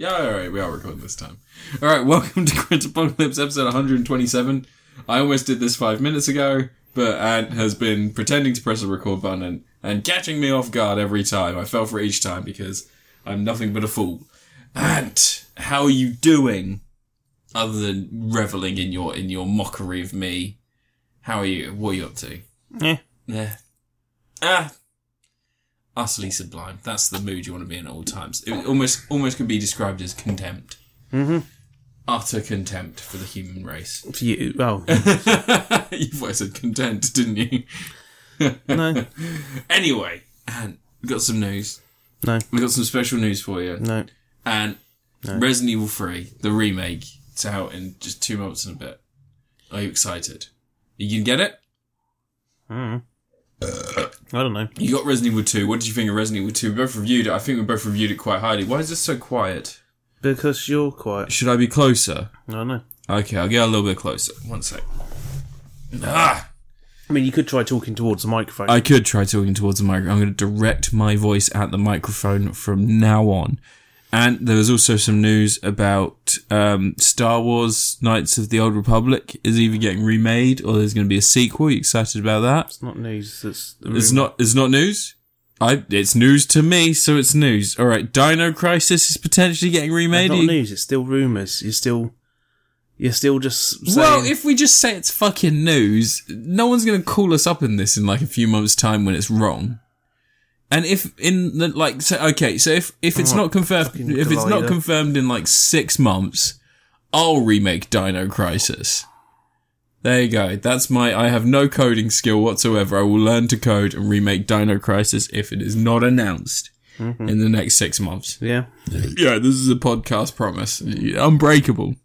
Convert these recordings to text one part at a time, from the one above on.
right, we are recording this time. All right, welcome to Grit Apocalypse episode 127. I almost did this five minutes ago, but Ant has been pretending to press the record button and, and catching me off guard every time. I fell for it each time because I'm nothing but a fool. Ant, how are you doing? Other than reveling in your in your mockery of me, how are you? What are you up to? Yeah. Yeah. Ah. Utterly sublime. That's the mood you want to be in at all times. It almost almost could be described as contempt. Utter contempt for the human race. For you. Oh, You've always said content, didn't you? no. Anyway, and we got some news. No. We got some special news for you. No. And Resident Evil 3, the remake, it's out in just two months and a bit. Are you excited? You can get it? I don't know. You got Resident Evil 2. What did you think of Resident Evil 2? We both reviewed it. I think we both reviewed it quite highly. Why is this so quiet? Because you're quiet. Should I be closer? I don't know. Okay, I'll get a little bit closer. One sec. Ah! I mean, you could try talking towards the microphone. I could try talking towards the microphone. I'm going to direct my voice at the microphone from now on. And there was also some news about um, Star Wars Knights of the Old Republic is either getting remade or there's going to be a sequel. you excited about that? it's not news. It's, It's not. It's not news. I. It's news to me, so it's news. All right. Dino Crisis is potentially getting remade. It's not news. It's still rumors. You're still. You're still just saying. Well, if we just say it's fucking news, no one's gonna call us up in this in like a few months' time when it's wrong. And if in the like, so, okay, so if if it's not confirmed, Oh, fucking if it's not Collider. confirmed in like six months, I'll remake Dino Crisis. There you go. That's my. I have no coding skill whatsoever. I will learn to code and remake Dino Crisis if it is not announced Mm-hmm. in the next six months. yeah. Yeah, this is a podcast promise. Unbreakable.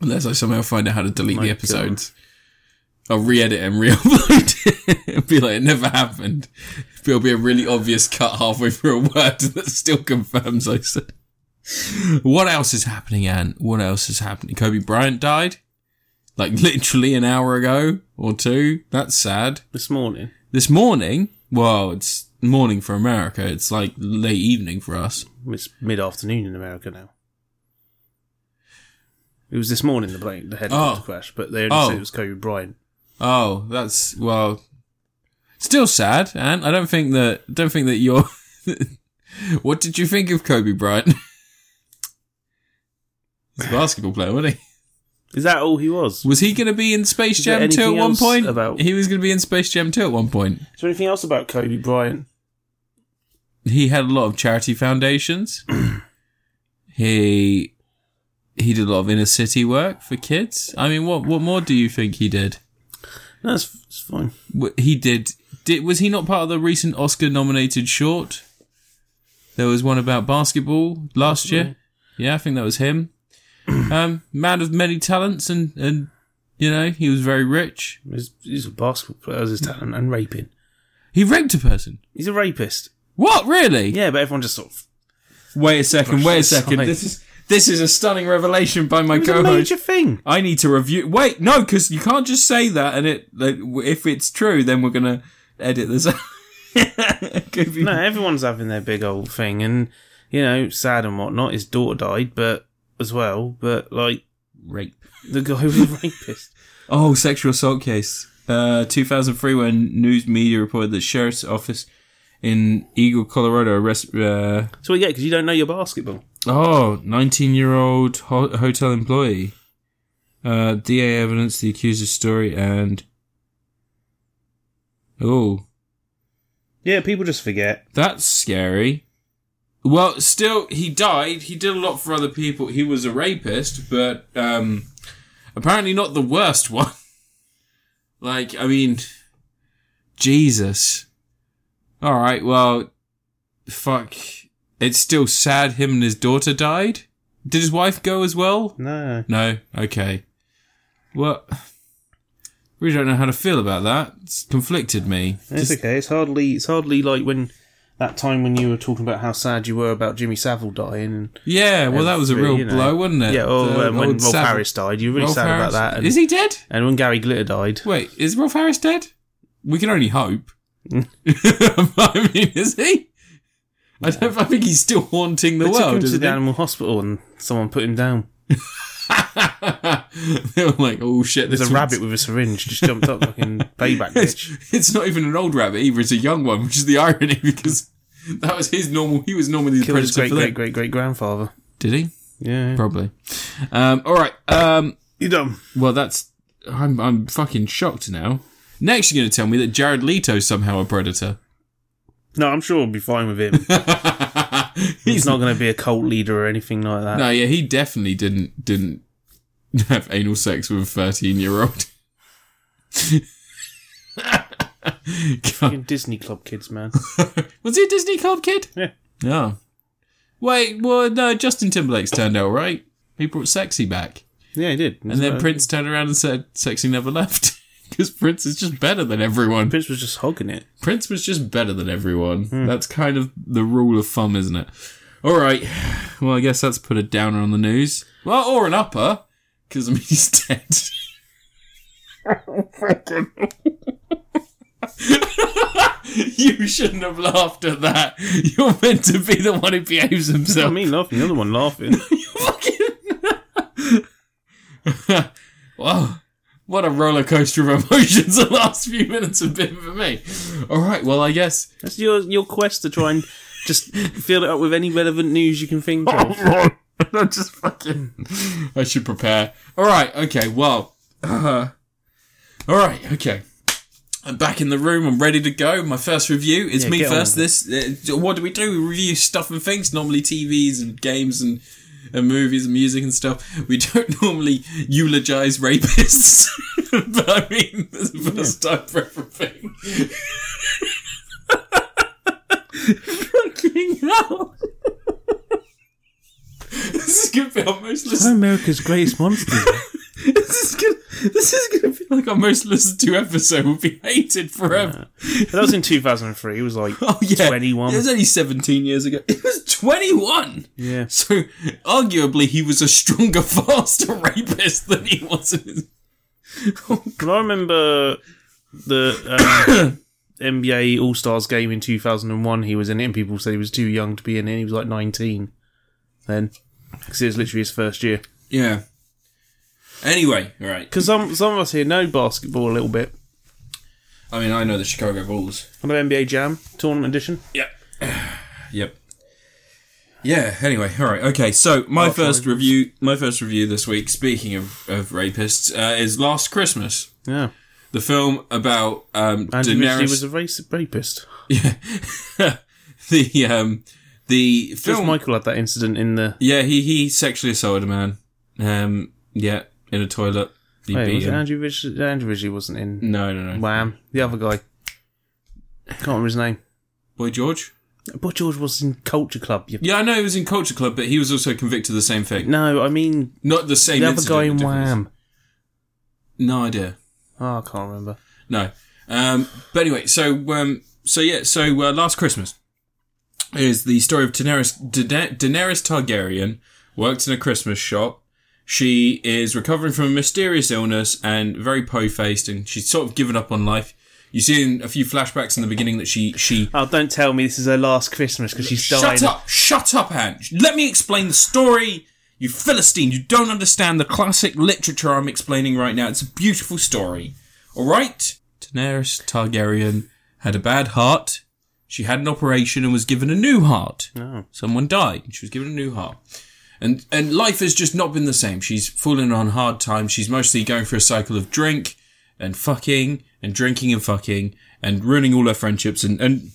Unless I somehow find out how to delete My the episodes. I'll re edit and re upload it. It'll be like it never happened. It'll be a really obvious cut halfway through a word that still confirms I said. What else is happening, Anne? What else is happening? Kobe Bryant died? Like literally an hour ago or two? That's sad This morning. this morning, well, it's morning for America. It's like late evening for us. It's mid afternoon in America now. It was this morning the plane, the helicopter Oh. crash, but they only said Oh. it was Kobe Bryant. Oh, that's well, still sad. And I don't think that don't think that you're. what did you think of Kobe Bryant? He's a basketball player, wasn't he? Is that all he was? Was he going to be in Space Is there Jam 2 at anything one else point? about- He was going to be in Space Jam 2 at one point. Is there anything else about Kobe Bryant? he had a lot of charity foundations. he he did a lot of inner city work for kids. I mean, what what more do you think he did? No, it's, it's fine. Wh- He did did was he not part of the recent Oscar nominated short? There was one about basketball last year. Yeah, I think that was him. um, man of many talents, and and you know he was very rich. He's, he's a basketball player, as his talent, and raping. He raped a person. He's a rapist. What really? Yeah, but everyone just sort of. Wait a second. Wait a second. Sorry. This is this is a stunning revelation by my It was a co-host. major thing. I need to review. Wait, no, because you can't just say that. And it, like, w- if it's true, then we're gonna edit this. out. Could be- No, everyone's having their big old thing, and you know, sad and whatnot. His daughter died, but as well, but like Rape. the guy was a rapist. Oh, sexual assault case. Uh, 2003, when news media reported that sheriff's office in Eagle, Colorado, arrest. Uh, So what you get because you don't know your basketball. oh, 19-year-old ho- hotel employee. Uh, DA evidence, the accuser's story, and oh. Yeah, people just forget. That's scary. Well, still, he died. He did a lot for other people. He was a rapist, but um, apparently not the worst one. like, I mean, Jesus. All right, well, fuck. It's still sad him and his daughter died. Did his wife go as well? No, No. Okay. Well, really don't know how to feel about that. It's conflicted me. it's Just- okay. It's hardly it's hardly like when that time when you were talking about how sad you were about Jimmy Savile dying. And, Yeah, well, that was a every- real you know. blow, wasn't it? yeah, or The um, when old Rolf Savile- Harris died, you were really Rolf sad Harris- about that. And, is he dead? and when Gary Glitter died, Wait, is Rolf Harris dead? We can only hope. I mean, is he? I don't. I think he's still haunting the They took world. him to isn't the he? animal hospital and someone put him down. they were like, "Oh shit, this There's a one's- rabbit with a syringe just jumped up fucking payback bitch. It's not even an old rabbit either; it's a young one, which is the irony because that was his normal. He was normally the Killed his predator great for them. great great great grandfather. Did he? Yeah. Probably. Um, all right. Um, You dumb. well, that's. I'm I'm fucking shocked now. Next, you're going to tell me that Jared Leto's somehow a predator. No, I'm sure we'll be fine with him. He's He's not going to be a cult leader or anything like that. No, yeah, he definitely didn't didn't have anal sex with a thirteen year old. Fucking Disney Club kids, man. Was he a Disney Club kid? Yeah. No. Wait, well, no, Justin Timberlake's turned out right. He brought sexy back, Yeah, he did. and then Prince turned around and said, "Sexy never left." Because Prince is just better than everyone. Prince was just hogging it. Prince was just better than everyone. That's kind of the rule of thumb, isn't it? All right. Well, I guess that's put a downer on the news. Well, or an upper, because I mean he's dead. you shouldn't have laughed at that. You're meant to be the one who behaves I himself. mean, laughing. The other one laughing. Fucking- wow. What a roller coaster of emotions the last few minutes have been for me. All right, well, I guess That's your your quest to try and just fill it up with any relevant news you can think of. I'm just fucking. I should prepare. All right. Okay. Well. Uh, all right. Okay. I'm back in the room. I'm ready to go. My first review. It's Yeah, me get on first. with This. Uh, what do we do? We review stuff and things. Normally TVs and games and. And movies and music and stuff. We don't normally eulogize rapists, but I mean, this is the first time for everything. Fucking hell! this is gonna be our most listened. America's Greatest Monsters. This is gonna. This is gonna be like our most listened to episode. Will be hated forever. that was in 2003. It was like Oh yeah, 21. It was only seventeen years ago. It was twenty-one. yeah. So arguably, he was a stronger, faster rapist than he was. In his... Well, I remember the um, NBA All Stars game in 2001. He was in it, and people said he was too young to be in it. He was like 19 then, because it was literally his first year. Yeah. Anyway, all right. Because some some of us here know basketball a little bit. I mean, I know the Chicago Bulls. I know NBA Jam Tournament Edition. Yep. yep. Yeah, anyway, alright, okay, so my first review my first review this week, speaking of, of rapists, uh, is Last Christmas. Yeah, The film about um and originally Daenerys was a race, rapist. the um the George film Michael had that incident in the. Yeah, he he sexually assaulted a man. Um yeah, in a toilet. He Wait, beat was it him. Andrew Ridgely? Andrew Ridgely wasn't in. no, no, no. Wham! The other guy. Can't remember his name. Boy George? But George was in Culture Club. You... Yeah, I know he was in Culture Club, but he was also convicted of the same thing. No, I mean Not the same the other incident, guy in but different- Wham. No idea. Oh, I can't remember. No. Um, but anyway, so um, so yeah, so uh, last Christmas is the story of Daenerys, Da- Daenerys Targaryen worked in a Christmas shop. She is recovering from a mysterious illness and very po-faced, and she's sort of given up on life. You see in a few flashbacks in the beginning that she she. Oh, don't tell me this is her last Christmas because she's dying. Shut up! Shut up, Anne. Let me explain the story. You philistine! You don't understand the classic literature I'm explaining right now. It's a beautiful story. All right. Daenerys Targaryen had a bad heart. She had an operation and was given a new heart. Someone died. and She was given a new heart. And and life has just not been the same. She's fallen on hard times. She's mostly going through a cycle of drink and fucking and drinking and fucking and ruining all her friendships and, and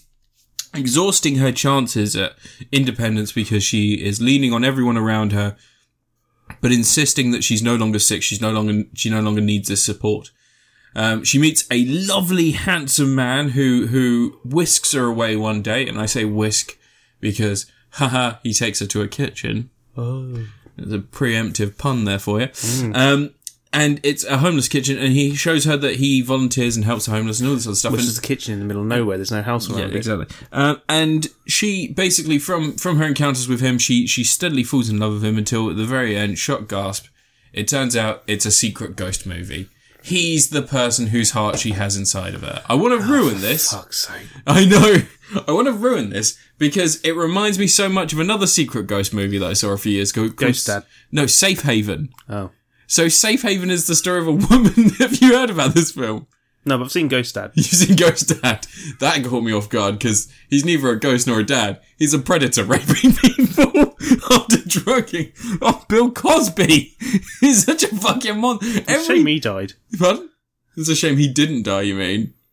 exhausting her chances at independence because she is leaning on everyone around her, but insisting that she's no longer sick. She's no longer she no longer needs this support. Um, she meets a lovely, handsome man who who whisks her away one day, and I say whisk because haha, he takes her to a kitchen. Oh. There's a preemptive pun there for you. Mm. Um, and it's a homeless kitchen, and he shows her that he volunteers and helps the homeless and all this sort of stuff. Which And- is the kitchen in the middle of nowhere. There's no house around it. exactly. Um, and she basically, from from her encounters with him, she she steadily falls in love with him until at the very end, shock gasp, it turns out it's a secret ghost movie. he's the person whose heart she has inside of her. I Oh, want to ruin this. Fuck's sake. I know. I want to ruin this because it reminds me so much of another secret ghost movie that I saw a few years ago. called- Ghost Dad. No, Safe Haven. Oh. So Safe Haven is the story of a woman. Have you heard about this film? No, but I've seen Ghost Dad. You've seen Ghost Dad. That caught me off guard because he's neither a ghost nor a dad. He's a predator raping people after drugging. Oh, Bill Cosby. He's such a fucking monster. Shame Every he died. Pardon? It's a shame he didn't die, you mean?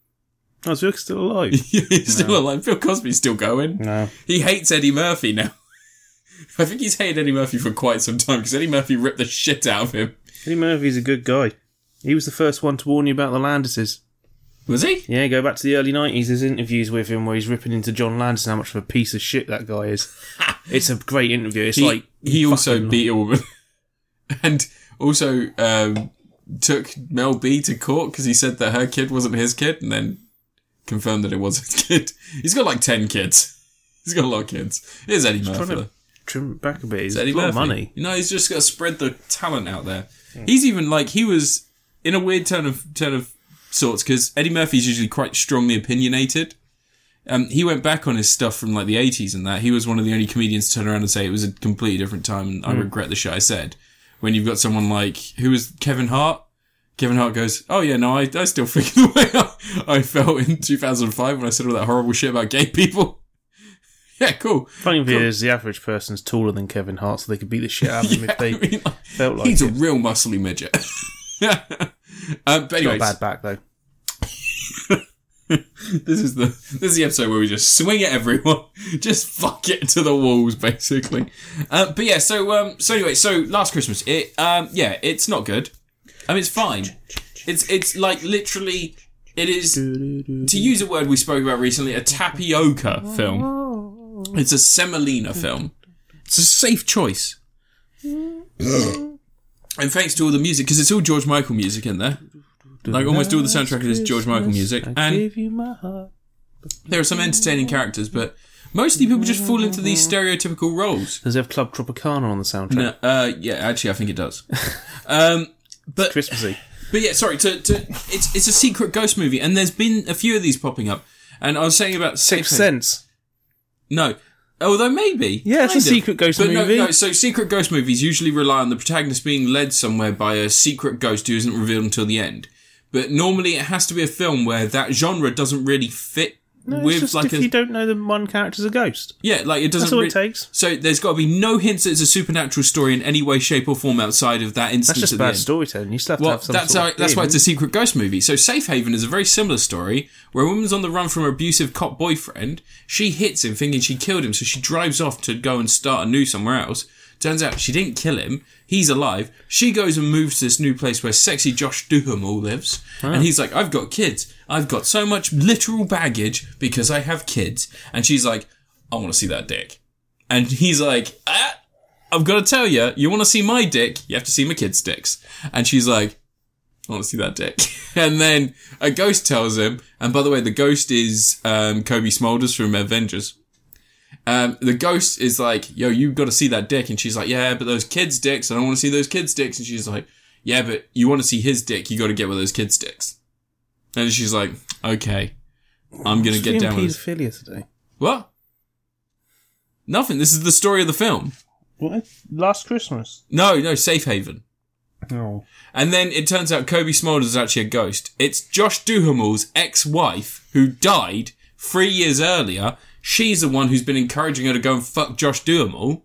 Oh, is Wilkes still alive? He's still alive. Bill Cosby's still going. no. He hates Eddie Murphy now. I think he's hated Eddie Murphy for quite some time because Eddie Murphy ripped the shit out of him. Eddie Murphy's a good guy. He was the first one to warn you about the Landises. Was he? Yeah, go back to the early 90s. There's interviews with him where he's ripping into John Landis and how much of a piece of shit that guy is. it's a great interview. It's He, like. he also beat a woman and also um, took Mel B to court because he said that her kid wasn't his kid and then confirmed that it was his kid. He's got like 10 kids. He's got a lot of kids. Here's Eddie Murphy. trying to trim it back a bit. He's Eddie a lot of Murphy. money. No, he's just got to spread the talent out there. He's even like he was in a weird turn of turn of sorts because Eddie Murphy's usually quite strongly opinionated. Um, he went back on his stuff from like the eighties and that. He was one of the only comedians to turn around and say it was a completely different time. and Hmm. I regret the shit I said. When you've got someone like who was Kevin Hart. Kevin Hart goes, "Oh yeah, no, I, I still think the way I, I felt in 2005 when I said all that horrible shit about gay people." yeah, cool. Funny thing is, the average person's taller than Kevin Hart, so they could beat the shit out of him if they I mean, like, felt like He's it. a real muscly midget. um, but Got a anyways, bad back though. this is the this is the episode where we just swing at everyone, just fuck it to the walls, basically. Uh, but yeah, so um, so anyway, so last Christmas, it um, yeah, it's not good. I mean, it's fine. It's it's like literally, it is to use a word we spoke about recently, a tapioca film. It's a semolina film. It's a safe choice. and thanks to all the music, because it's all George Michael music in there. Like almost all the soundtrack is George Michael music, I and give you my heart. there are some entertaining characters, but mostly people just fall into these stereotypical roles. Does it have Club Tropicana on the soundtrack? No, uh, yeah, actually, I think it does. Um, but Christmassy. But yeah, sorry. To, to it's it's a secret ghost movie, and there's been a few of these popping up. And I was saying about Safe Sixth Haven- Sense. No, although maybe Yeah, it's kind a of. secret ghost but movie. No, no, so secret ghost movies usually rely on the protagonist being led somewhere by a secret ghost who isn't revealed until the end. But normally, it has to be a film where that genre doesn't really fit No, it's with just like if a you don't know the one character's a ghost. yeah, like it doesn't. That's all it re- takes. So there's got to be no hints that it's a supernatural story in any way, shape, or form outside of that instance. That's just at the bad end. storytelling. You still have Well, to have some that's sort how, of that's why theme. it's a secret ghost movie. So Safe Haven is a very similar story where a woman's on the run from her abusive cop boyfriend. She hits him thinking she killed him, so she drives off to go and start anew somewhere else. Turns out she didn't kill him. He's alive. She goes and moves to this new place where sexy Josh Duhamel lives. And he's like, I've got kids. I've got so much literal baggage because I have kids. And she's like, I want to see that dick. And he's like, ah, I've got to tell you, you want to see my dick, you have to see my kid's dicks. And she's like, I want to see that dick. and then a ghost tells him, and by the way, the ghost is um, Kobe Smulders from Avengers. Um, the ghost is like, yo, you've got to see that dick. And she's like, yeah, but those kids' dicks, I don't want to see those kids' dicks. And she's like, yeah, but you want to see his dick, you got to get with those kids' dicks. And she's like, okay, I'm going to get Being down with this. paedophilia today. What? Nothing. This is the story of the film. What? Last Christmas. No, no, Safe Haven. Oh. And then it turns out Kobe Smulders is actually a ghost. It's Josh Duhamel's ex-wife who died three years earlier. She's the one who's been encouraging her to go and fuck Josh Duhamel.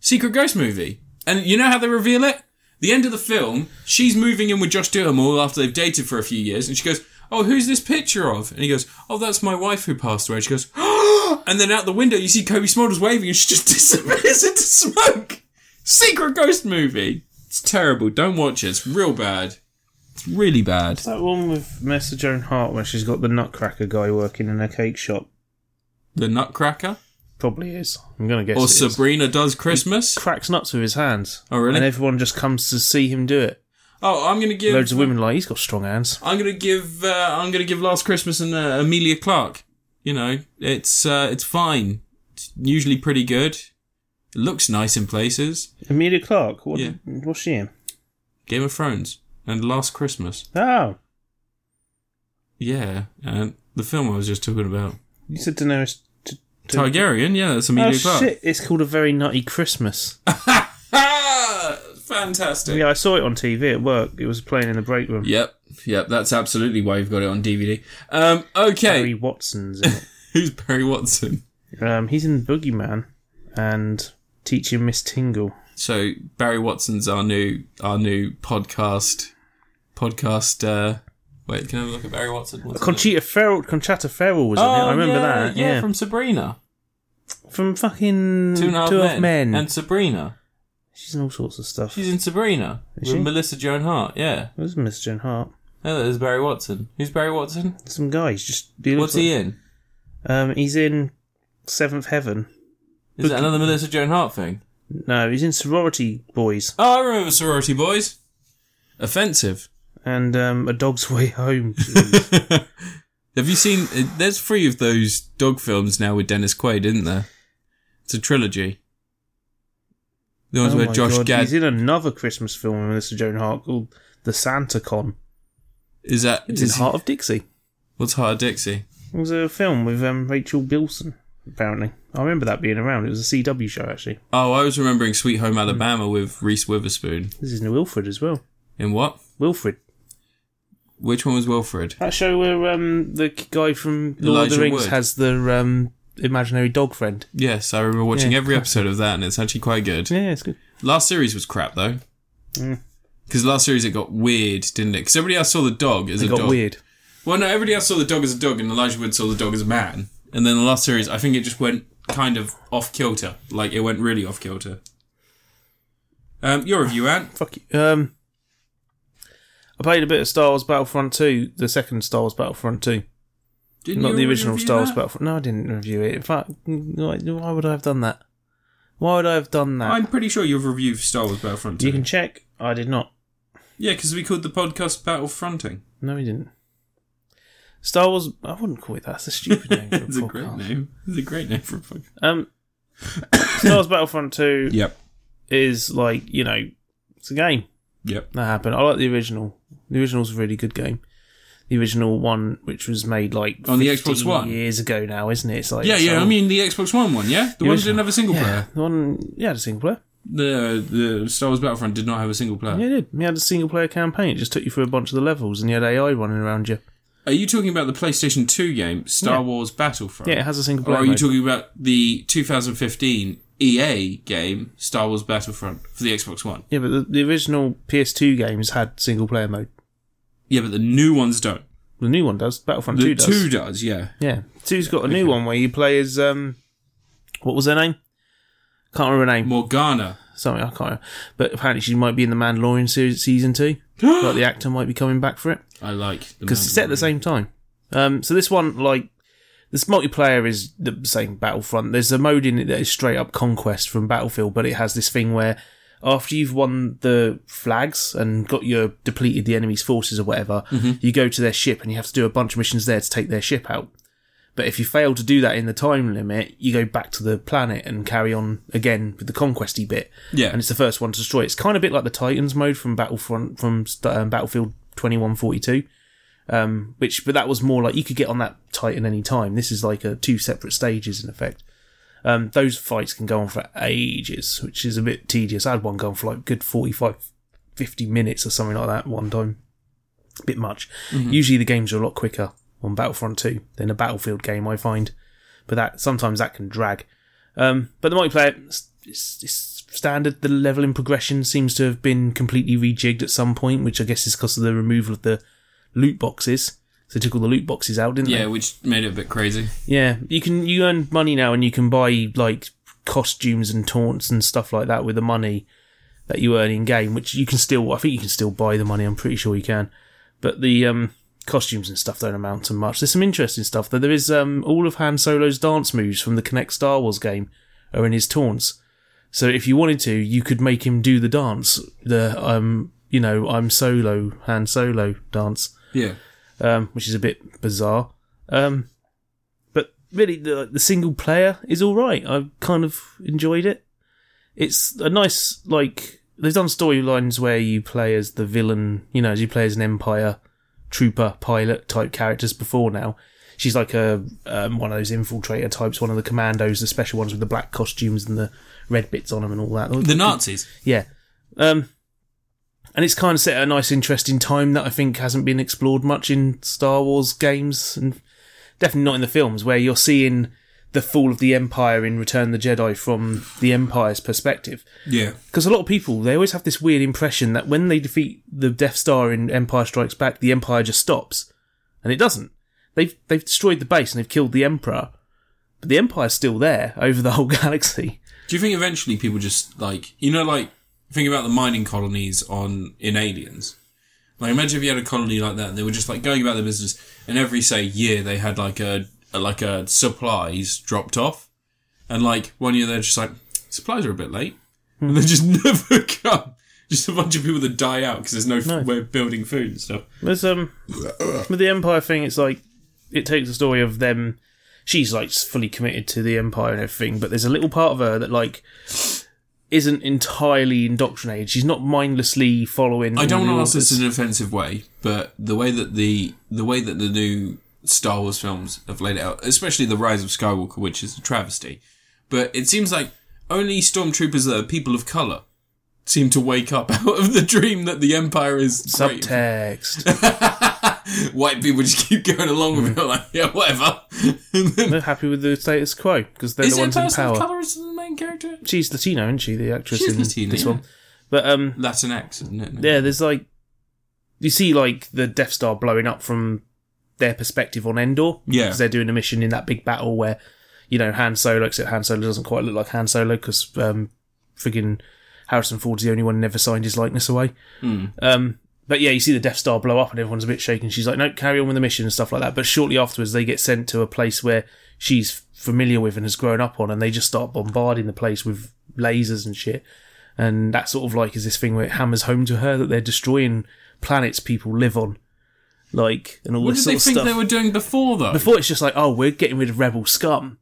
Secret ghost movie. And you know how they reveal it? The end of the film, she's moving in with Josh Duhamel after they've dated for a few years, and she goes, "Oh, who's this picture of?" And he goes, "Oh, that's my wife who passed away." She goes, "Oh!" and then out the window you see Kobe Smulders waving, and she just disappears into smoke. Secret ghost movie. It's terrible. Don't watch it. It's real bad. It's really bad. That one with Messa Joan Hart where she's got the Nutcracker guy working in a cake shop. The Nutcracker Probably is. I'm going to guess. or it is. Sabrina Does Christmas. cracks nuts with his hands. Oh, really? And everyone just comes to see him do it. Oh, I'm gonna give. Loads of women are like he's got strong hands. I'm gonna give. Uh, I'm gonna give Last Christmas and uh, Amelia Clark. You know, it's uh, it's fine. It's usually pretty good. It looks nice in places. Amelia Clark. What, Yeah. What's she in? Game of Thrones. and Last Christmas. Oh, Yeah, and the film I was just talking about. you said Daenerys. T- t- Targaryen, yeah, that's Amelia Oh Clark. shit! It's called a very nutty Christmas. Ah, Fantastic. yeah, I saw it on TV at work. It was playing in the break room. Yep, yep, that's absolutely why you've got it on DVD. Um, okay, Barry Watson's in it. who's Barry Watson? um, he's in Boogeyman and teaching Miss Tingle. So Barry Watson's our new our new podcast podcast. Uh, wait, can I have a look at Barry Watson? What's his Conchita Ferrell, Conchata Ferrell was in it. Oh, I remember Oh, yeah, that. Yeah, Yeah, from Sabrina, from, fucking Two and a Half Two Men, of Men. and Sabrina. She's in all sorts of stuff. She's in Sabrina Is with she? Melissa Joan Hart. Yeah, Where's Miss Jen Hart? no, there's Barry Watson. Who's Barry Watson? Some guy. He's just. He What's looks he like- in? Um, he's in Seventh Heaven. Is that another Melissa Joan Hart thing? No, he's in Sorority Boys Oh, I remember Sorority Boys. Offensive. and um, A Dog's Way Home. Have you seen? uh, There's three of those dog films now with Dennis Quaid, isn't there? It's a trilogy. The ones Oh where my Josh God, Gad He's in another Christmas film with Melissa Joan Hart called The Santa Con. is that. It's is in he- Heart of Dixie. what's Heart of Dixie? It was a film with um, Rachel Bilson, apparently. I remember that being around. It was a CW show, actually. Oh, I was remembering Sweet Home Alabama with Reese Witherspoon. This is in Wilfred as well. In what? Wilfred. Which one was Wilfred? That show where um, the k- guy from Lord of Elijah the Rings Wood. has the um, imaginary dog friend. Yes, I remember watching Yeah. every episode of that, and it's actually quite good. Yeah, it's good. Last series was crap though, Mm. because last series it got weird, didn't it? Because everybody else saw the dog as It a got dog. weird. Well, no, everybody else saw the dog as a dog, and Elijah Wood saw the dog as a man. And then the last series, I think it just went kind of off kilter. Like it went really off kilter. Um, your review, Ant. Fuck you. Um, I played a bit of Star Wars Battlefront 2, the second Star Wars Battlefront 2. Didn't Not you the original review Star Wars that? Battlefront. No, I didn't review it. In fact, why why would I have done that? Why would I have done that? I'm pretty sure you've reviewed Star Wars Battlefront. You 2. can check. I did not. Yeah, because we called the podcast Battlefronting. No, we didn't. Star Wars. I wouldn't call it that. It's a stupid name. For a it's a great podcast. name. It's a great name for a podcast. Um, Star Wars Battlefront Two Yep. is like you know, it's a game Yep. that happened. I like the original. The original's a really good game. The original one, which was made like On the 15 Xbox One? years ago now, isn't it? It's like Yeah, yeah. so- I mean the Xbox One one. Yeah, the, The one that didn't original. have a single yeah, player. the one yeah, the single player. The the Star Wars Battlefront did not have a single player. Yeah, it did. We had a single player campaign. It just took you through a bunch of the levels, and you had AI running around you. Are you talking about the PlayStation Two game Star Yeah. Wars Battlefront? Yeah, it has a Or single player. are Oh, you mode. talking about the 2015 EA E game Star Wars Battlefront for the Xbox One? yeah, but the, the original PS2 games had single player mode. Yeah, but the new ones don't. The new one does. Battlefront The Two does. two does, yeah. Yeah, two's got a new one where you play as um, what was her name? Can't remember her name. Morgana. Something I can't. remember. But apparently she might be in the Mandalorian series, season two. like the actor might be coming back for it I like the because it's set at the Mandalorian. same time. Um, so this one, like this multiplayer, is the same Battlefront. There's a mode in it that is straight up conquest from Battlefield, but it has this thing where after you've won the flags and got your depleted the enemy's forces or whatever, Mm-hmm. you go to their ship and you have to do a bunch of missions there to take their ship out. But if you fail to do that in the time limit, you go back to the planet and carry on again with the conquesty bit Yeah. and it's the first one to destroy. It's kind of a bit like the Titans mode from Battlefront from um, Battlefield 2142, um, which but that was more like you could get on that Titan any time. This is like a two separate stages in effect. Um, those fights can go on for ages, which is a bit tedious. I had one go on for like a good 45, 50 minutes or something like that one time. A bit much. Usually the games are a lot quicker on Battlefront 2 than a Battlefield game, I find. But that sometimes that can drag. Um, but the multiplayer, it's, it's, it's standard. The level in progression seems to have been completely rejigged at some point, which I guess is because of the removal of the loot boxes. So they took all the loot boxes out, didn't they? Yeah, which made it a bit crazy. Yeah, you can you earn money now, and you can buy like costumes and taunts and stuff like that with the money that you earn in game, which you can still. I think you can still buy the money. I'm pretty sure you can, but the um, costumes and stuff don't amount to much. There's some interesting stuff though. There is um, all of Han Solo's dance moves from the Connect Star Wars game are in his taunts. So if you wanted to, you could make him do the dance. The um, you know, I'm Solo, Han Solo dance Yeah. um, which is a bit bizarre. Um, but really, the, the single player is all right. I kind of enjoyed it. It's a nice like they've done storylines where you play as the villain, you know, as you play as an Empire trooper pilot type characters before now. She's like a um, one of those infiltrator types, one of the commandos, the special ones with the black costumes and the red bits on them and all that. The Nazis. Yeah. Um, and it's kind of set at a nice, interesting time that I think hasn't been explored much in Star Wars games, and definitely not in the films, where you're seeing the fall of the Empire in Return of the Jedi from the Empire's perspective. Yeah. Because a lot of people, they always have this weird impression that when they defeat the Death Star in Empire Strikes Back, the Empire just stops. And it doesn't. They've, they've destroyed the base and they've killed the Emperor. But the Empire's still there over the whole galaxy. Do you think eventually people just like you know like think about the mining colonies on in Aliens? Like imagine if you had a colony like that, and they were just like going about their business, and every say year they had like a, a like a supplies dropped off, and like one year they're just like supplies are a bit late, and they just never come. Just a bunch of people that die out because there's no, f- way of building food and stuff. There's, um, with the Empire thing, it's like it takes the story of them. She's like fully committed to the Empire and everything, but there's a little part of her that like isn't entirely indoctrinated. She's not mindlessly following. I all don't the want to ask orders. this in an offensive way, but the way that the the way that the new Star Wars films have laid it out, especially the Rise of Skywalker, which is a travesty, but it seems like only stormtroopers that are people of color seem to wake up out of the dream that the Empire is great. subtext. White people just keep going along with it, like yeah, whatever. And then- Mm. they're happy with the status quo because they're is it the a ones in person power. of color as the main character? She's Latino, isn't she? The actress She's in Latino, this yeah. one, but um, Latinx, isn't it? yeah, there's like you see like the Death Star blowing up from their perspective on Endor. Yeah. because they're doing a mission in that big battle where you know Han Solo, except Han Solo doesn't quite look like Han Solo because um, friggin' Harrison Ford's the only one who never signed his likeness away. Um, but yeah, you see the Death Star blow up and everyone's a bit shaken. She's like, "No, carry on with the mission and stuff like that." But shortly afterwards, they get sent to a place where she's familiar with and has grown up on, and they just start bombarding the place with lasers and shit. And that sort of like is this thing where it hammers home to her that they're destroying planets people live on, like and all What this did sort they of think stuff. they were doing before though? Before it's just like, oh, we're getting rid of rebel scum.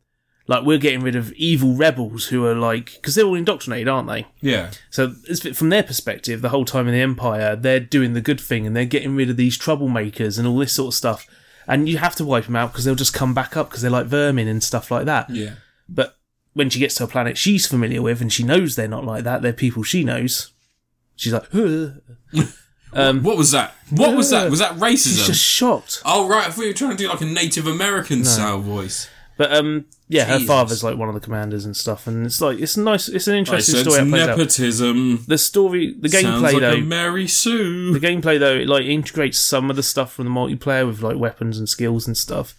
Like, we're getting rid of evil rebels who are like, because they're all indoctrinated, aren't they? yeah, So, it's, from their perspective, the whole time in the Empire, they're doing the good thing and they're getting rid of these troublemakers and all this sort of stuff. And you have to wipe them out because they'll just come back up because they're like vermin and stuff like that. yeah. But when she gets to a planet she's familiar with and she knows they're not like that, they're people she knows, she's like, "Huh." What was that? What was that? Was that racism? she's Um, just shocked. Oh right, I thought you were trying to do like a Native American style voice. But um, yeah, her Jesus. father's like one of the commanders and stuff, and it's like it's nice. It's an Right, interesting so it's story. how it plays out. nepotism. The story, the Sounds gameplay like though, a Mary Sue. the gameplay though, it like integrates some of the stuff from the multiplayer with like weapons and skills and stuff.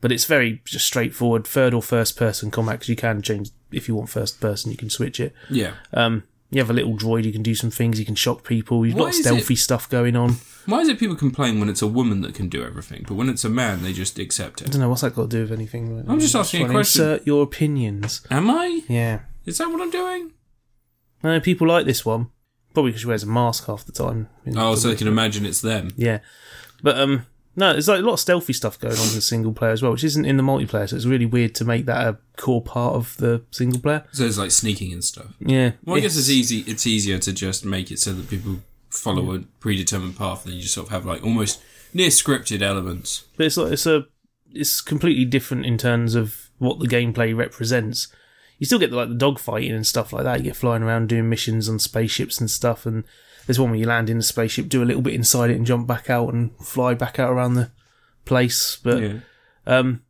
But it's very just straightforward third or first person combat because you can change if you want first person, you can switch it. Yeah. Um, you have a little droid, you can do some things, you can shock people. You've What got is stealthy stuff going on. Why is it people complain when it's a woman that can do everything, but when it's a man, they just accept I it? don't know what's that got to do with anything. right I'm now. just asking a trying to question. Insert your opinions. Am I? Yeah. Is that what I'm doing? No, people like this one. Probably because she wears a mask half the time. Oh, so they can imagine it's them. Yeah. But um no, there's like a lot of stealthy stuff going on in the single player as well, which isn't in the multiplayer, so it's really weird to make that a core part of the single player. So it's like sneaking and stuff. Yeah. Well, I guess it's easy. It's easier to just make it so that people follow a predetermined path, and you just sort of have like almost near scripted elements. But it's like it's a it's completely different in terms of what the gameplay represents. You still get like the dogfighting and stuff like that. You get flying around doing missions on spaceships and stuff, and there's one where you land in a spaceship, do a little bit inside it, and jump back out and fly back out around the place. But Yeah. Um,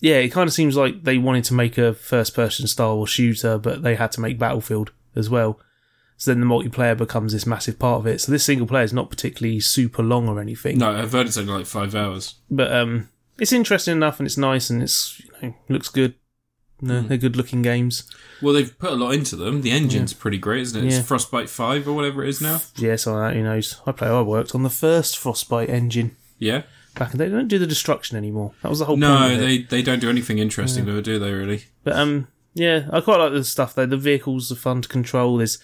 yeah, it kind of seems like they wanted to make a first-person Star Wars shooter, but they had to make Battlefield as well. So then the multiplayer becomes this massive part of it. So this single player is not particularly super long or anything, No, I've heard it's only like five hours. but um, it's interesting enough and it's nice and it's you know, looks good. No, Hmm. they're good-looking games. Well, they've put a lot into them. The engine's pretty great, isn't it? Yeah. It's Frostbite 5 or whatever it is now. Yeah, so that who knows? I play. I worked on the first Frostbite engine Yeah. back in the day. They don't do the destruction anymore. That was the whole point No, of it. they, they don't do anything interesting, though, do they, really? But um, yeah, I quite like the stuff though. The vehicles are fun to control. There's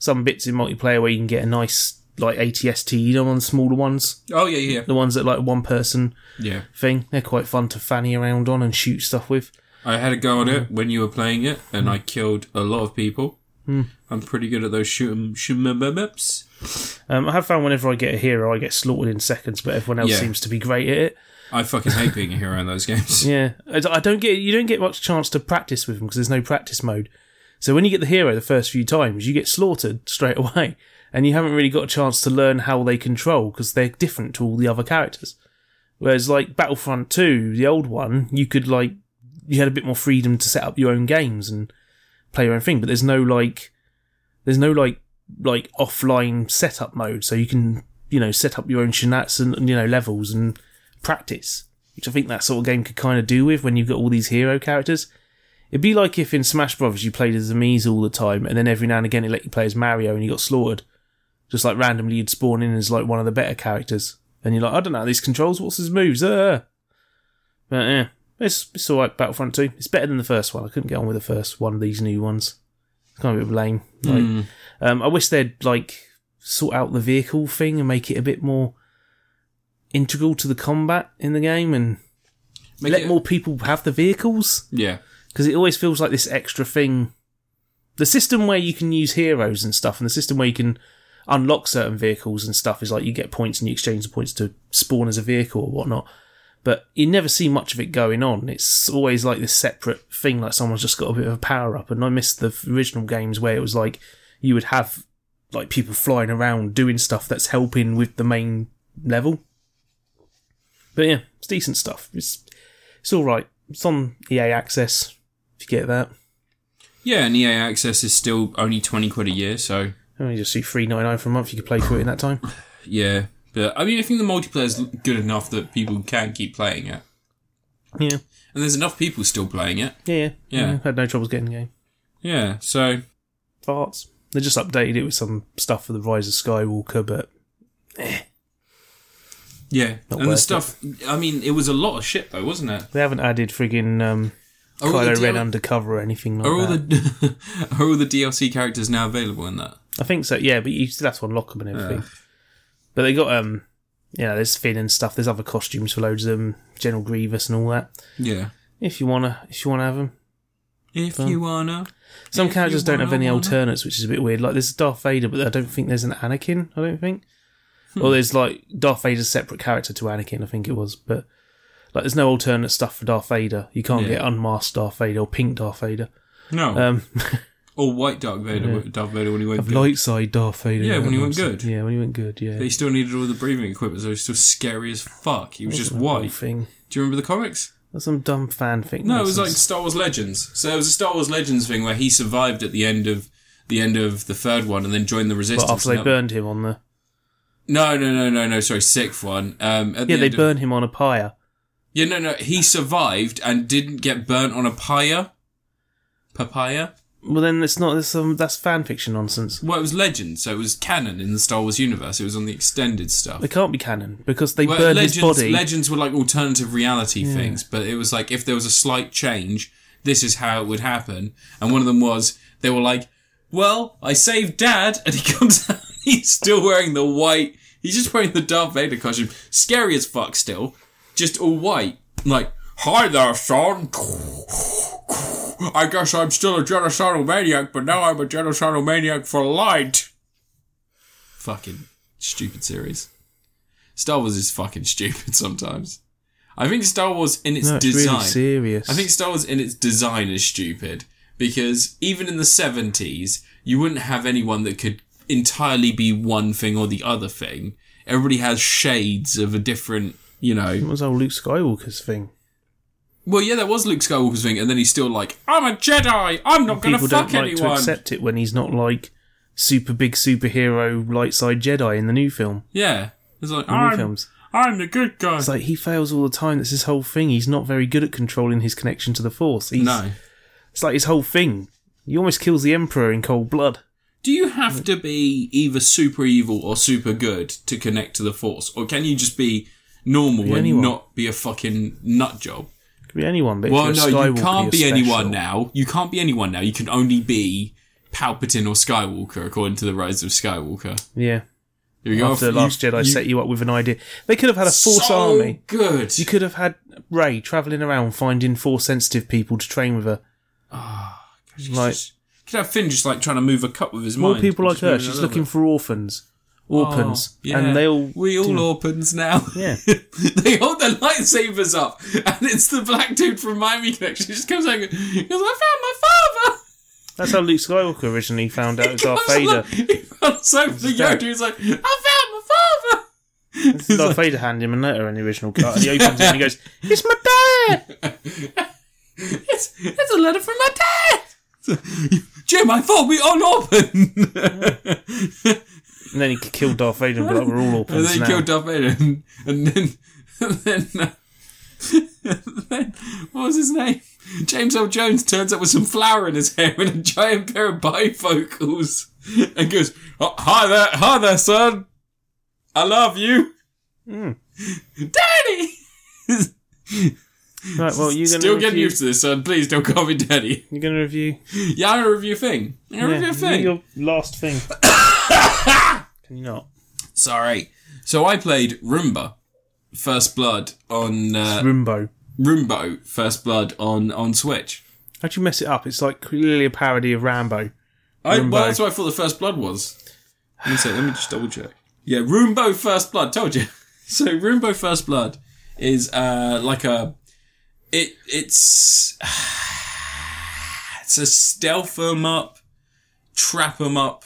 some bits in multiplayer where you can get a nice like ATST, you know, on the smaller ones, Oh, yeah, yeah. the ones that like one person Yeah. thing. They're quite fun to fanny around on and shoot stuff with. Hmm. I had a go on it when you were playing it, and I killed a lot of people. I'm pretty good at those shoot 'em shoot 'em ups. Um, I have found whenever I get a hero, I get slaughtered in seconds, but everyone else Yeah. seems to be great at it. I fucking hate being a hero in those games. Yeah, I I don't get you don't get much chance to practice with them because there's no practice mode. So when you get the hero the first few times, you get slaughtered straight away, and you haven't really got a chance to learn how they control because they're different to all the other characters. Whereas like Battlefront Two, the old one, you could like you had a bit more freedom to set up your own games and play your own thing, but there's no like there's no like like offline setup mode, so you can you know set up your own shenanigans and you know levels and practice, which I think that sort of game could kind of do with when you've got all these hero characters. It'd be like if in Smash Brothers you played as Amiz all the time, and then every now and again it let you play as Mario, and you got slaughtered. Just like randomly, you'd spawn in as like one of the better characters, and you're like, I don't know these controls. What's his moves? Uh. But yeah, it's it's all right. Battlefront Two. It's better than the first one. I couldn't get on with the first one of these new ones. It's kind of a bit lame. Like, um, I wish they'd like sort out the vehicle thing and make it a bit more integral to the combat in the game and Make let it- more people have the vehicles Yeah. because it always feels like this extra thing. The system where you can use heroes and stuff, and the system where you can unlock certain vehicles and stuff is like you get points and you exchange the points to spawn as a vehicle or whatnot. But you never see much of it going on. It's always like this separate thing, like someone's just got a bit of a power up. And I miss the original games where it was like you would have like people flying around doing stuff that's helping with the main level. But yeah, it's decent stuff. It's it's all right. It's on EA Access if you get that. Yeah, and EA Access is still only 20 quid a year, so Only Oh, just see three ninety nine for a month. You could play through it in that time. yeah. But I mean, I think the multiplayer's good enough that people can keep playing it. Yeah, And there's enough people still playing it. yeah, yeah. Yeah. had no troubles getting the game. Yeah, so Farts. They just updated it with some stuff for the Rise of Skywalker, but yeah. Not and the worth stuff, I mean, it was a lot of shit though, wasn't it? they haven't added friggin' um, Are all the Kylo DL Ren undercover or anything like Are all that. the are all the DLC characters now available in that? I think so. Yeah, but you still have to unlock them and everything. But they got um, you know, there's Finn and stuff. There's other costumes for loads of them, General Grievous and all that. Yeah. If you wanna, if you wanna have them. If you wanna, Some If you characters don't have wanna, any wanna. alternates, which is a bit weird. Like there's Darth Vader, but I don't think there's an Anakin. I don't think. Hmm. Or there's like Darth Vader's separate character to Anakin. I think it was, but like there's no alternate stuff for Darth Vader. You can't Yeah. get unmasked Darth Vader or pink Darth Vader. no, Um, or white Dark Vader, Darth Vader when he went. Good. light side Darth Vader. Yeah, when he went Um, good. Yeah, when he went good. Yeah. But he still needed all the breathing equipment, so he was still scary as fuck. He was just Whole white. thing. Do you remember the comics? That's some dumb fan thing. No, it was like Star Wars Legends. So it was a Star Wars Legends thing where he survived at the end of the end of the third one and then joined the Resistance. But after and they that- burned him on the no, no, no, no, no. Sorry, sixth one. Um, at the yeah they end of- burned him on a pyre. yeah, no, no. He survived and didn't get burnt on a pyre. Papaya. Well then it's not that's um, that's fan fiction nonsense. Well, it was Legends, so it was canon in the Star Wars universe. It was on the extended stuff. It can't be canon because they Well, burned legends, his body. legends were like alternative reality things, but it was like if there was a slight change, this is how it would happen. And one of them was they were like, "Well, I saved Dad," and he comes out. He's still wearing the white. He's just wearing the Darth Vader costume, scary as fuck. Still, just all white. Like, hi there, son. I guess I'm still a genocidal maniac, but now I'm a genocidal maniac for light. Fucking stupid series. Star Wars is fucking stupid sometimes. I think Star Wars in its no, it's design. really serious. I think Star Wars in its design is stupid because even in the 70s, you wouldn't have anyone that could entirely be one thing or the other thing. Everybody has shades of a different, you It know. was old Luke Skywalker's thing. Well, yeah, that was Luke Skywalker's thing, and then he's still like, I'm a Jedi! I'm not gonna People don't fuck like to anyone! accept it when he's not like super big superhero light side Jedi in the new film. yeah. It's like, The new I'm, films. I'm the good guy. It's like he fails all the time. That's his whole thing. He's not very good at controlling his connection to the Force. He's, no. It's like his whole thing. He almost kills the Emperor in cold blood. Do you have to be either super evil or super good to connect to the Force? Or can you just be normal and anyone. not be a fucking nut job? Could be anyone, but Well, if no, you're a you Skywalker, can't be you're anyone special. now. You can't be anyone now. You can only be Palpatine or Skywalker, according to the Rise of Skywalker. Yeah. There you go. After the Last You- Jedi you- set you up with an idea, they could have had a Force so army. Good. You could have had Ray traveling around finding Force sensitive people to train with her. Ah, God, she's Like, just- should have Finn just like trying to move a cup with his More mind. people like Just her. moving it She's a little looking bit. for orphans, Oh, orphans, and they all we all orphans now. Yeah. they hold their lightsabers up, and it's the black dude from Miami Connection. He just comes out and goes, "I found my father." That's how Luke Skywalker originally found out it was Darth comes Vader. along- He runs over the dead. Yoda. He's like, "I found my father." It's Darth Vader handed him a letter in the original cut. And he opens it and he goes, "It's my dad." It's, it's a letter from my dad. Jim, I thought we all open. And then he killed Darth Vader and be like, "We're all and then orphans he now." killed Darth Vader, and, and then, and then, uh, then, what was his name? James L. Jones turns up with some flour in his hair and a giant pair of bifocals, and goes, "Oh, "Hi there, hi there, son. I love you, Hmm. Daddy." right, well, you're Still going to getting review. used to this, son. Please don't call me Daddy. You're going to review. Yeah, I'm gonna review thing. I'm gonna Yeah, review thing. Your last thing. Can you not? Sorry. So I played Roomba First Blood on uh, Rumbo. Roombo First Blood on on Switch. How'd you mess it up? It's like clearly a parody of Rambo. I, well, Roombo. that's what I thought the First Blood was. Let me, say, let me just double check. Yeah, Roombo First Blood. Told you. So Roombo First Blood is uh, like a it it's it's a stealth 'em up, trap 'em up,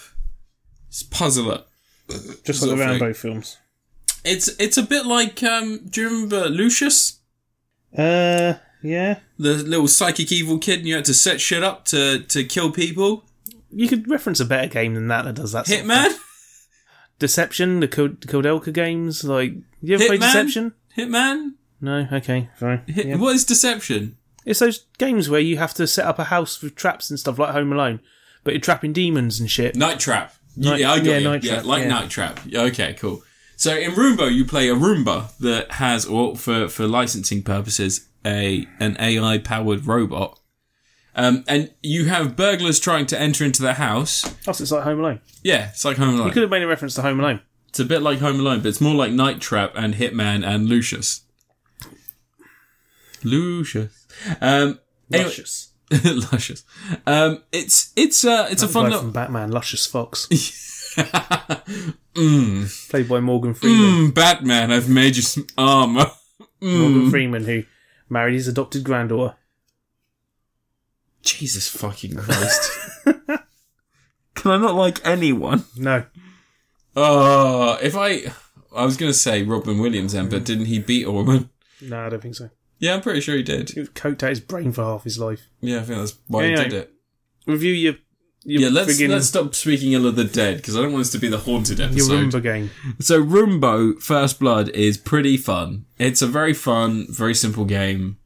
it's puzzler. Just like the Sort of Rambo films. It's it's a bit like um, do you remember Lucius? Uh, yeah. the little psychic evil kid and you had to set shit up to, to kill people. You could reference a better game than that that does that. sort of Hitman? Deception, the Kud- Kodelka games. Like, you ever played Hitman? Deception? Hitman? No, okay, fine. Hit- Yeah. What is deception? It's those games where you have to set up a house with traps and stuff like Home Alone, but you're trapping demons and shit. Night Trap. Night- yeah, I got yeah, you. Night yeah, Trap, like yeah. Night Trap. Yeah, Okay, cool. So in Roomba, you play a Roomba that has, or for, for licensing purposes, a an AI powered robot. Um, and you have burglars trying to enter into the house. Plus, it's like Home Alone. Yeah, it's like Home Alone. You could have made a reference to Home Alone. It's a bit like Home Alone, but it's more like Night Trap and Hitman and Lucius. Lucius. Um, anyway- Luscious. Luscious. Um, it's it's a it's a fun Played little from Batman, Luscious Fox. Played by Morgan Freeman. Mm, Batman. I've made you some armor. Mm. Morgan Freeman, who married his adopted granddaughter. Jesus fucking Christ! Can I not like anyone? No. Oh, if I I was gonna say Robin Williams, then, but didn't he beat Orman? No, I don't think so. Yeah, I'm pretty sure he did. He was coked out his brain for half his life. Yeah, I think that's why he Anyway. did it. Review your, your Yeah, let's friggin' let's stop speaking ill of the dead because I don't want this to be the haunted your episode. Roomba game. So Roombo First Blood is pretty fun. It's a very fun, very simple game.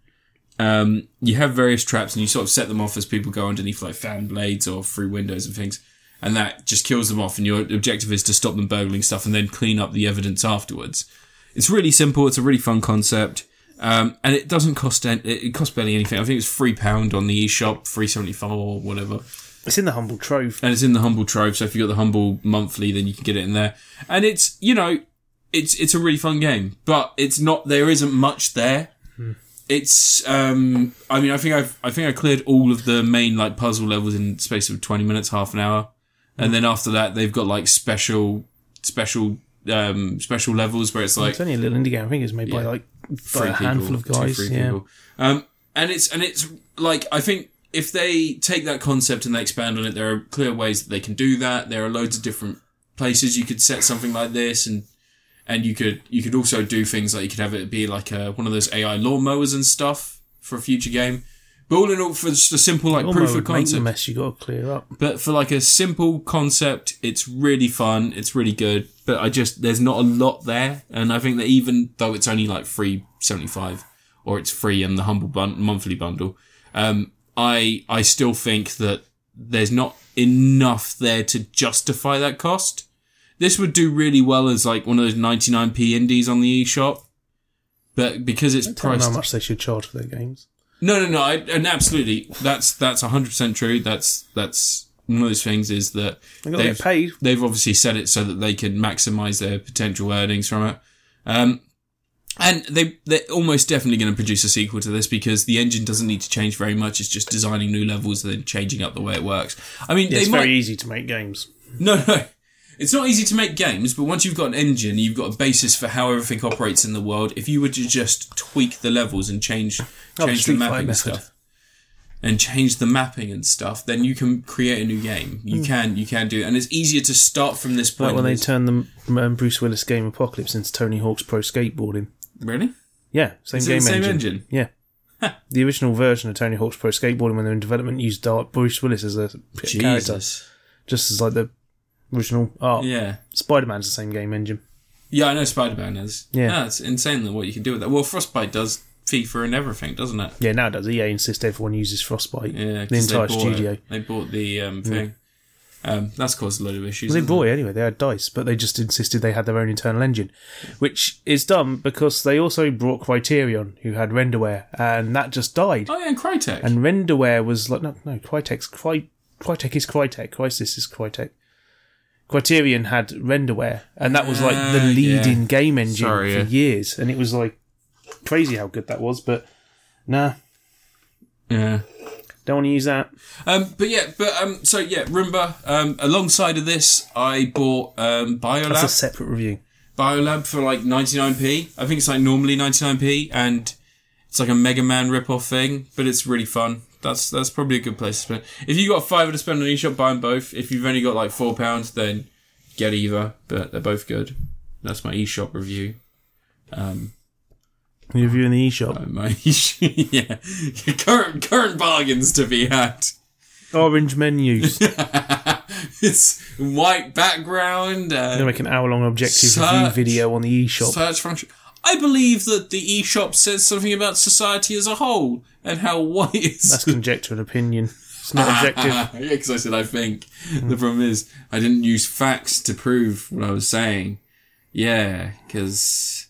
Um, you have various traps and you sort of set them off as people go underneath like fan blades or through windows and things. And that just kills them off and your objective is to stop them burgling stuff and then clean up the evidence afterwards. It's really simple. It's a really fun concept. Um, and it doesn't cost any, it it costs barely anything. I think it's three pound on the eShop, three seventy five or whatever It's in the humble trove. and it's in the humble trove so if you got the humble monthly then you can get it in there and it's you know it's it's a really fun game but it's not there isn't much there it's um i mean i think i've i think i cleared all of the main like puzzle levels in the space of 20 minutes half an hour and then after that they've got like special special um special levels where it's like It's only a little indie game. I think it was made by Yeah. like by a handful of two, guys. three yeah. people. Um, and it's and it's like I think if they take that concept and they expand on it, there are clear ways that they can do that. There are loads of different places you could set something like this, and and you could you could also do things like you could have it be like a, one of those AI lawnmowers and stuff for a future game. But all in all, for just a simple like Almost proof of would make the concept, mess you got to clear up. but for like a simple concept, it's really fun. It's really good. But I just there's not a lot there, and I think that even though it's only like three seventy five, or it's free in the humble bun- monthly bundle, um, I I still think that there's not enough there to justify that cost. This would do really well as like one of those ninety nine p indies on the eShop, but because it's Tell them priced how much they should charge for their games. no, no, no, I, and absolutely, that's that's hundred percent true. That's that's one of those things is that They got to they've get paid. they've obviously set it so that they can maximise their potential earnings from it. Um, And they they're almost definitely going to produce a sequel to this because the engine doesn't need to change very much. It's just designing new levels and then changing up the way it works. I mean, It's they might very easy to make games. no no. It's not easy to make games, but once you've got an engine, you've got a basis for how everything operates in the world. If you were to just tweak the levels and change Oh, change the Street Fighter mapping and method. stuff, and change the mapping and stuff, then you can create a new game. You can you can do, it. and it's easier to start from this point. Hmm. than Like when they it is- turned the um, Bruce Willis game Apocalypse into Tony Hawk's Pro Skateboarding. really Yeah, same Is it game the same engine. engine? Yeah. the original version of Tony Hawk's Pro Skateboarding when they were in development used Dar- Bruce Willis as a p- character, Jesus, just as like the original art. yeah. Spider Man's the same game engine. Yeah, I know Spider Man is. Yeah. No, it's insane that what you can do with that. Well, Frostbite does FIFA and everything, doesn't it? Yeah, now it does. EA insist everyone uses Frostbite. Yeah, the 'cause entire they bought studio. it. They bought the um, thing. Um, that's caused a load of issues. Well, they hasn't bought it anyway. They had dice, but they just insisted they had their own internal engine, which is dumb because they also brought Criterion, who had Renderware, and that just died. it? Oh yeah, and Crytek. And Renderware was like, no, no, Crytek's Cry, Crytek is Crytek. Crisis is Crytek. Criterion had Renderware, and that was like the Ah, leading yeah. game engine Sorry, for yeah. years, and it was like crazy how good that was. But nah, yeah. don't want to use that. Um, but yeah, but um, so yeah, Roomba. Um, alongside of this, I bought um, Biolab. That's a separate review. Biolab for like 99p. I think it's like normally 99p, and it's like a Mega Man rip-off thing, but it's really fun. That's that's probably a good place to spend. If you got a fiver to spend on eShop, buy them both. If you've only got like four pounds, then get either. But they're both good. That's my eShop review. You're reviewing the eShop. My eShop- yeah, current current bargains to be had. Orange menus. It's white background. And They make an hour long objective review Such- video on the eShop. search function. I believe that the eShop says something about society as a whole and how white That's is. conjecture and opinion. It's not objective. yeah, because I said I think. The problem is I didn't use facts to prove what I was saying. Yeah, because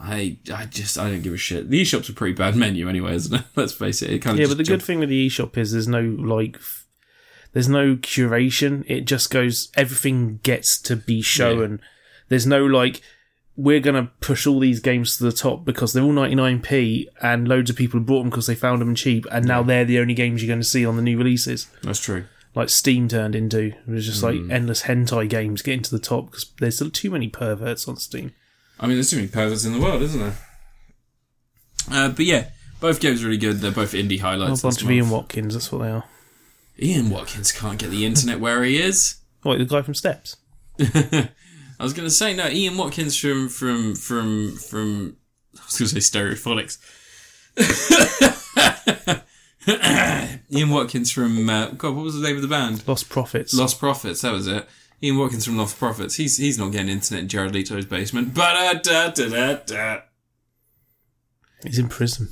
I I just I don't give a shit. The eShop's a pretty bad menu anyway, isn't it? Let's face it. It kind of Yeah, just but the good jump- thing with the eShop is there's no like, f- there's no curation. It just goes. Everything gets to be shown. There's no like, we're gonna push all these games to the top because they're all 99p and loads of people bought them because they found them cheap and now they're the only games you're going to see on the new releases. That's true. Like Steam turned into it was just Hmm. like endless hentai games getting to the top because there's still too many perverts on Steam. I mean, there's too many perverts in the world, isn't there? Uh, but yeah, both games are really good. They're both indie A highlights. bunch this of month. Ian Watkins. That's what they are. Ian Watkins can't get the internet where he is. Like Oh, the guy from Steps. I was going to say no. Ian Watkins from from from from. I was going to say Stereophonics. Ian Watkins from uh, God. What was the name of the band? Lost Profits. Lost Profits. That was it. Ian Watkins from Lost Profits. He's he's not getting internet in Jared Leto's basement. But da da da da. He's in prison.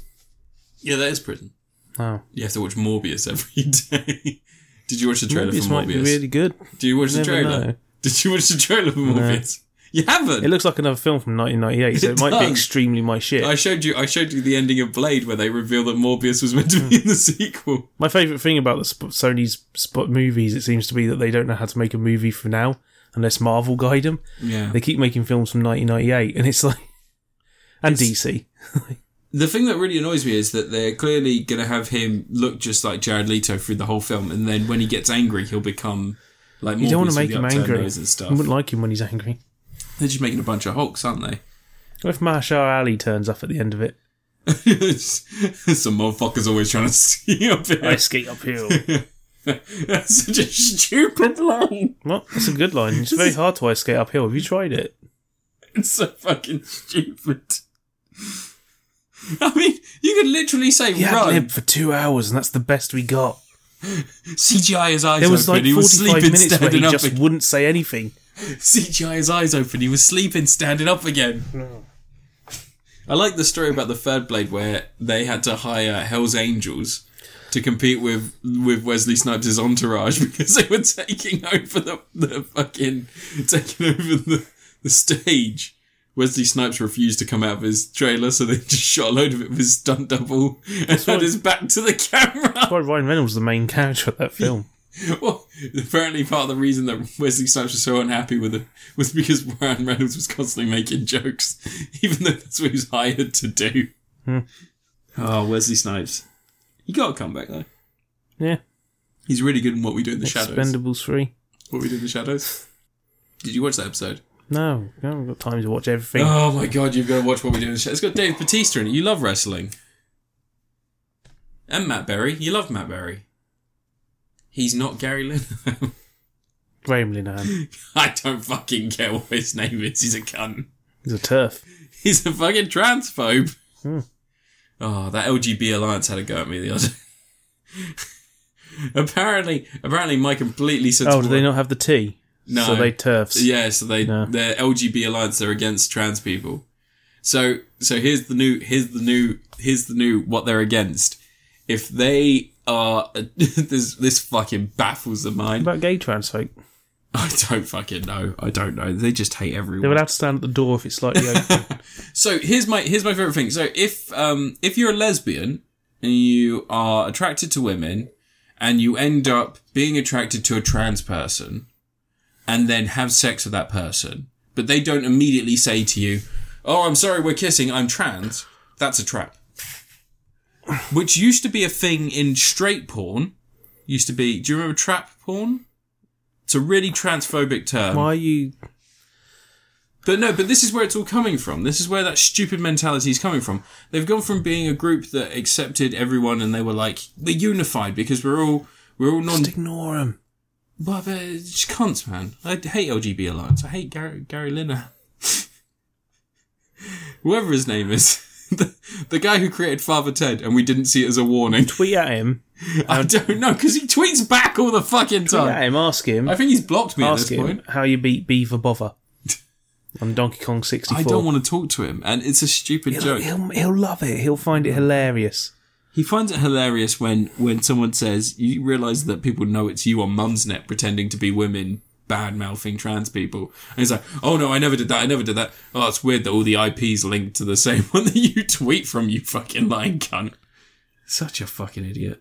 Yeah, that is prison. Oh. You have to watch Morbius every day. Did you watch the trailer Morbius for might Morbius? be really good. Do you watch the Never trailer? know. Did you watch the trailer for Morbius? You haven't. It looks like another film from 1998, so It it, might does. be extremely my shit. I showed you. I showed you the ending of Blade where they reveal that Morbius was meant to be in the sequel. my favourite thing about the sp- Sony's spot movies, it seems to be that they don't know how to make a movie for now unless Marvel guide them. Yeah. They keep making films from 1998, and it's like, and DC. The thing that really annoys me is that they're clearly going to have him look just like Jared Leto through the whole film, and then when he gets angry, he'll become like Morbius You don't want to make with him the upturned angry. nose and I wouldn't stuff. like him when he's angry. They're just making a bunch of Hulks, aren't they? What if Mahershala Ali turns up at the end of it? Some motherfuckers always trying to steal I it. skate uphill. That's such a stupid line. well, that's a good line. It's very hard to ice skate uphill. Have you tried it? It's so fucking stupid. I mean, you could literally say He had run. lived for two hours, and that's the best we got. CGI his eyes There was open. like he was 45 sleeping minutes where he standing up. just ag- wouldn't say anything. CGI his eyes open. He was sleeping standing up again. I like the story about the third blade where they had to hire Hell's Angels to compete with with Wesley Snipes' entourage because they were taking over the, the fucking taking over the, the stage. Wesley Snipes refused to come out of his trailer, so they just shot a load of it with his stunt double and had what- his back to the camera. Why Ryan Reynolds is the main character of that film? Well, apparently part of the reason that Wesley Snipes was so unhappy with it was because Ryan Reynolds was constantly making jokes, even though that's what he was hired to do. Oh, Wesley Snipes. He got a comeback, though. Yeah. He's really good in What We Do in the Shadows. Expendables three. What We Do in the Shadows. Did you watch that episode? No, I haven't got time to watch everything. Oh my god, you've got to watch What We Do in the Shadows. It's got Dave Batista in it. You love wrestling. And Matt Berry. You love Matt Berry. He's not Gary Lineker. Graham Linehan. I don't fucking care what his name is. He's a cunt. He's a turf. He's a fucking transphobe. Hmm. Oh, that LGB alliance had a go at me the other day. apparently, apparently, my completely sensible. Oh, do they not have the T? No. So they turfs. Yeah, so they No. they're LGB alliance. They're against trans people. So so here's the new here's the new here's the new what they're against. If they are this this fucking baffles the mind. What about gay trans folk? I don't fucking know. I don't know. They just hate everyone. They're allowed to stand at the door if it's slightly open. So here's my here's my favorite thing. So if um if you're a lesbian and you are attracted to women and you end up being attracted to a trans person and then have sex with that person, but they don't immediately say to you, "Oh, I'm sorry, we're kissing. I'm trans." That's a trap. Which used to be a thing in straight porn. Used to be. Do you remember trap porn? It's a really transphobic term. Why are you? But no, but this is where it's all coming from. This is where that stupid mentality is coming from. They've gone from being a group that accepted everyone and they were like, we're unified because we're all, we're all non, Just ignore them. but, but it's just cunts, man. I hate LGB Alliance. I hate Gary, Gary Lineker. Whoever his name is. The, the guy who created Father Ted and we didn't see it as a warning. Tweet at him. I don't know, because he tweets back all the fucking Tweet time. at him. Ask him. I think he's blocked me at ask this him point. how you beat Beaver Bother on Donkey Kong 64. I don't want to talk to him, and it's a stupid he'll, joke. he'll, he'll love it. He'll find it hilarious. He finds it hilarious when when someone says you realise that people know it's you on Mumsnet pretending to be women bad mouthing trans people. And he's like, Oh no, I never did that, I never did that. Oh, it's weird that all the IPs linked to the same one that you tweet from, you fucking lying cunt. Such a fucking idiot.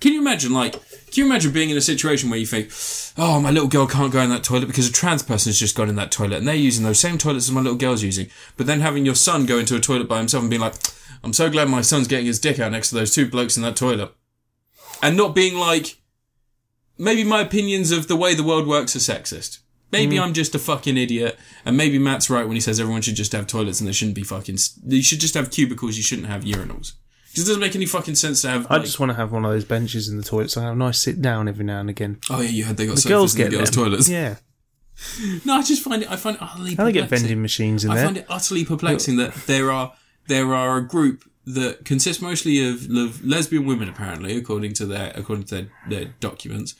Can you imagine, like, can you imagine being in a situation where you think, oh, my little girl can't go in that toilet because a trans person's just gone in that toilet and they're using those same toilets as my little girl's using. But then having your son go into a toilet by himself and being like, I'm so glad my son's getting his dick out next to those two blokes in that toilet. And not being like, maybe my opinions of the way the world works are sexist. Maybe I'm just a fucking idiot, and maybe Matt's right when he says everyone should just have toilets and they shouldn't be fucking. You should just have cubicles. You shouldn't have urinals. Because it doesn't make any fucking sense to have. I like- just want to have one of those benches in the toilet so I have a nice sit down every now and again. Oh yeah, you had they got The girls sofas in get the girls' them. toilets. Yeah. No, I just find it. I find it utterly. And they get perplexing. vending machines in I there. find it utterly perplexing that there are there are a group that consists mostly of, of lesbian women, apparently, according to their according to their, their documents,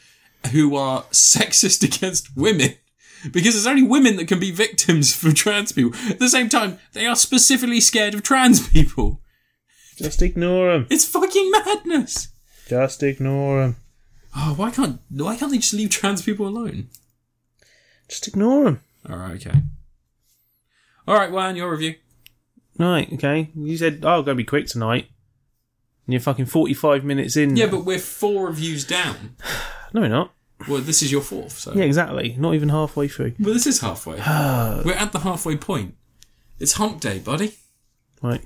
who are sexist against women. Because it's only women that can be victims for trans people. At the same time, they are specifically scared of trans people. Just ignore them. It's fucking madness. Just ignore them. Oh, why can't why can't they just leave trans people alone? Just ignore them. All right, okay. All right, Juan, your review. Right, okay. You said, oh, I'll go be quick tonight. And you're fucking 45 minutes in. Yeah, now. but we're four reviews down. No, we're not. Well, this is your fourth, so. Yeah, exactly. Not even halfway through. Well, this is halfway. we're at the halfway point. It's hump day, buddy. Right.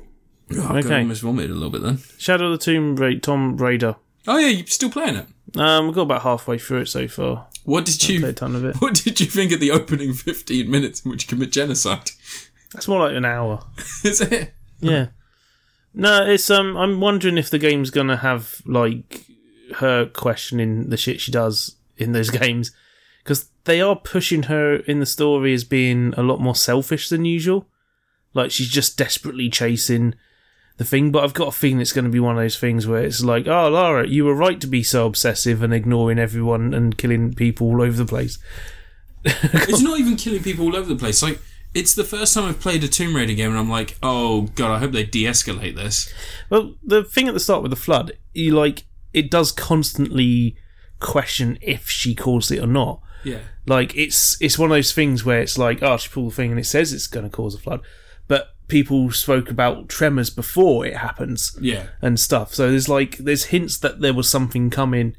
Oh, God, Okay. I almost vomited a little bit then. Shadow of the Tomb Ra- Tom Raider. Oh, yeah, you're still playing it. Um, we've got about halfway through it so far. What did Played a you. ton of it. What did you think of the opening 15 minutes in which you commit genocide? That's more like an hour. Is it? Yeah. No, it's um. I'm wondering if the game's gonna have like her questioning the shit she does in those games, because they are pushing her in the story as being a lot more selfish than usual. Like she's just desperately chasing the thing. But I've got a feeling it's gonna be one of those things where it's like, oh, Lara, you were right to be so obsessive and ignoring everyone and killing people all over the place. It's not even killing people all over the place. Like, it's the first time I've played a Tomb Raider game and I'm like, oh, God, I hope they de escalate this. Well, the thing at the start with the flood, you like it does constantly question if she caused it or not. Yeah. Like it's it's one of those things where it's like, oh, she pulled the thing and it says it's going to cause a flood, but people spoke about tremors before it happens Yeah. and stuff. So there's like there's hints that there was something coming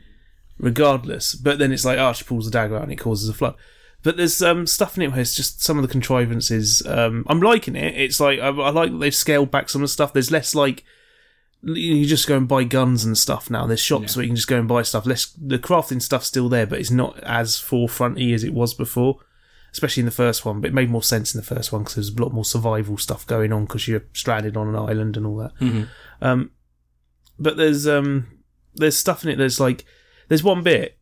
regardless. But then it's like, oh, she pulls the dagger out and it causes a flood. But there's um, stuff in it where it's just some of the contrivances. Um, I'm liking it. It's like I, I like that they've scaled back some of the stuff. There's less like you can just go and buy guns and stuff now. There's shops where you can just go and buy stuff. Less the crafting stuff's still there, but it's not as forefronty as it was before, especially in the first one. But it made more sense in the first one because there was a lot more survival stuff going on because you're stranded on an island and all that. Um, but there's um, there's stuff in it that's like there's one bit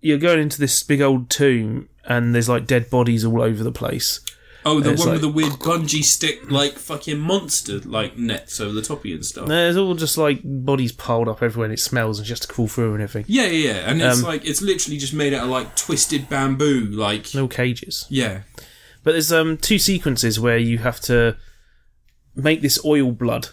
you're going into this big old tomb and there's like dead bodies all over the place. Oh, the It's one like- with the weird bungee stick, like fucking monster, like nets over the top of you and Oh. stuff. There's all just like bodies piled up everywhere and it smells and just to crawl through and everything. Yeah, yeah, yeah. And it's Um, like it's literally just made out of like twisted bamboo, like No cages. yeah. But there's um two sequences where you have to make this oil blood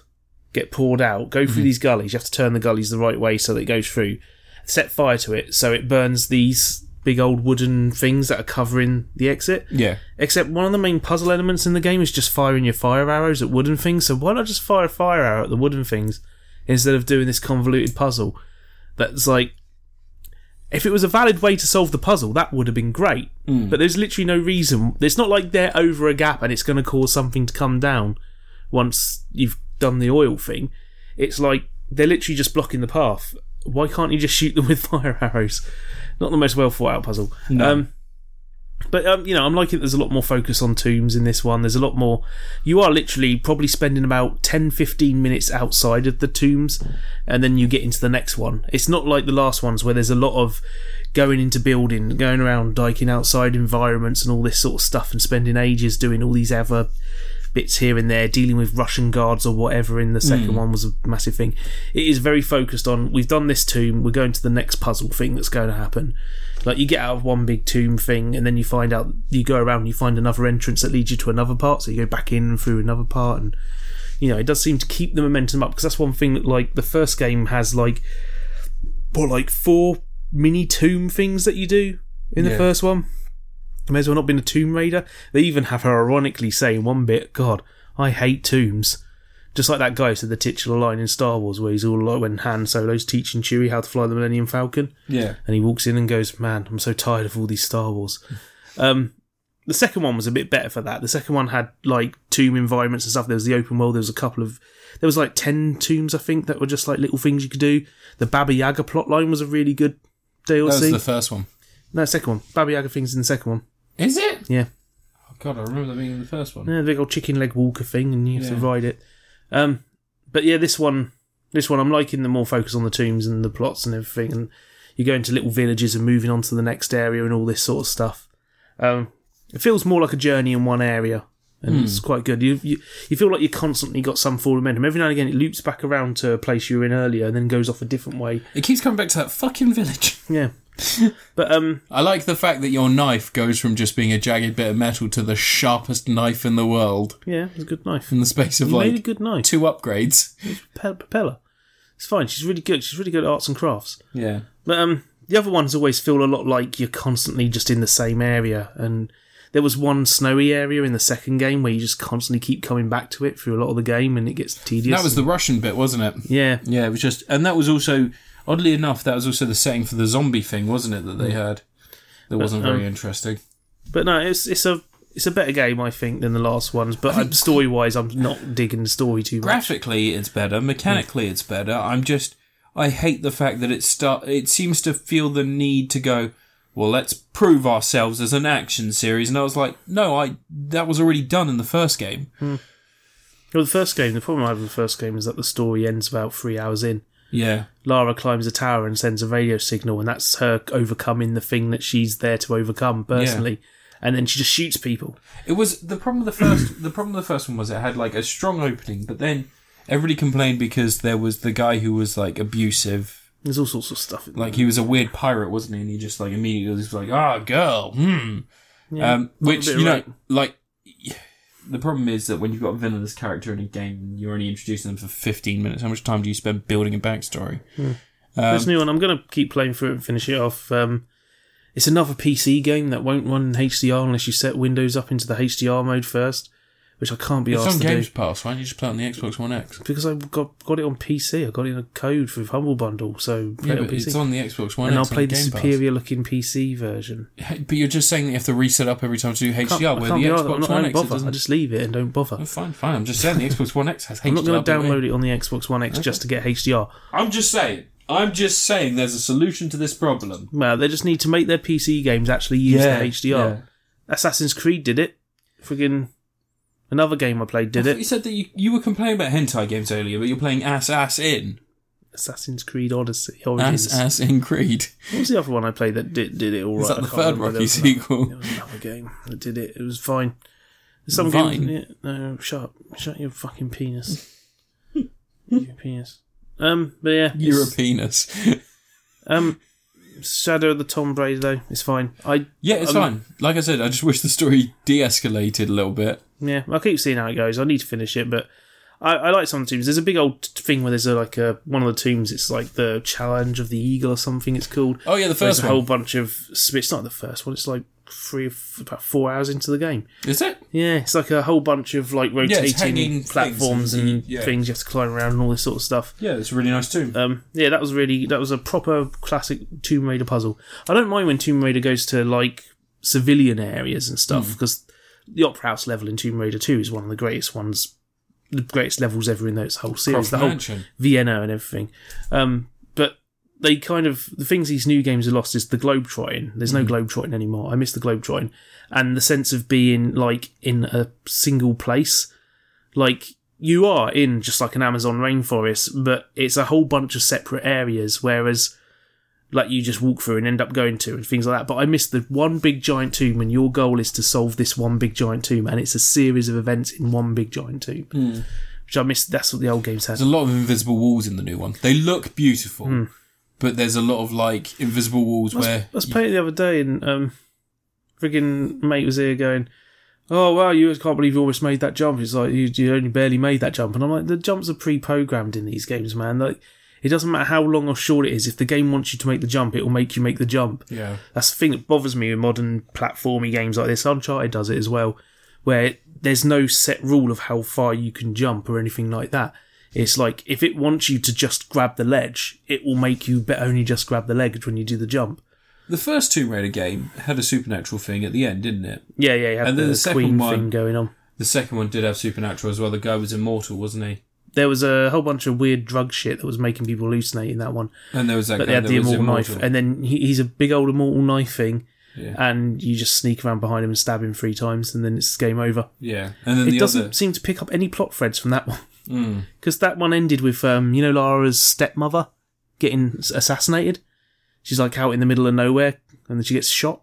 get poured out, go through these gullies. You have to turn the gullies the right way so that it goes through. Set fire to it so it burns these big old wooden things that are covering the exit. Yeah. Except one of the main puzzle elements in the game is just firing your fire arrows at wooden things. So why not just fire a fire arrow at the wooden things instead of doing this convoluted puzzle? That's like, if it was a valid way to solve the puzzle, that would have been great. But there's literally no reason. It's not like they're over a gap and it's going to cause something to come down once you've done the oil thing. It's like they're literally just blocking the path. Why can't you just shoot them with fire arrows? Not the most well thought out puzzle. Um, but um, you know, I'm liking. There's a lot more focus on tombs in this one. There's a lot more. You are literally probably spending about 10, 15 minutes outside of the tombs, and then you get into the next one. It's not like the last ones where there's a lot of going into building, going around, diking outside environments, and all this sort of stuff, and spending ages doing all these other bits here and there, dealing with Russian guards or whatever. In the second one was a massive thing. It is very focused on. We've done this tomb. We're going to the next puzzle thing that's going to happen. Like you get out of one big tomb thing, and then you find out you go around and you find another entrance that leads you to another part. So you go back in and through another part, and you know it does seem to keep the momentum up because that's one thing that like the first game has like what like four mini tomb things that you do in the Yeah. first one. It may as well not been a Tomb Raider. They even have her ironically say in one bit, "God, I hate tombs." Just like that guy said the titular line in Star Wars, where he's all like when Han Solo's teaching Chewie how to fly the Millennium Falcon Yeah. and he walks in and goes, "Man, I'm so tired of all these Star Wars." Um, the second one was a bit better for that. The second one had like tomb environments and stuff. There was the open world. There was a couple of there was like ten tombs, I think, that were just like little things you could do. The Baba Yaga plotline was a really good That was DLC. the first one. no, second one. Baba Yaga things in the second one. Is it? Yeah. Oh, God, I remember that being in the first one. Yeah, the big old chicken leg walker thing, and you have Yeah. to ride it. Um, but yeah, this one, this one, I'm liking the more focus on the tombs and the plots and everything, and you go into little villages and moving on to the next area and all this sort of stuff. Um, it feels more like a journey in one area, and Hmm. it's quite good. You, you you feel like you constantly got some forward momentum. Every now and again, it loops back around to a place you were in earlier, and then goes off a different way. It keeps coming back to that fucking village. Yeah, but um, I like the fact that your knife goes from just being a jagged bit of metal to the sharpest knife in the world yeah, it was a good knife. in the space of You made a like good knife. two upgrades. Pe- propeller. It's fine. She's really good. She's really good at arts and crafts. Yeah. But um, the other ones always feel a lot like you're constantly just in the same area. And there was one snowy area in the second game where you just constantly keep coming back to it through a lot of the game, and it gets tedious. That was the Russian bit, wasn't it? yeah, Yeah, it was just, and that was also, oddly enough, that was also the setting for the zombie thing, wasn't it? That they had, That wasn't very um, interesting. but no, it's it's a it's a better game I think than the last ones. But story wise, I'm not digging the story too much. graphically it's better, mechanically it's better. I'm just, I hate the fact that it start. It seems to feel the need to go. Well, let's prove ourselves as an action series, and I was like, no, I that was already done in the first game. Well, the first game, the problem I have with the first game is that the story ends about three hours in. Yeah, Lara climbs a tower and sends a radio signal, and that's her overcoming the thing that she's there to overcome personally. And then she just shoots people. It was the problem with the first. the problem with the first one was it had like a strong opening, but then everybody complained because there was the guy who was like abusive. There's all sorts of stuff. in Like he was a weird pirate, wasn't he? And he just like immediately was like, "Ah, girl." Hmm. um, which bit you know, right. like the problem is that when you've got a villainous character in a game, you're only introducing them for 15 minutes. How much time do you spend building a backstory? This um, new one, I'm going to keep playing through it and finish it off. Um, it's another PC game that won't run HDR unless you set Windows up into the HDR mode first, which I can't be It's on asked to Games do Pass. Why don't you just play it on the Xbox One X? because I got got it on PC. I got it in a code for Humble Bundle, so play Yeah, it on but PC. it's on the Xbox One and I'll X. play on the Game Pass. superior looking PC version. But you're just saying that you have to reset up every time to do Can't- HDR. I Where can't the be arsed. I'm Xbox not, I One don't X it bother. I doesn't. just leave it and don't bother. Oh, fine, fine. I'm just saying the Xbox One X has HDR. I'm not going to built in. download it on the Xbox One X just to get HDR. I'm just saying. I'm just saying there's a solution to this problem. Well, they just need to make their PC games actually use Yeah, the HDR. Assassin's Creed did it. Friggin' another game I played did I thought You it. said that you, you were complaining about hentai games earlier, but you're playing ass ass in Assassin's Creed Odyssey ass Origins. ass in Creed. What was the other one I played that did, did it all right? ah. Is that I the can't third remember. Rocky There was another- sequel? There was another game that did it. It was fine. There's some Vine? games. Yeah, no, shut up. Shut your fucking penis. your penis. Um, but yeah, it's- You're a penis. Um, Shadow of the Tomb Raider though, it's fine. I Yeah, it's Um, fine. Like I said, I just wish the story de-escalated a little bit. yeah, I'll keep seeing how it goes. I need to finish it, but I, I like some tombs. There's a big old t- thing where there's a, like a one of the tombs. It's like the Challenge of the Eagle or something. It's called. Oh yeah, the there's first a whole one. bunch of. sp- It's not the first one. It's like three, f- about four hours into the game. Is it? Yeah, it's like a whole bunch of like rotating hanging things platforms and- and yeah. things you have to climb around and all this sort of stuff. Yeah, it's really nice too. Um, yeah, that was really that was a proper classic Tomb Raider puzzle. I don't mind when Tomb Raider goes to like civilian areas and stuff because the Opera House level in Tomb Raider Two is one of the greatest ones, the greatest levels ever in those whole series, Croft the whole Mansion. Vienna and everything. Um, but they kind of the things these new games have lost is the globe trotting. There's no globe trotting anymore. I miss the globe trotting and the sense of being like in a single place. Like you are in just like an Amazon rainforest, but it's a whole bunch of separate areas. Whereas like you just walk through and end up going to and things like that. But I missed the one big giant tomb, and your goal is to solve this one big giant tomb, and it's a series of events in one big giant tomb. Which I missed. That's what the old games had. There's a lot of invisible walls in the new one. They look beautiful, Hmm. but there's a lot of like invisible walls I was, where I was playing it the other day, and um, friggin' mate was here going, "Oh wow, you can't believe you almost made that jump." It's like you, you only barely made that jump, and I'm like, the jumps are pre-programmed in these games, man. Like, it doesn't matter how long or short it is. If the game wants you to make the jump, it will make you make the jump. yeah, That's the thing that bothers me with modern platformy games like this. Uncharted does it as well, where it, there's no set rule of how far you can jump or anything like that. It's like if it wants you to just grab the ledge, it will make you be- only just grab the ledge when you do the jump. The first Tomb Raider game had a supernatural thing at the end, didn't it? Yeah, yeah, you had And the, then the second Queen one- thing going on. The second one did have supernatural as well. The guy was immortal, wasn't he? There was a whole bunch of weird drug shit that was making people hallucinate in that one. And there was that But guy they had that the was immortal, immortal. knife, and then he, he's a big old immortal knife thing, Yeah. and you just sneak around behind him and stab him three times, and then it's game over. yeah, and then it the doesn't other Hmm. seem to pick up any plot threads from that one because that one ended with um, you know Lara's stepmother getting s- assassinated. She's like out in the middle of nowhere, and then she gets shot.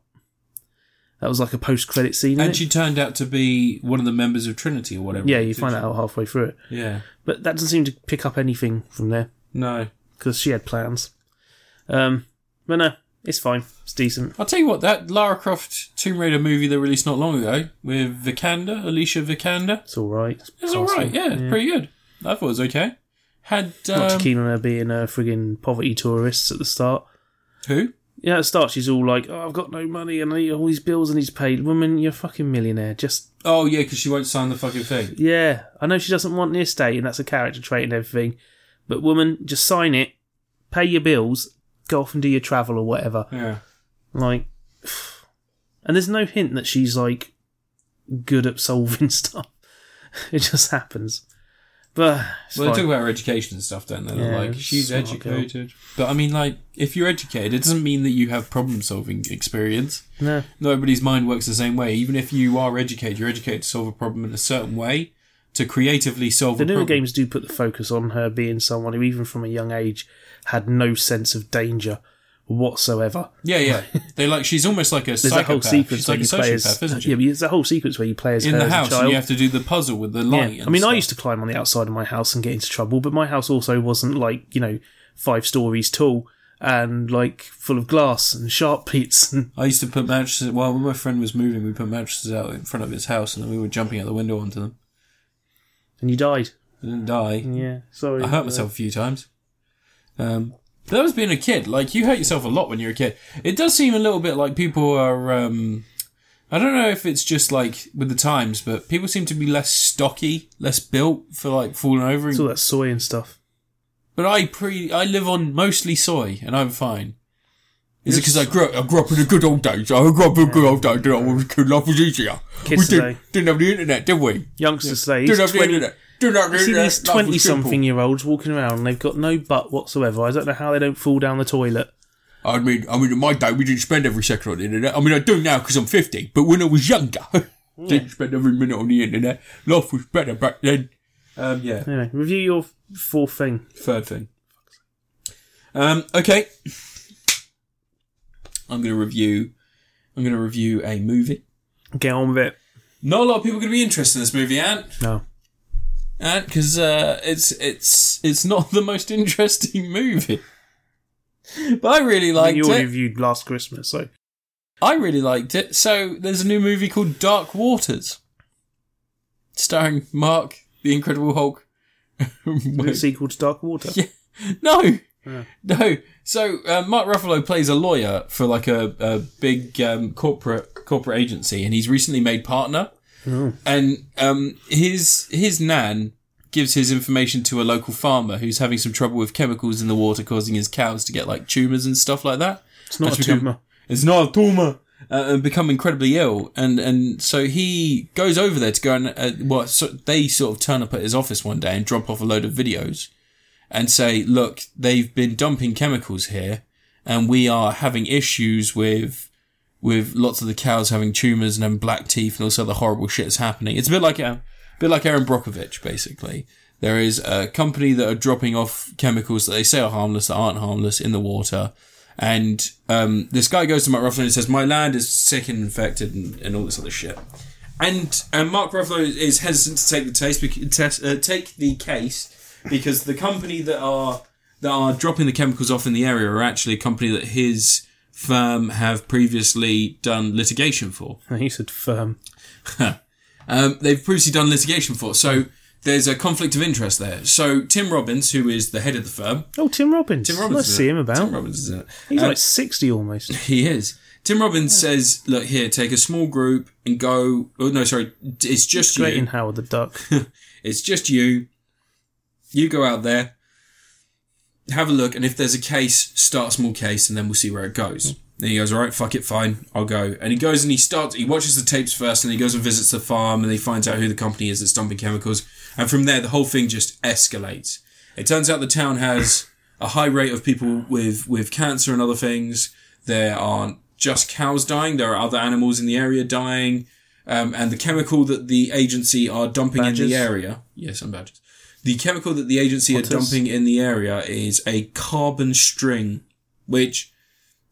That was like a post-credit scene. and innit? she turned out to be one of the members of Trinity or whatever. yeah, you find that out halfway through it, Yeah, but that doesn't seem to pick up anything from there no. because she had plans. Um, but no, it's fine. It's decent. I'll tell you what, that Lara Croft Tomb Raider movie they released not long ago with Vikander, Alicia Vikander, It's all right. it's all right. Yeah, it's pretty good. I thought it was okay. Had Not um, too keen on her being a friggin' poverty tourist at the start. who? Yeah, at the start she's all like, "Oh, I've got no money and I need all these bills and he's paid." Woman, you're a fucking millionaire. Just Oh yeah, because she won't sign the fucking thing. yeah, I know she doesn't want the estate and that's a character trait and everything, but woman, just sign it, pay your bills, go off and do your travel or whatever. Yeah. Like, and there's no hint that she's like good at solving stuff. It just happens. But it's Well, they fine. talk about her education and stuff, don't they? They're Yeah, like, she's smart girl. educated. But I mean, like, if you're educated, it doesn't mean that you have problem solving experience. no. Nobody's mind works the same way. Even if you are educated, you're educated to solve a problem in a certain way, to creatively solve The a newer problem. games do put the focus on her being someone who, even from a young age, had no sense of danger whatsoever. Yeah, yeah. they like, she's almost like a There's psychopath. a whole sequence she's where like a you play as sociopath, isn't she? yeah, but there's a whole sequence where you play as in her the as house, a child. and you have to do the puzzle with the yeah. light. I mean, I used to climb on the outside of my house and get into trouble, but my house also wasn't like you know five stories tall and like full of glass and sharp beats and I used to put mattresses. Well, when my friend was moving, we put mattresses out in front of his house, and then we were jumping out the window onto them. and you died. I didn't die. Yeah, sorry. Mm. Uh, I hurt myself a few times. Um, but that was being a kid. Like you hurt yourself a lot when you're a kid. It does seem a little bit like people are um, I don't know if it's just like with the times, but people seem to be less stocky, less built for like falling over. It's all that soy and stuff. But I pre I live on mostly soy, and I'm fine. Is it because I grew up, I grew up in the good old days? I grew up in the good old days. You know, when we- life was easier. Kids we today. didn't, didn't have the internet, did we? Youngsters today, Didn't these have the 20, internet. Didn't have the you see internet. these Life was twenty something simple. year olds walking around and they've got no butt whatsoever. I don't know how they don't fall down the toilet. I mean, I mean, in my day, we didn't spend every second on the internet. I mean, I do now because I'm 50, but when I was younger, didn't spend every minute on the internet. Life was better back then. Um, yeah, Anyway, review your f- fourth thing. third thing. Um, okay. I'm going to review. I'm going to review a movie. Get on with it. Not a lot of people are going to be interested in this movie, Ant. No. And because uh, it's it's it's not the most interesting movie, but I really I mean, liked you already it. reviewed last Christmas, so I really liked it. So there's a new movie called Dark Waters, starring Mark the Incredible Hulk. the sequel to Dark Water. Yeah. no, Yeah. no. So uh, Mark Ruffalo plays a lawyer for like a, a big um, corporate corporate agency, and he's recently made partner. And um, his his nan gives his information to a local farmer who's having some trouble with chemicals in the water, causing his cows to get like tumors and stuff like that. It's not That's a become- tumour. It's not a tumor. Uh, and become incredibly ill, and and so he goes over there to go and uh, well, so they sort of turn up at his office one day and drop off a load of videos, and say, look, they've been dumping chemicals here, and we are having issues with with lots of the cows having tumors and having black teeth and all this other horrible shit is happening. It's a bit like a bit like Aaron Brockovich, basically. There is a company that are dropping off chemicals that they say are harmless that aren't harmless in the water. And um, this guy goes to Mark Ruffalo and says, "My land is sick and infected and, and all this other shit." And and Mark Ruffalo is hesitant to take the taste, bec- test, uh, take the case because the company that are that are dropping the chemicals off in the area are actually a company that his firm have previously done litigation for. He said firm. Um, they've previously done litigation for. So there's a conflict of interest there. So Tim Robbins, who is the head of the firm, Oh, Tim Robbins. Tim Robbins, Let's is see it? him about. Tim Robbins is in it. He's Um, like sixty almost. he is. Tim Robbins says, "Look here, take a small group and go." Oh no, sorry, it's just you. Straight in Howard the Duck. It's just you. You go out there, have a look, and if there's a case, start a small case, and then we'll see where it goes. Then he goes, all right, fuck it, fine, I'll go. And he goes and he starts, he watches the tapes first, and he goes and visits the farm, and he finds out who the company is that's dumping chemicals. And from there, the whole thing just escalates. It turns out the town has a high rate of people with, with cancer and other things. There aren't just cows dying, there are other animals in the area dying. Um, and the chemical that the agency are dumping in Badgers. the area, yes, and badges. The chemical that the agency are Otters. dumping in the area is a carbon string, which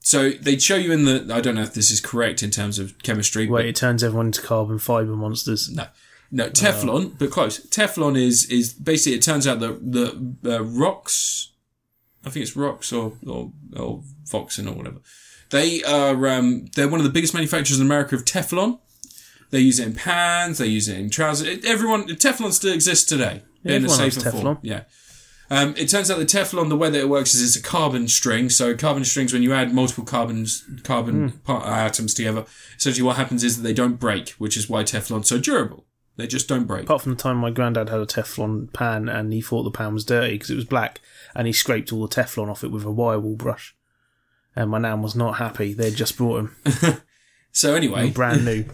so they show you in the. I don't know if this is correct in terms of chemistry. Wait, it turns everyone into carbon fiber monsters. But no, no Teflon, Uh. but close. Teflon is is basically. It turns out that the uh, rocks, I think it's rocks or or or Voxen or whatever. They are um, they're one of the biggest manufacturers in America of Teflon. They use it in pans. They use it in trousers. It- everyone Teflon still exists today in a everyone loves safer form. Teflon. Yeah. Um, it turns out the Teflon, the way that it works is it's a carbon string. So carbon strings, when you add multiple carbons, carbon Hmm. par- atoms together, essentially what happens is that they don't break, which is why Teflon's so durable. They just don't break. Apart from the time my granddad had a Teflon pan and he thought the pan was dirty because it was black and he scraped all the Teflon off it with a wirewall brush. And my nan was not happy. They'd just brought him So anyway, brand new.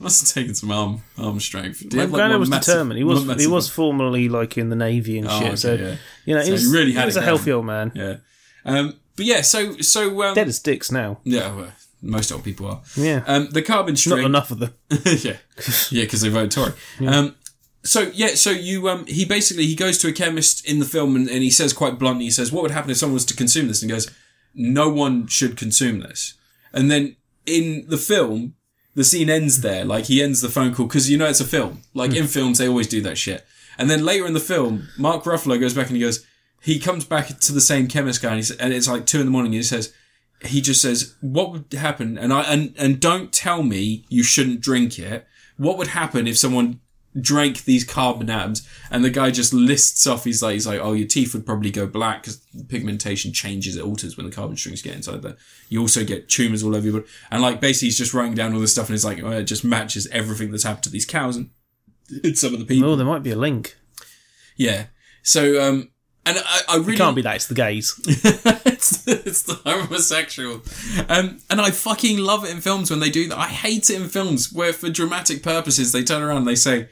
Must have taken some arm arm strength. my Like granddad one was massive- determined. He one was he massive- was formerly like in the navy and Oh, shit. okay, so yeah. you know, So he was, he really had he was it a healthy going. old man. Yeah. Um, but yeah, so so um, Dead as dicks now. yeah, well, most old people are. Yeah, Um, the carbon not string. enough of them. yeah, yeah, because they vote Tory. Um, so yeah, so you um, he basically he goes to a chemist in the film and, and he says quite bluntly, he says, "What would happen if someone was to consume this?" And he goes, "No one should consume this." And then in the film, the scene ends there. Like he ends the phone call because you know it's a film. Like in films, they always do that shit. And then later in the film, Mark Ruffalo goes back and he goes, he comes back to the same chemist guy and, he sa and it's like two in the morning. And he says, he just says, "What would happen?" And I and and don't tell me you shouldn't drink it. What would happen if someone drank these carbon atoms, and the guy just lists off. He's like, he's like, oh, your teeth would probably go black because pigmentation changes, it alters when the carbon strings get inside there. You also get tumors all over your body, and like basically he's just writing down all this stuff, and it's like oh, it just matches everything that's happened to these cows and, and some of the people. Oh, there might be a link. Yeah. So, um, and I, I really It can't be that. It's the gays. it's, the- it's the homosexual. Um, and I fucking love it in films when they do that. I hate it in films where, for dramatic purposes, they turn around and they say,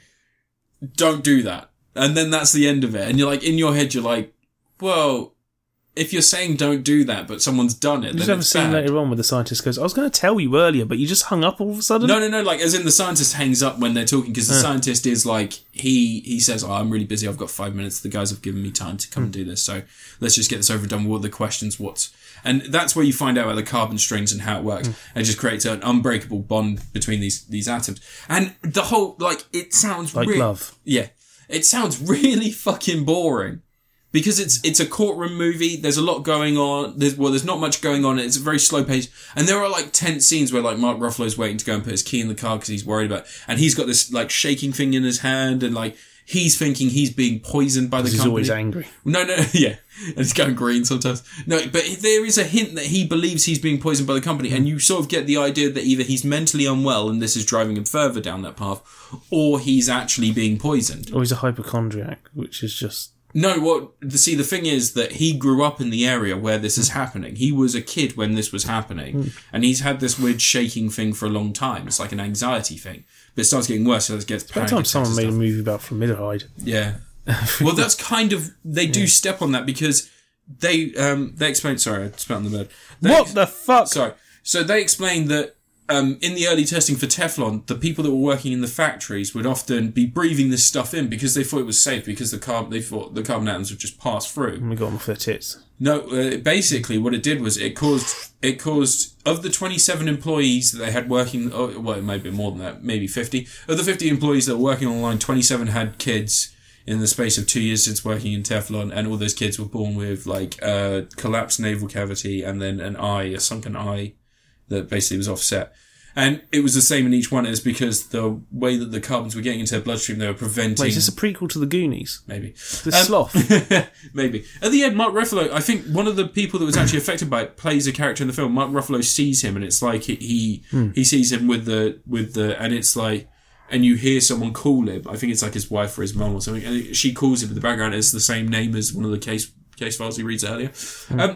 don't do that. And then that's the end of it. And you're like, in your head, you're like, well, if you're saying don't do that, but someone's done it, You just then have a it's scene bad. later on where the scientist goes, "I was going to tell you earlier, but you just hung up all of a sudden." No, no, no. Like, as in the scientist hangs up when they're talking because the scientist is like he he says, "Oh, I'm really busy. I've got five minutes. The guys have given me time to come Hmm. and do this. So let's just get this over and done. with. What are the questions? What's and that's where you find out about the carbon strings and how it works. Hmm. It just creates an unbreakable bond between these these atoms. And the whole like it sounds like real- love. yeah, it sounds really fucking boring because it's it's a courtroom movie. There's a lot going on. There's well, there's not much going on. It's a very slow pace, and there are like tense scenes where like Mark Ruffalo's waiting to go and put his key in the car because he's worried about, and he's got this like shaking thing in his hand, and like he's thinking he's being poisoned by the He's company. always angry. No, no, yeah. And it's going green sometimes. No, but there is a hint that he believes he's being poisoned by the company, and you sort of get the idea that either he's mentally unwell and this is driving him further down that path, or he's actually being poisoned. Or he's a hypochondriac, which is just No, what, see, the thing is that he grew up in the area where this is happening. He was a kid when this was happening, Hmm. and he's had this weird shaking thing for a long time. It's like an anxiety thing. But it starts getting worse, so it gets That panic. time attacks someone and made stuff. a movie about formaldehyde. Yeah. well, that's kind of they do step on that because they um they explain. Sorry, I spat on the bed. They, What the fuck? Sorry. So they explained that um in the early testing for Teflon, the people that were working in the factories would often be breathing this stuff in because they thought it was safe because the carb they thought the carbon atoms would just pass through. And we got them off their tits. No, uh, basically what it did was it caused it caused of the 27 employees that they had working oh, well it may be more than that maybe 50 of the 50 employees that were working on the line 27 had kids in the space of two years since working in Teflon and all those kids were born with like a collapsed navel cavity and then an eye a sunken eye that basically was offset and it was the same in each one is because the way that the carbons were getting into their bloodstream they were preventing Wait, is this a prequel to the Goonies? maybe Um, The sloth. Maybe. At the end, Mark Ruffalo, I think one of the people that was actually affected by it plays a character in the film. Mark Ruffalo sees him and it's like he he, he sees him with the with the and it's like and you hear someone call him. I think it's like his wife or his mum or something. And she calls him in the background. It's the same name as one of the case case files he reads earlier. Um,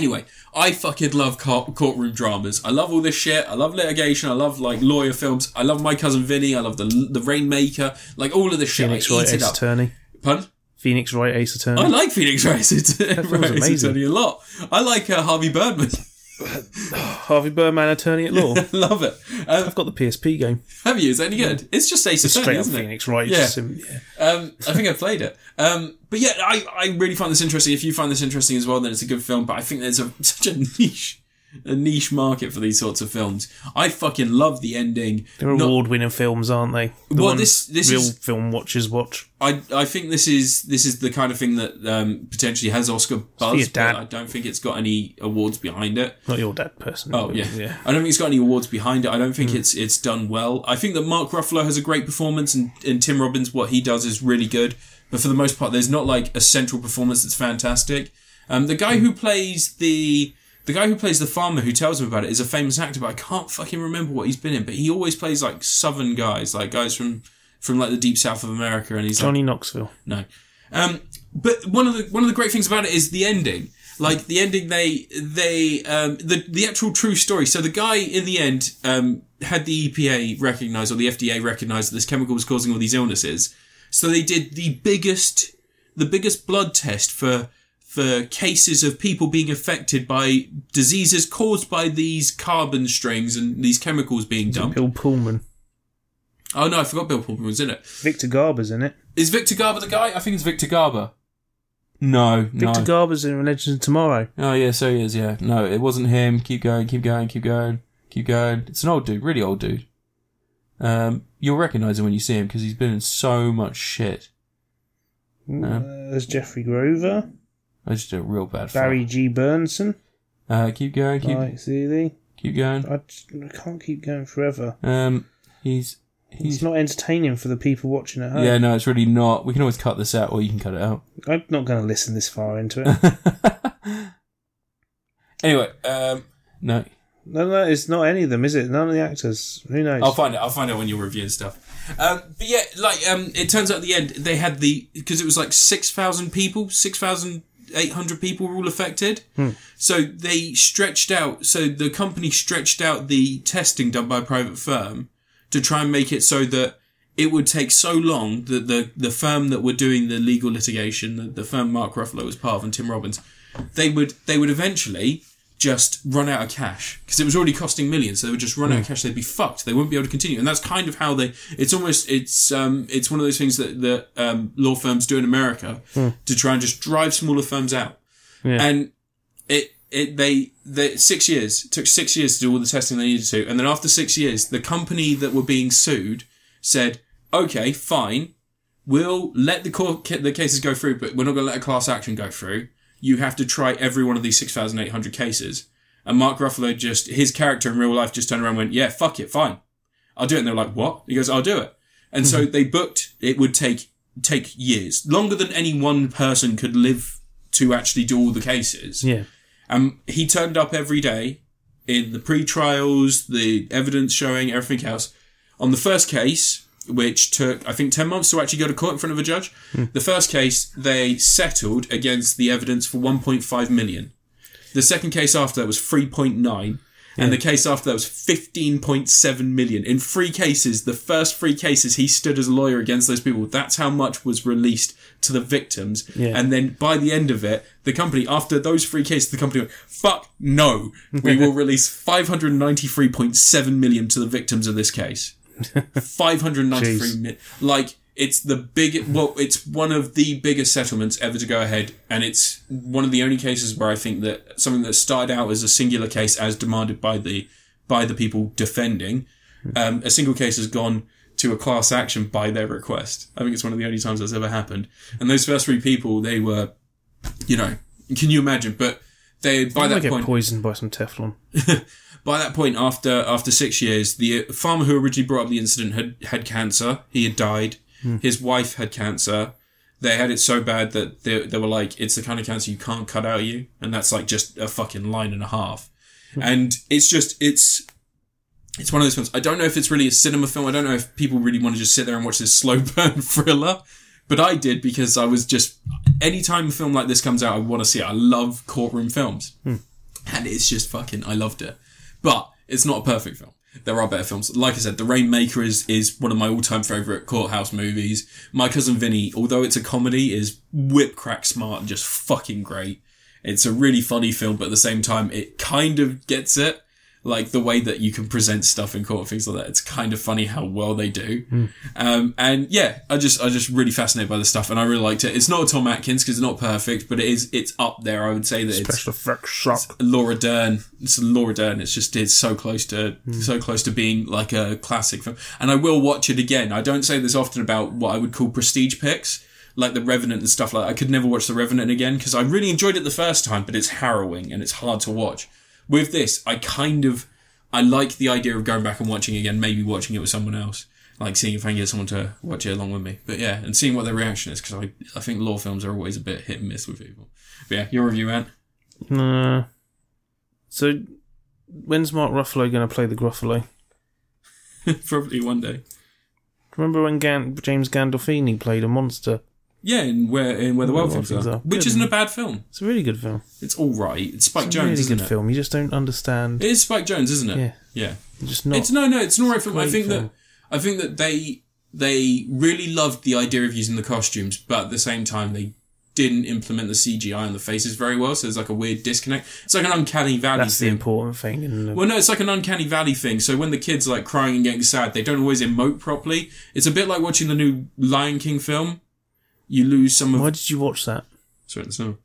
Anyway, I fucking love court- courtroom dramas. I love all this shit. I love litigation. I love like lawyer films. I love My Cousin Vinny. I love the the Rainmaker. Like all of this shit. Phoenix I eat Wright it Ace up. Attorney. Pardon? Phoenix Wright Ace Attorney. I like Phoenix Rice. It's, film's amazing. a lot. I like uh, Harvey Birdman. Harvey Birdman Attorney at Law. Love it. Um, I've got the PSP game. have you? Is that any good? It's just Ace Attorney, Mm. Straight up isn't it? Phoenix Wright. Yeah. just him- yeah. Um, I think I played it. Um, but yeah, I, I really find this interesting. If you find this interesting as well, then it's a good film. But I think there's a, such a niche, a niche market for these sorts of films. I fucking love the ending. They're Not- award-winning films, aren't they? The Well, ones this- this real is- film watchers watch. I I think this is this is the kind of thing that um, potentially has Oscar your buzz, but dad. I don't think it's got any awards behind it. Not your dad, person. Oh yeah. I don't think it's got any awards behind it. I don't think it's it's done well. I think that Mark Ruffalo has a great performance, and, and Tim Robbins, what he does is really good. But for the most part, there's not like a central performance that's fantastic. Um, the guy who plays the the guy who plays the farmer who tells him about it is a famous actor, but I can't fucking remember what he's been in. But he always plays like southern guys, like guys from from like the deep south of America, and he's like Johnny Knoxville. no. Um, but one of the one of the great things about it is the ending. Like the ending, they they um, the the actual true story. So the guy in the end um, had the EPA recognize or the FDA recognize that this chemical was causing all these illnesses. So they did the biggest the biggest blood test for for cases of people being affected by diseases caused by these carbon strings and these chemicals being dumped. Bill Pullman. Oh no, I forgot Bill Pullman was in it. Victor Garber's in it. Is Victor Garber the guy? I think it's Victor Garber. No, no. Victor Garber's in Legends of Tomorrow. oh yeah, so he is. Yeah, no, it wasn't him. Keep going, keep going, keep going, keep going. It's an old dude, really old dude. Um, you'll recognise him when you see him because he's been in so much shit. Uh, there's Jeffrey Grover. I just did a real bad. flop. Barry G. Burnson. Uh, keep going, keep Mike Seeley. keep going. I, just- I can't keep going forever. Um, he's It's not entertaining for the people watching at home. Yeah, no, it's really not. We can always cut this out, or you can cut it out. I'm not going to listen this far into it. Anyway, um, No, no, no, it's not any of them, is it? None of the actors. Who knows? I'll find it. I'll find out when you review and stuff. Um, but yeah, like um, it turns out at the end they had the because it was like six thousand people, six thousand eight hundred people were all affected. So they stretched out. So the company stretched out the testing done by a private firm to try and make it so that it would take so long that the the firm that were doing the legal litigation, the, the firm Mark Ruffalo was part of and Tim Robbins, they would they would eventually just run out of cash because it was already costing millions. So they would just run out of cash. They'd be fucked. They wouldn't be able to continue. And that's kind of how they. It's almost it's um it's one of those things that that um, law firms do in America to try and just drive smaller firms out. And it it they the six years it took six years to do all the testing they needed to, and then after six years, the company that were being sued said, "Okay, fine, we'll let the court ca- the cases go through, but we're not going to let a class action go through. You have to try every one of these six thousand eight hundred cases." And Mark Ruffalo just his character in real life just turned around and went, "Yeah, fuck it, fine, I'll do it." And they're like, "What?" He goes, "I'll do it." And so they booked. It would take take years, longer than any one person could live to actually do all the cases. yeah. Um, he turned up every day in the pre-trials, the evidence showing, everything else. On the first case, which took I think ten months to actually go to court in front of a judge, the first case they settled against the evidence for one point five million. The second case after that was three point nine. And the case after that was 15.7 million. In three cases, the first three cases, he stood as a lawyer against those people. That's how much was released to the victims. Yeah. And then by the end of it, the company, after those three cases, the company went, fuck no, we will release 593.7 million to the victims of this case. 593 Jeez. mi- Like, it's the big, well, it's one of the biggest settlements ever to go ahead. And it's one of the only cases where I think that something that started out as a singular case as demanded by the, by the people defending, um, a single case has gone to a class action by their request. I think it's one of the only times that's ever happened. And those first three people, they were, you know, can you imagine? But they, by I'm going that to get point, poisoned by some Teflon. by that point, after after six years, the farmer who originally brought up the incident had had cancer. He had died. His wife had cancer. They had it so bad that they, they were like, "It's the kind of cancer you can't cut out of you," and that's like just a fucking line and a half. And it's just it's it's one of those films. I don't know if it's really a cinema film. I don't know if people really want to just sit there and watch this slow burn thriller. But I did because I was just anytime a film like this comes out, I want to see it. I love courtroom films. And it's just fucking I loved it. But it's not a perfect film. There are better films. Like I said, The Rainmaker is is one of my all time favourite courthouse movies. My cousin Vinny, although it's a comedy, is whip crack smart and just fucking great. It's a really funny film, but at the same time it kind of gets it like the way that you can present stuff in court, things like that. It's kind of funny how well they do. Um, and yeah, I just, I just really fascinated by the stuff, and I really liked it. It's not a Tom Atkins because it's not perfect, but it is, it's up there. I would say that it's Special effects shock. Laura Dern. It's Laura Dern. It's just it's so close to so close to being like a classic film. And I will watch it again. I don't say this often about what I would call prestige picks, like The Revenant and stuff like. that. I could never watch The Revenant again because I really enjoyed it the first time, but it's harrowing and it's hard to watch. With this, I kind of I like the idea of going back and watching it again, maybe watching it with someone else. Like seeing if I can get someone to watch it along with me, but yeah, and seeing what their reaction is because I, I think law films are always a bit hit and miss with people. But yeah, your review, Ant. Nah. So, when's Mark Ruffalo going to play the Gruffalo? Probably one day. Remember when Gan- James Gandolfini played a monster? Yeah, in where in where the Where world the things Wild Things are, Are. which Good. isn't a bad film. It's a really good film. It's all right. It's Spike It's a Jones, really isn't good it? film. You just don't understand. It is Spike Jones, isn't it? Yeah. Yeah. You're just not. It's no, no. It's an alright film. I great think that film. I think that they they really loved the idea of using the costumes, but at the same time they didn't implement the CGI on the faces very well. So there's like a weird disconnect. It's like an uncanny valley That's the thing. important thing. In the, Well, no, it's like an uncanny valley thing. So when the kids like crying and getting sad, they don't always emote properly. It's a bit like watching the new Lion King film. You lose some of why did you watch that? Sorry, that's not.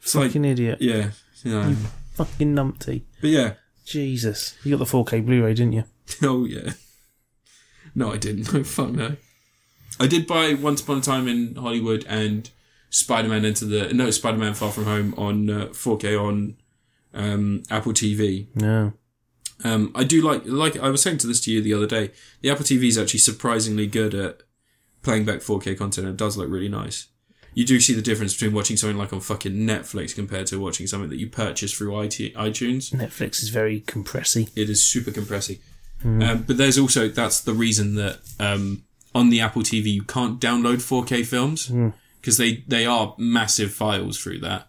It's like Fucking idiot. yeah, yeah. Fucking numpty. But yeah, Jesus. You got the 4K Blu ray, didn't you? oh yeah. No, I didn't. No, fuck no. I did buy Once Upon a Time in Hollywood and Spider Man Into the no Spider Man Far From Home on uh, 4K on um, Apple TV. No. Um, I do like like I was saying to this to you the other day. The Apple TV is actually surprisingly good at playing back 4K content. and It does look really nice. You do see the difference between watching something like on fucking Netflix compared to watching something that you purchase through IT, iTunes. Netflix is very compressy. It is super compressy. Um, but there's also that's the reason that um, on the Apple TV you can't download 4K films because they they are massive files through that.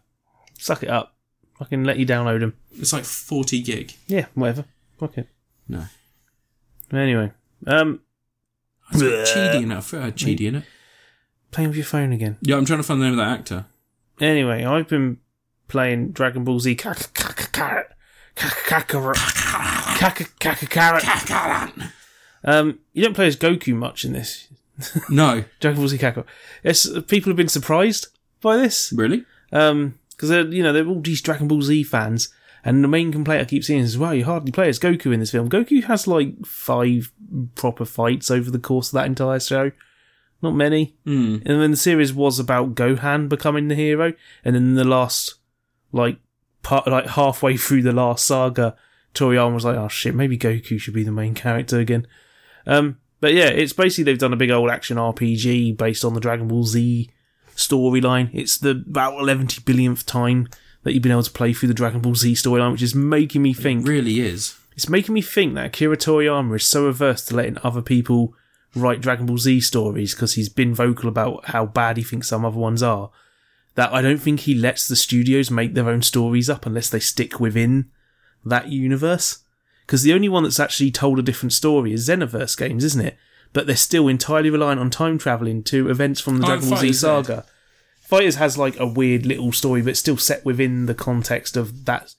Suck it up. Fucking let you download them. It's like 40 gig. Yeah, whatever. Fuck it. No, Anyway, um, it's got Chidi in it. I thought I had Chidi in it. playing with your phone again. uh, Yeah, I'm trying to find the name of that actor. Anyway, I've been playing Dragon Ball Z Kaka Kaka Carrot. Kaka Kaka Kaka Kaka Carrot. Um, you don't play as Goku much in this. No, Dragon Ball Z Kakarot. Yes, people have been surprised by this really? because Um, they're you know they're all these Dragon Ball Z fans, and the main complaint I keep seeing is, "Wow, you hardly play as Goku in this film." Goku has like five proper fights over the course of that entire show. Not many. Hmm. Mm. And then the series was about Gohan becoming the hero, and then the last, like, part, like halfway through the last saga, Toriyama was like, "Oh shit, maybe Goku should be the main character again." Um, but yeah, it's basically they've done a big old action RPG based on the Dragon Ball Z storyline. It's the about eleventy billionth time that you've been able to play through the Dragon Ball Z storyline, which is making me think. Really is. It's making me think that Akira Toriyama is so averse to letting other people write Dragon Ball Z stories because he's been vocal about how bad he thinks some other ones are. That I don't think he lets the studios make their own stories up unless they stick within that universe. Because the only one that's actually told a different story is Xenoverse games, isn't it? But they're still entirely reliant on time traveling to events from the Oh, Dragon Ball Z Fighters saga. Fighters has like a weird little story, but still set within the context of that.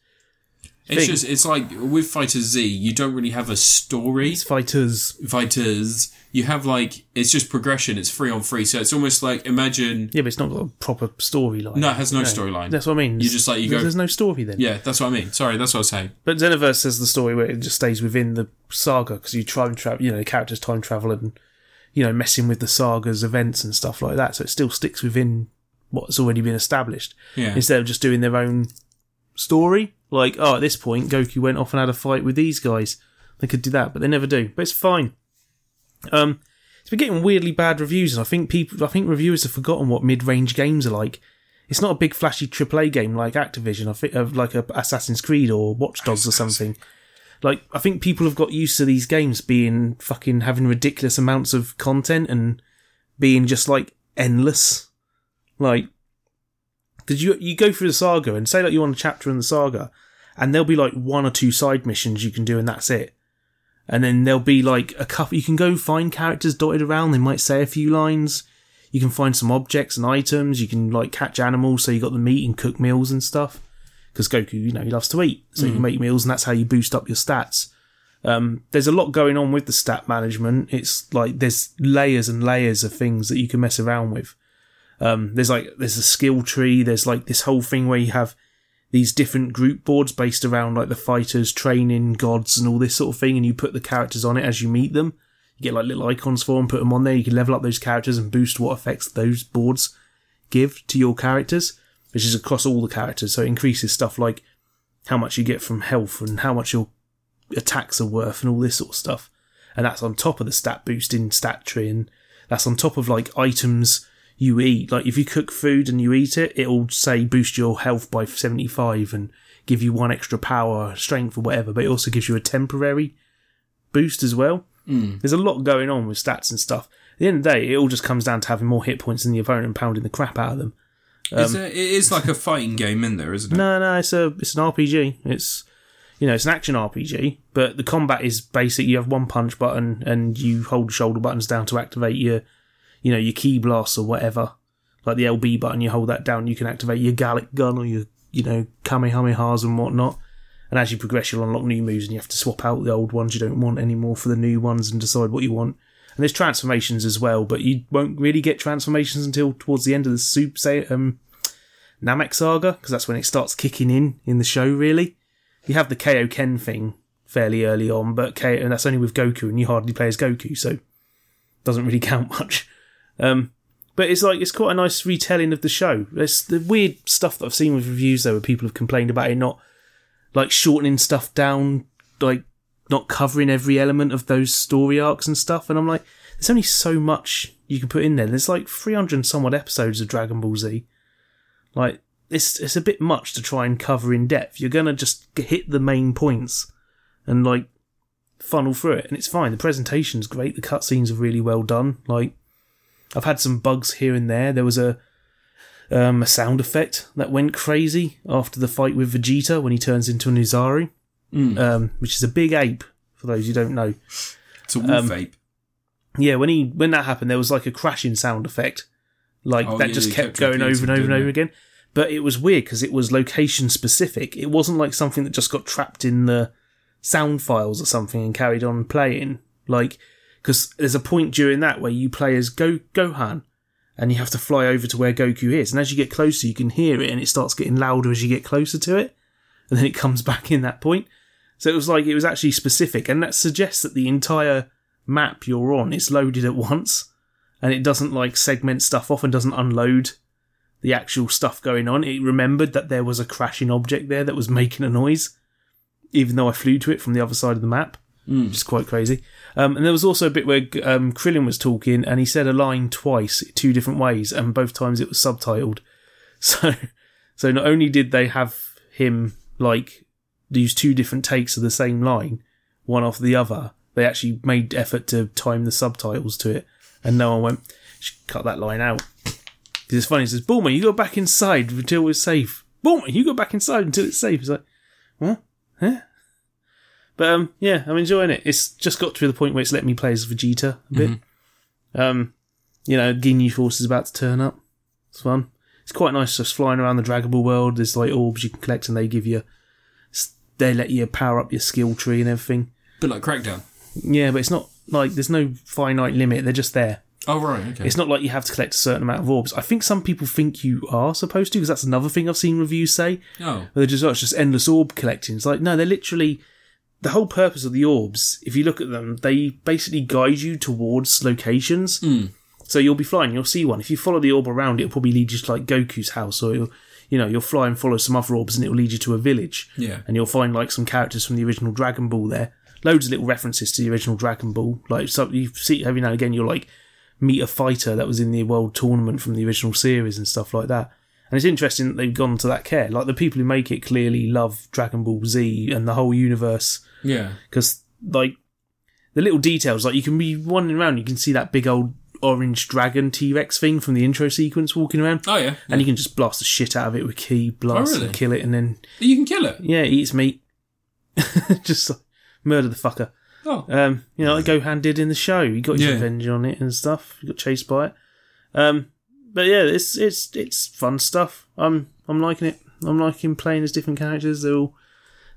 It's thing. just it's like with Fighter Z, you don't really have a story. It's fighters. Fighters, you have like it's just progression. It's free on free, so it's almost like imagine. Yeah, but it's not got a proper storyline. No, it has no storyline. That's what I mean. You just, like, you There's- go- There's no story then. Yeah, that's what I mean. Sorry, that's what I was saying. But Xenoverse has the story where it just stays within the saga because you time travel. You know, the characters time travel and you know messing with the saga's events and stuff like that. So it still sticks within what's already been established Yeah, instead of just doing their own story. Like, oh, at this point, Goku went off and had a fight with these guys. They could do that, but they never do. But it's fine. Um, it's been getting weirdly bad reviews, and I think people, I think reviewers have forgotten what mid-range games are like. It's not a big flashy AAA game like Activision, I think, of like a Assassin's Creed or Watch Dogs or something. Like, I think people have got used to these games being fucking having ridiculous amounts of content and being just like endless. Like, did you you go through the saga and say like you're on a chapter in the saga, and there'll be like one or two side missions you can do, and that's it. And then there'll be like a couple. You can go find characters dotted around. They might say a few lines. You can find some objects and items. You can like catch animals, so you got the meat and cook meals and stuff. Because Goku, you know, he loves to eat, so you can make meals, and that's how you boost up your stats. Um, there's a lot going on with the stat management. It's like there's layers and layers of things that you can mess around with. Um, there's like there's a skill tree. There's like this whole thing where you have these different group boards based around like the fighters, training, gods, and all this sort of thing. And you put the characters on it as you meet them. You get like little icons for them, put them on there. You can level up those characters and boost what effects those boards give to your characters, which is across all the characters. So it increases stuff like how much you get from health and how much your attacks are worth and all this sort of stuff. And that's on top of the stat boost in stat tree, and that's on top of like items you eat. Like if you cook food and you eat it, it'll say boost your health by 75 and give you one extra power, strength, or whatever, but it also gives you a temporary boost as well. There's a lot going on with stats and stuff. At the end of the day, it all just comes down to having more hit points than the opponent and pounding the crap out of them. it's um, a, it is like a fighting game in there, isn't it? No, no, it's a it's an RPG. It's you know, it's an action RPG, but the combat is basic. You have one punch button and you hold shoulder buttons down to activate your you know, your key blast or whatever. Like the LB button, you hold that down, you can activate your Gallic gun or your you know, Kamehamehas and whatnot. And as you progress, you'll unlock new moves and you have to swap out the old ones you don't want anymore for the new ones and decide what you want. And there's transformations as well, but you won't really get transformations until towards the end of the Soup say, um, Namek Saga, because that's when it starts kicking in in the show, really. You have the KO Ken thing fairly early on, but K- and that's only with Goku, and you hardly play as Goku, so doesn't really count much. Um, but it's like it's quite a nice retelling of the show. There's the weird stuff that I've seen with reviews though, where people have complained about it not like shortening stuff down, like not covering every element of those story arcs and stuff. And I'm like, there's only so much you can put in there. There's like 300 and somewhat episodes of Dragon Ball Z. Like, it's, it's a bit much to try and cover in depth. You're going to just g- hit the main points and like funnel through it. And it's fine. The presentation's great. The cutscenes are really well done. Like, I've had some bugs here and there. There was a um, a sound effect that went crazy after the fight with Vegeta when he turns into an Uzaru, um, which is a big ape. For those who don't know, It's a wolf Um, ape. yeah, when he when that happened, there was like a crashing sound effect, like Oh, that yeah, just it kept, kept going over repeating, and over and didn't over it? again. But it was weird because it was location specific. It wasn't like something that just got trapped in the sound files or something and carried on playing. Like, because there's a point during that where you play as Go Gohan, and you have to fly over to where Goku is. And as you get closer, you can hear it, and it starts getting louder as you get closer to it. And then it comes back in that point. So it was like it was actually specific, and that suggests that the entire map you're on is loaded at once, and it doesn't like segment stuff off and doesn't unload the actual stuff going on. It remembered that there was a crashing object there that was making a noise, even though I flew to it from the other side of the map, which is quite crazy. Um, and there was also a bit where um, Krillin was talking, and he said a line twice, two different ways, and both times it was subtitled. So, so not only did they have him like use two different takes of the same line, one after the other. They actually made effort to time the subtitles to it, and no one went, "Sh- cut that line out. Because it's funny, it says, Bulma, you go back inside until it's safe. Bulma, you go back inside until it's safe. It's like, huh? Huh? But um, yeah, I'm enjoying it. It's just got to the point where it's let me play as Vegeta a bit. Um, you know, Ginyu Force is about to turn up. It's fun. It's quite nice just flying around the Dragon Ball world. There's like orbs you can collect, and they give you they let you power up your skill tree and everything. Bit like Crackdown. Yeah, but it's not like there's no finite limit. They're just there. Oh, right, okay. It's not like you have to collect a certain amount of orbs. I think some people think you are supposed to because that's another thing I've seen reviews say. oh, Where they're just, oh, it's just endless orb collecting. It's like, no, they're literally the whole purpose of the orbs. If you look at them, they basically guide you towards locations. So you'll be flying, you'll see one. If you follow the orb around, it'll probably lead you to like Goku's house, or you'll, you know, you'll fly and follow some other orbs, and it'll lead you to a village. Yeah. and you'll find like some characters from the original Dragon Ball there. Loads of little references to the original Dragon Ball. Like so you see every now and again, you'll like meet a fighter that was in the world tournament from the original series and stuff like that. And it's interesting that they've gone to that care. Like the people who make it clearly love Dragon Ball Z and the whole universe yeah. because like the little details, like you can be wandering around, you can see that big old orange dragon T Rex thing from the intro sequence walking around, Oh, yeah. Oh, and you can just blast the shit out of it with key blast really? and kill it, and then You can kill it. yeah, it eats meat, just like, murder the fucker. Oh, Um, you know, like Gohan did in the show, he got his Yeah. revenge on it and stuff. He got chased by it. Um, but yeah, it's it's it's fun stuff. I'm I'm liking it. I'm liking playing as different characters. They're all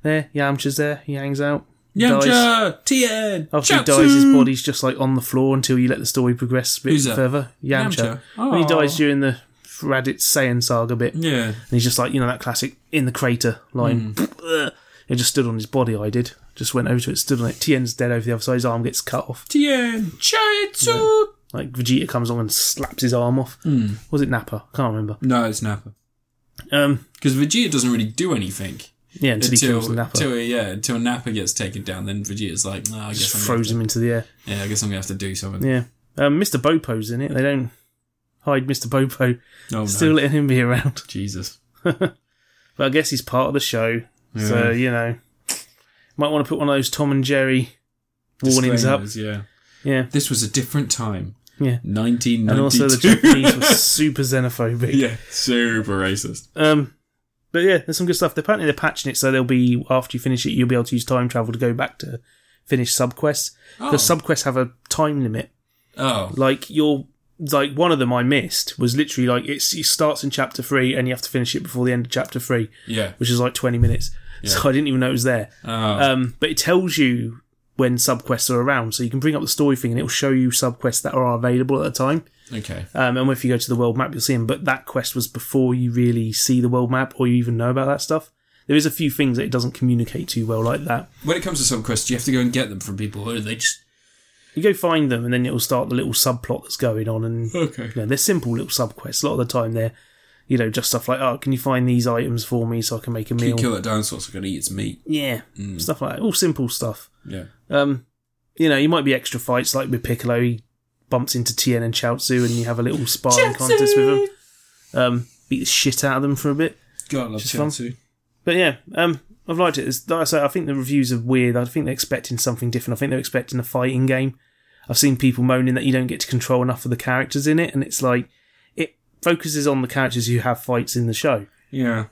there. Yamcha's there. He hangs out. dies. Yamcha! Tien! After Chiaotzu! he dies, his body's just like on the floor until you let the story progress a bit Who's that? further. Yamcha. Yamcha. Oh. Mm. When he Aw. dies during the Raditz Saiyan saga bit, and Yeah. he's just like, you know, that classic in the crater line. Mm. It just stood on his body, I did. Just went over to it, stood on it. Tien's dead over the other side, his arm gets cut off. Tien! Chiaotzu! Like Vegeta comes along and slaps his arm off. Mm. Was it Nappa? Can't remember. No, it's Nappa. Um, Because Vegeta doesn't really do anything. yeah, until, he kills Until, Nappa. until, yeah, until Nappa gets taken down, then Vegeta's like, "Nah, I guess just I'm throws him into the air. Gonna, yeah, I guess I'm gonna have to do something. Yeah. Um, Mr. Bopo's in it. They don't hide Mr. Bopo. Oh, no. Still letting him be around. Jesus. But I guess he's part of the show. So, you know, might want to put one of those Tom and Jerry warnings up. Disclaimers, Yeah. Yeah. This was a different time. Yeah. And also, the 1992. Japanese were super xenophobic. yeah, super racist. Um, but yeah, there's some good stuff. Apparently, they're patching it so there'll be, after you finish it, you'll be able to use time travel to go back to finish subquests. Because Oh. subquests have a time limit. Oh, Like, you're. Like one of them I missed was literally like it's, it starts in chapter three and you have to finish it before the end of chapter three, yeah. which is like twenty minutes. So I didn't even know it was there. Oh, Um, but it tells you when subquests are around, so you can bring up the story thing and it'll show you subquests that are available at the time. okay. Um, and if you go to the world map, you'll see them. But that quest was before you really see the world map or you even know about that stuff. There is a few things that it doesn't communicate too well like that. When it comes to subquests, you have to go and get them from people, or they just You go find them, and then it'll start the little subplot that's going on, and okay. you know, they're simple little subquests. A lot of the time, they're you know, just stuff like, oh, can you find these items for me so I can make a You meal? kill that dinosaur so I can eat its meat. Yeah, stuff like that. All simple stuff. Yeah. Um, you know, you might be extra fights like with Piccolo. He bumps into Tien and Chaozu, and you have a little sparring contest with them. Um, beat the shit out of them for a bit. God, I love fun. Chianti. But yeah, um, I've liked it. It's, like I say, I think the reviews are weird. I think they're expecting something different. I think they're expecting a fighting game. I've seen people moaning that you don't get to control enough of the characters in it, and it's like it focuses on the characters who have fights in the show. Yeah.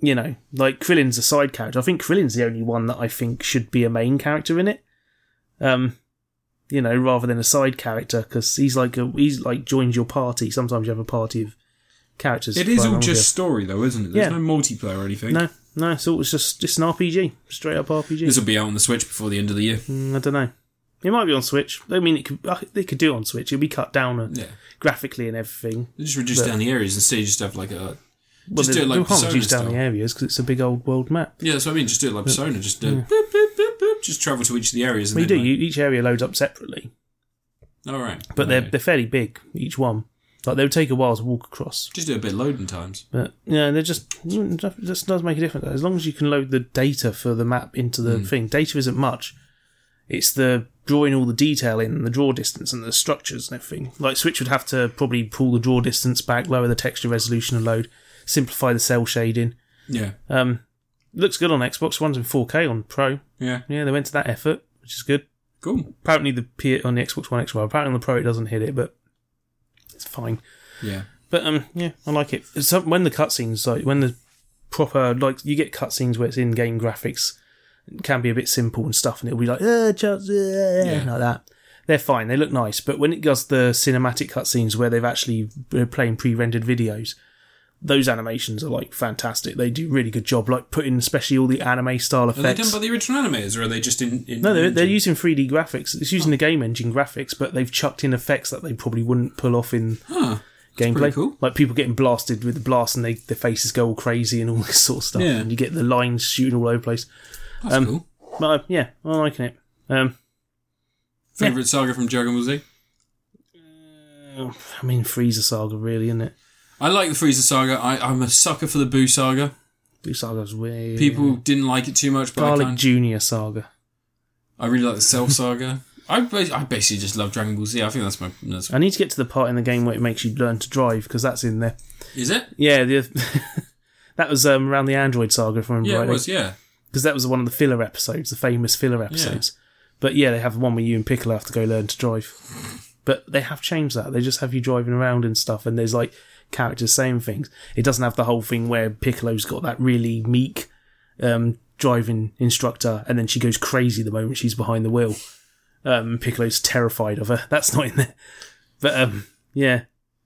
You know, like Krillin's a side character. I think Krillin's the only one that I think should be a main character in it. Um, you know, rather than a side character because he's like a, he's like joins your party. Sometimes you have a party of characters. It is playing all along with just story, though, isn't it? There's Yeah. no multiplayer or anything. you. no, no. So it was just just an RPG, straight up RPG. This will be out on the Switch before the end of the year. Mm, I don't know. It might be on Switch. I mean, it could uh, they could do it on Switch. It'll be cut down uh, Yeah. graphically and everything. They just reduce down the areas. Instead, you just have like a. Well, Just they- do it like they can't Persona reduce down style. the areas because it's a big old world map. Yeah, that's what I mean. Just do it like Persona. Just do boop, boop, boop, boop. Just travel to each of the areas. Well, you And do. then, You, each area loads up separately, like- all right. but they're Okay. they're fairly big each one. Like they would take a while to walk across, Just do a bit of loading times. but yeah, they're just just does make a difference. As long as you can load the data for the map into the thing, data isn't much. It's the drawing all the detail in, the draw distance, and the structures and everything. Like Switch would have to probably pull the draw distance back, lower the texture resolution and load, simplify the cell shading. Yeah. Um, looks good on Xbox. One's in 4K on Pro. Yeah. Yeah, they went to that effort, which is good. Cool. Apparently the P- on the Xbox One X, well, apparently on the Pro it doesn't hit it, but it's fine. Yeah. But um, yeah, I like it. So when the cutscenes, like when the proper, like you get cutscenes where it's in-game graphics, it can be a bit simple and stuff, and it'll be like, uh, just, uh, like that. They're fine. They look nice. But when it does the cinematic cutscenes where they've actually they're playing pre-rendered videos, those animations are like fantastic. They do a really good job, like putting especially all the anime style Are they done effects. by the original animators or are they just in. in No, they're, they're using 3D graphics. It's Oh. using the game engine graphics, but they've chucked in effects that they probably wouldn't pull off in Huh. gameplay. pretty cool. Like people getting blasted with the blast and they, their faces go all crazy and all this sort of stuff. Yeah. And you get the lines shooting all over the place. That's cool. But uh, yeah, I'm liking it. Um, Favourite saga from Dragon Ball Z? I mean, Freezer Saga, really, isn't it? I like the Freezer saga. I, I'm a sucker for the Boo saga. Blue Saga's weird. People didn't like it too much, but I, Garlic kind- Junior Saga. I really like the Cell saga. I, bas- I basically just love Dragon Ball Z. I think that's my. That's, I need to get to the part in the game where it makes you learn to drive because that's in there. is it? Yeah, the, that was um, around the Android Saga, if I remember Yeah, it rightly. was. Yeah. because that was one of the filler episodes, the famous filler episodes. But yeah, they have one where you and Piccolo have to go learn to drive. But they have changed that. They just have you driving around and stuff, and there's like characters saying things. It doesn't have the whole thing where Piccolo's got that really meek um, driving instructor, and then she goes crazy the moment she's behind the wheel. Um, Piccolo's terrified of her. That's not in there. But um, yeah,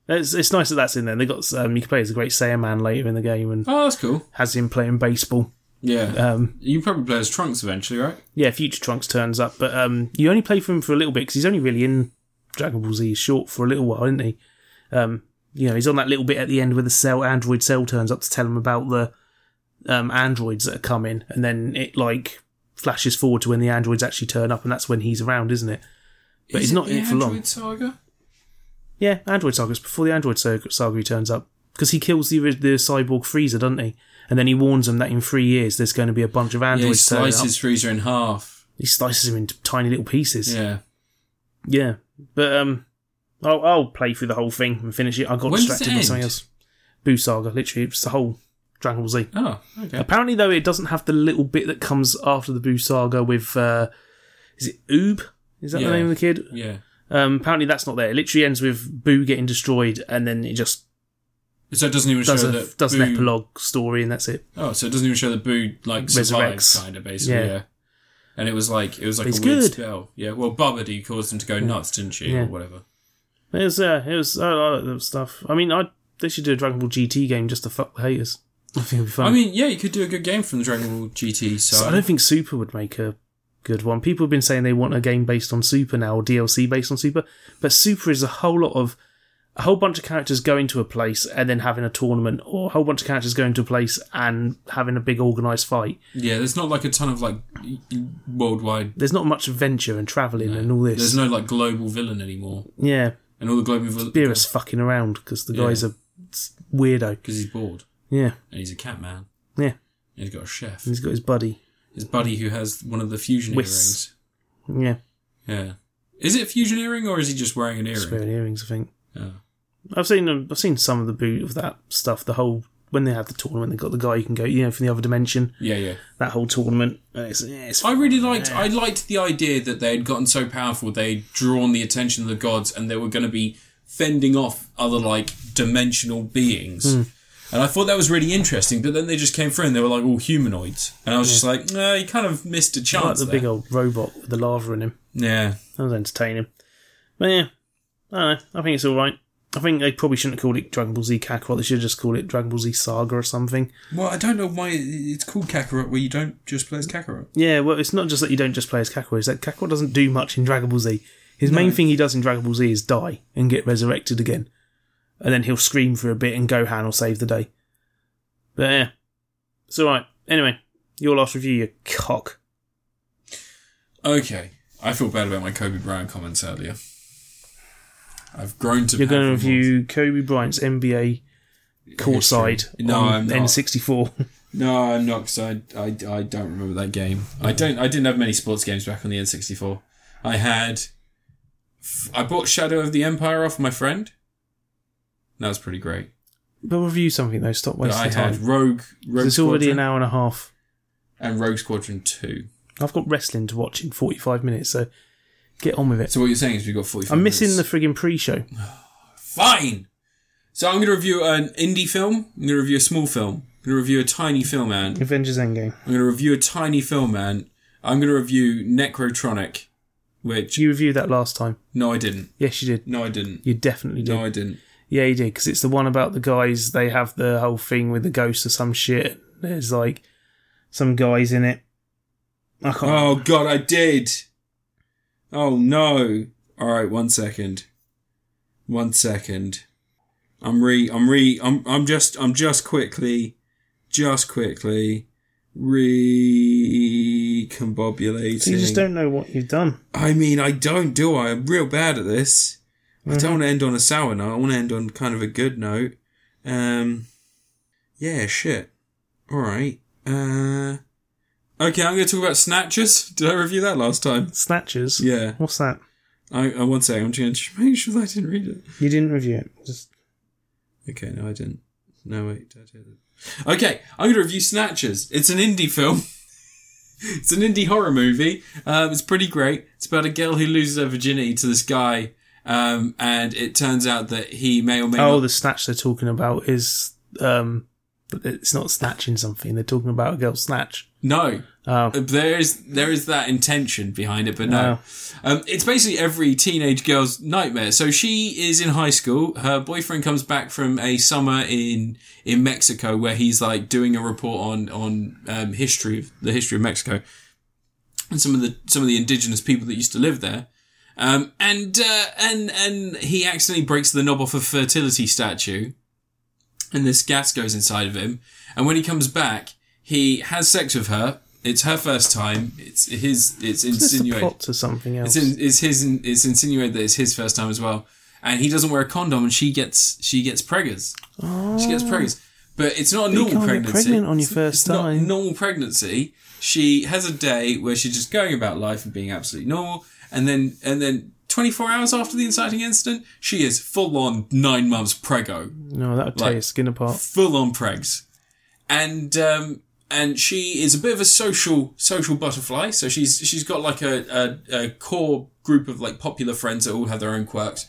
it's, it's nice that that's in there. They got um, you can play as a great Saiyaman later in the game, and Oh, that's cool. has him playing baseball. Yeah. Um, you probably play as Trunks eventually, right? yeah, Future Trunks turns up, but um, you only play for him for a little bit because he's only really in Dragon Ball Z He's short for a little while, isn't he? Um, you know, he's on that little bit at the end where the cell android cell turns up to tell him about the um, androids that are coming, and then it like flashes forward to when the androids actually turn up, and that's when he's around, isn't it? But Is he's it not the in it for long. Android Saga? Yeah, Android Saga. It's before the Android Saga, saga he turns up because he kills the ori- the cyborg Freezer, doesn't he? And then he warns them that in three years there's going to be a bunch of Yeah, he androids. turning up. slices Freezer in half. He slices him into tiny little pieces. Yeah. Yeah, but um, I'll, I'll play through the whole thing and finish it. I got When does it distracted by something end? else. Boo Saga, literally, it's the whole Dragon Ball Z. Oh, okay. Apparently, though, it doesn't have the little bit that comes after the Boo Saga with uh, is it Oob? Is that Yeah. the name of the kid? Yeah. Um, apparently, that's not there. It literally ends with Boo getting destroyed, and then it just So it doesn't even does show a, that does Boo- an epilogue story, and that's it. Oh, so it doesn't even show that Boo like survives, Resurrects. kind of basically. Yeah. Yeah. And it was like it was like It's a weird good. spell. Yeah. Well, Babadi caused him to go nuts, didn't she, Yeah. or whatever? It was, uh, it was. I I like that stuff. I mean, I they should do a Dragon Ball GT game just to fuck the haters. I think it'd be fun. I mean, yeah, you could do a good game from the Dragon Ball GT. So I So don't think Super would make a good one. People have been saying they want a game based on Super now, or DLC based on Super, but Super is a whole lot of a whole bunch of characters going to a place and then having a tournament, or a whole bunch of characters going to a place and having a big organized fight. yeah, there's not like a ton of like worldwide. There's not much adventure and traveling and all this. There's no like global villain anymore, yeah, and all the global villains. Beerus fucking around because the guys are weirdo. because he's bored Yeah, and he's a cat man. yeah. And he's got a chef. He's got his buddy. His buddy who has one of the fusion Whis. Yeah, earrings. Yeah. Is it a fusion earring or is he just wearing an earring? square earrings. I think Yeah. I've seen them- I've seen some of the boot of that stuff. The whole when they had the tournament, they got the guy you can go you know from the other dimension. yeah, yeah. That whole tournament. And it's, yeah, it's I really liked. I liked the idea that they had gotten so powerful, they had drawn the attention of the gods, and they were going to be fending off other like dimensional beings. Hmm. And I thought that was really interesting. But then they just came through, and they were like all humanoids, and I was just like, no, you kind of missed a I like chance. the there." big old robot with the lava in him. yeah, That was entertaining. But yeah, I don't know. I think it's all right. I think they probably shouldn't have called it Dragon Ball Z Kakarot. They should have just called it Dragon Ball Z Saga or something. Well, I don't know why it's called Kakarot, where you don't just play as Kakarot. Yeah, well, it's not just that you don't just play as Kakarot. It's that Kakarot doesn't do much in Dragon Ball Z. His main thing he does in Dragon Ball Z is die and get resurrected again, and then he'll scream for a bit and Gohan will save the day. But yeah, it's all right. Anyway, your last review, you cock. Okay, I feel bad about my Kobe Bryant comments earlier. I've grown to. You're going to have them all. review Kobe Bryant's NBA courtside No, on I'm not. N64. No, I'm not because I, I, I don't remember that game. I don't. I didn't have many sports games back on the N64. I had. f- I bought Shadow of the Empire off my friend. That was pretty great. But review something though. Stop But wasting I time. had Rogue, Rogue it's already Squadron an hour and a half. and Rogue Squadron Two. I've got wrestling to watch in forty-five minutes, so get on with it. So what you're saying is we've got 45 I'm missing the minutes. friggin' pre-show. fine. So I'm going to review an indie film. I'm going to review a small film. I'm going to review a tiny film, man. Avengers Endgame. I'm going to review a tiny film, man. I'm going to review Necrotronic, which You reviewed that last time. no, I didn't. Yes, you did. No, I didn't. You definitely did. No, I didn't. yeah, you did because it's the one about the guys. They have the whole thing with the ghost or some shit. There's like some guys in it. I can't. Oh god, I did. Oh no. All right, one second. One second. I'm re. I'm re. I'm. I'm just. I'm just quickly. Just quickly. Recombobulating. you just don't know what you've done. I mean, I don't do I. I'm real bad at this. I don't want to end on a sour note. I want to end on kind of a good note. Um, yeah, shit. All right. Uh, okay, I'm going to talk about snatchers. Did I review that last time? Snatchers. Yeah. What's that? I, I one second. I'm just going to make sure that I didn't read it. You didn't review it. Just Okay, no, I didn't. No, wait, I did. Okay, I'm going to review Snatchers. It's an indie film. it's an indie horror movie. Um, it's pretty great. It's about a girl who loses her virginity to this guy, um, and it turns out that he may or may Oh, not. the snatch they're talking about is um, but it's not snatching something. They're talking about a girl snatch. No, Oh, there is there is that intention behind it, but no. no. Um, it's basically every teenage girl's nightmare. So she is in high school. Her boyfriend comes back from a summer in in Mexico where he's like doing a report on on um, history of the history of Mexico and some of the some of the indigenous people that used to live there. Um, and uh, and and he accidentally breaks the knob off a fertility statue, and this gas goes inside of him. And when he comes back, he has sex with her. It's her first time. It's his. It's It's the insinuated. plot to something else. It's, in, it's his. It's insinuated that it's his first time as well, and he doesn't wear a condom, and she gets she gets preggers. She gets preggers, but it's not a Oh. you normal can't get pregnancy. pregnant on your It's- first it's time. Not normal pregnancy. She has a day where she's just going about life and being absolutely normal, and then and then. 24 hours after the inciting incident, she is full on nine months preggo no, that'll tear like- your skin apart. full on pregs, and um, and she is a bit of a social social butterfly. So she's she's got like a, a, a core group of like popular friends that all have their own quirks,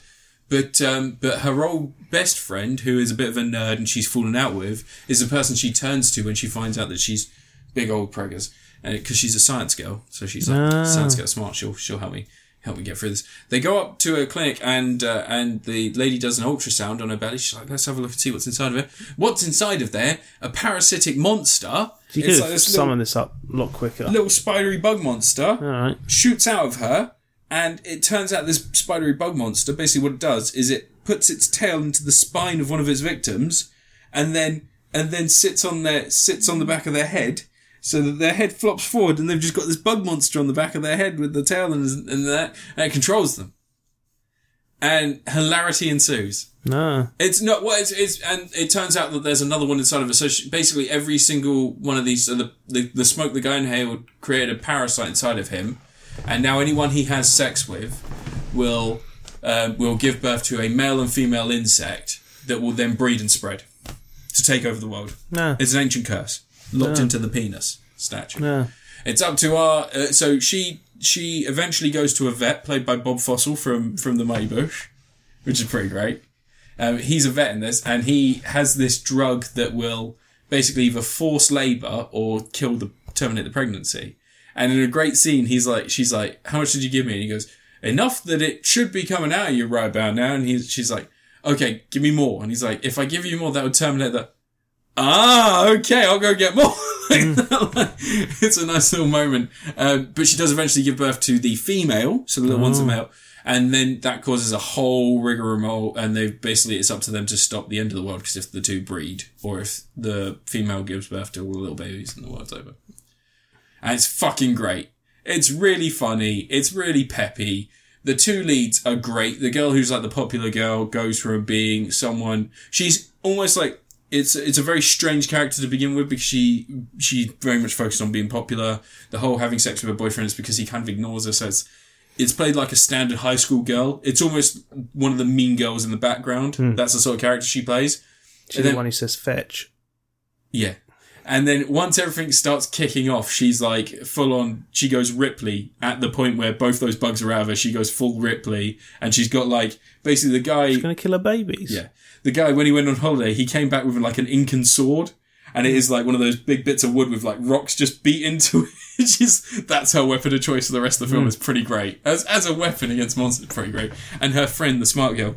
but um, but her old best friend, who is a bit of a nerd and she's fallen out with, is the person she turns to when she finds out that she's big old preggers, and because she's a science girl, so she's like Ah. science girl smart. She'll she'll help me. Help me get through this. They go up to a clinic and uh, and the lady does an ultrasound on her belly. She's like, "Let's have a look and see what's inside of it. What's inside of there? A parasitic monster. You could it's have like this little, summoned this up a lot quicker. little spidery bug monster All right. shoots out of her, and it turns out this spidery bug monster basically what it does is it puts its tail into the spine of one of its victims, and then and then sits on their sits on the back of their head, so that their head flops forward, and they've just got this bug monster on the back of their head with the tail and and that and it controls them. and hilarity ensues. Nah. It's not well. It's, it's and it turns out that there's another one inside of a. So she- basically, every single one of these, so the, the the smoke the guy inhaled created a parasite inside of him, and now anyone he has sex with will um, will give birth to a male and female insect that will then breed and spread to take over the world. Nah. It's an ancient curse locked into the penis statue. Nah. It's up to our. Uh, so she she eventually goes to a vet played by Bob Fossil from from the Mighty Bush, which is pretty great. Um, he's a vet in this, and he has this drug that will basically either force labor or kill the terminate the pregnancy. And in a great scene, he's like, she's like, "How much did you give me?" And he goes, "Enough that it should be coming out of you right about now." And he's she's like, "Okay, give me more." And he's like, "If I give you more, that would terminate the." ah, okay, I'll go get more. it's a nice little moment. Um, but she does eventually give birth to the female, so the little one's a male. And then that causes a whole rigmarole, and they basically it's up to them to stop the end of the world because if the two breed, or if the female gives birth to all the little babies, and the world's over. And it's fucking great. It's really funny. It's really peppy. The two leads are great. The girl who's like the popular girl goes from being someone she's almost like it's it's a very strange character to begin with because she she very much focused on being popular. The whole having sex with her boyfriend is because he kind of ignores her. So it's it's played like a standard high school girl. It's almost one of the mean girls in the background. That's the sort of character she plays. She's the one who says fetch. Yeah. And then once everything starts kicking off, she's like full on. She goes Ripley at the point where both those bugs are out of her. She goes full Ripley, and she's got like basically the guy. Gonna kill her babies. Yeah, the guy when he went on holiday, he came back with like an Incan sword, and it is like one of those big bits of wood with like rocks just beat into it. She's that's her weapon of choice for the rest of the film. It's pretty great as as a weapon against monsters. Pretty great. And her friend, the smart girl,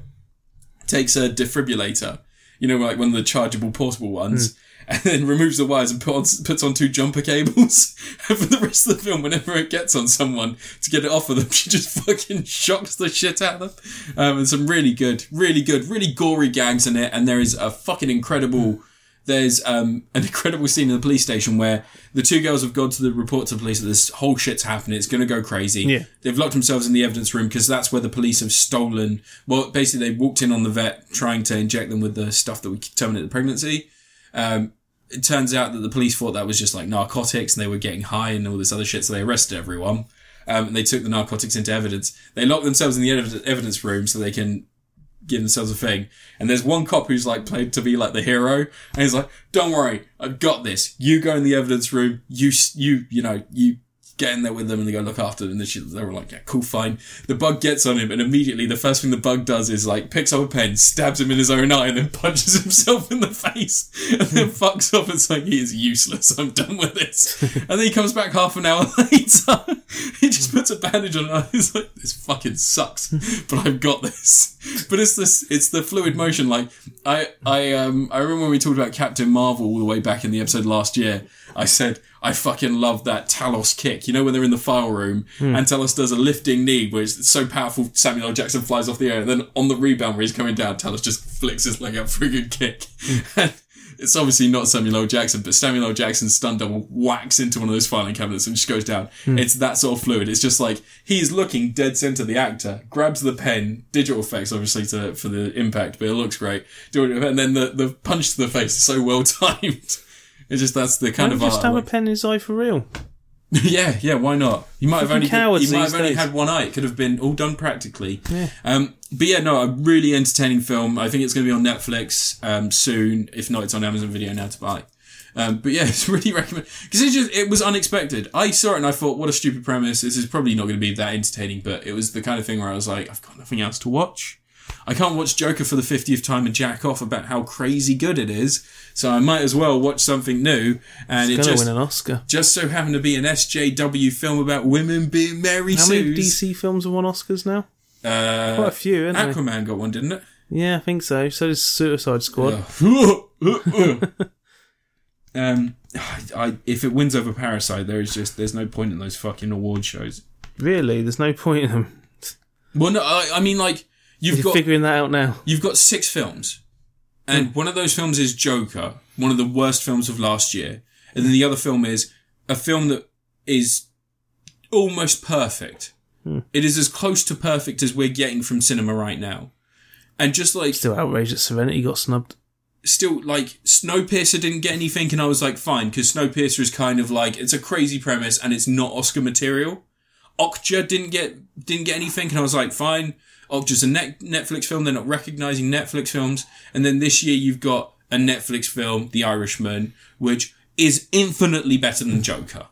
takes her defibrillator, you know, like one of the chargeable portable ones, and then removes the wires and puts on, puts on two jumper cables. and for the rest of the film, whenever it gets on someone to get it off of them, she just fucking shocks the shit out of them. Um, and some really good, really good, really gory gags in it, and there is a fucking incredible there's um, an incredible scene in the police station where the two girls have gone to the report to the police that this whole shit's happening. It's going to go crazy. Yeah. They've locked themselves in the evidence room because that's where the police have stolen. Well, basically, they walked in on the vet trying to inject them with the stuff that would terminate the pregnancy. Um, it turns out that the police thought that was just like narcotics and they were getting high and all this other shit, so they arrested everyone. Um, and they took the narcotics into evidence. They locked themselves in the ev- evidence room so they can give themselves a thing. And there's one cop who's like played to be like the hero, and he's like, "Don't worry, I've got this. You go in the evidence room. You s- you you know you." Get in there with them and they go look after them. And then she, they were like, yeah, cool, fine. The bug gets on him, and immediately the first thing the bug does is like picks up a pen, stabs him in his own eye, and then punches himself in the face, and then fucks off. It's like, he is useless. I'm done with this. And then he comes back half an hour later. he just puts a bandage on and he's like, this fucking sucks, but I've got this. But it's this, it's the fluid motion. Like I, I, um, I remember when we talked about Captain Marvel all the way back in the episode last year. I said I fucking love that Talos kick. You know when they're in the file room and Talos does a lifting knee, where it's so powerful. Samuel L. Jackson flies off the air, and then on the rebound where he's coming down, Talos just flicks his leg out for a good kick. And it's obviously not Samuel L. Jackson, but Samuel L. Jackson's stun double whacks into one of those filing cabinets and just goes down. It's that sort of fluid. It's just like he's looking dead center. The actor grabs the pen, digital effects obviously to for the impact, but it looks great. Doing it, and then the the punch to the face is so well timed. It's just that's the kind Don't of art. just I have a like. pen in his eye for real. Yeah, yeah, why not? You might have only cowards you might these have only days. had one eye. It could have been all done practically. Um, but yeah, no, a really entertaining film. I think it's going to be on Netflix um, soon. If not, it's on Amazon Video now to buy. Um, but yeah, it's really recommend because it just it was unexpected. I saw it and I thought, what a stupid premise. This is probably not going to be that entertaining. But it was the kind of thing where I was like, I've got nothing else to watch. I can't watch Joker for the 50th time and jack off about how crazy good it is. So I might as well watch something new. And He's it gonna just win an Oscar. just so happened to be an SJW film about women being Mary How many Sue's. DC films have won Oscars now? uh, Quite a few, isn't they? Aquaman got one, didn't it? Yeah, I think so. So does Suicide Squad. um, I, if it wins over Parasite, there is just there's no point in those fucking award shows. Really, there's no point in them. Well, no, I, I mean like you've You're got figuring that out now. you've got six films, and one of those films is Joker, one of the worst films of last year, and then the other film is a film that is almost perfect. It is as close to perfect as we're getting from cinema right now. And just like Still outraged that Serenity got snubbed. still like Snowpiercer didn't get anything, and I was like, fine, because Snowpiercer is kind of like it's a crazy premise and it's not Oscar material. Okja didn't get didn't get anything, and I was like, fine, Okja's a net- Netflix film. They're not recognizing Netflix films, and then this year you've got a Netflix film, The Irishman, which is infinitely better than Joker,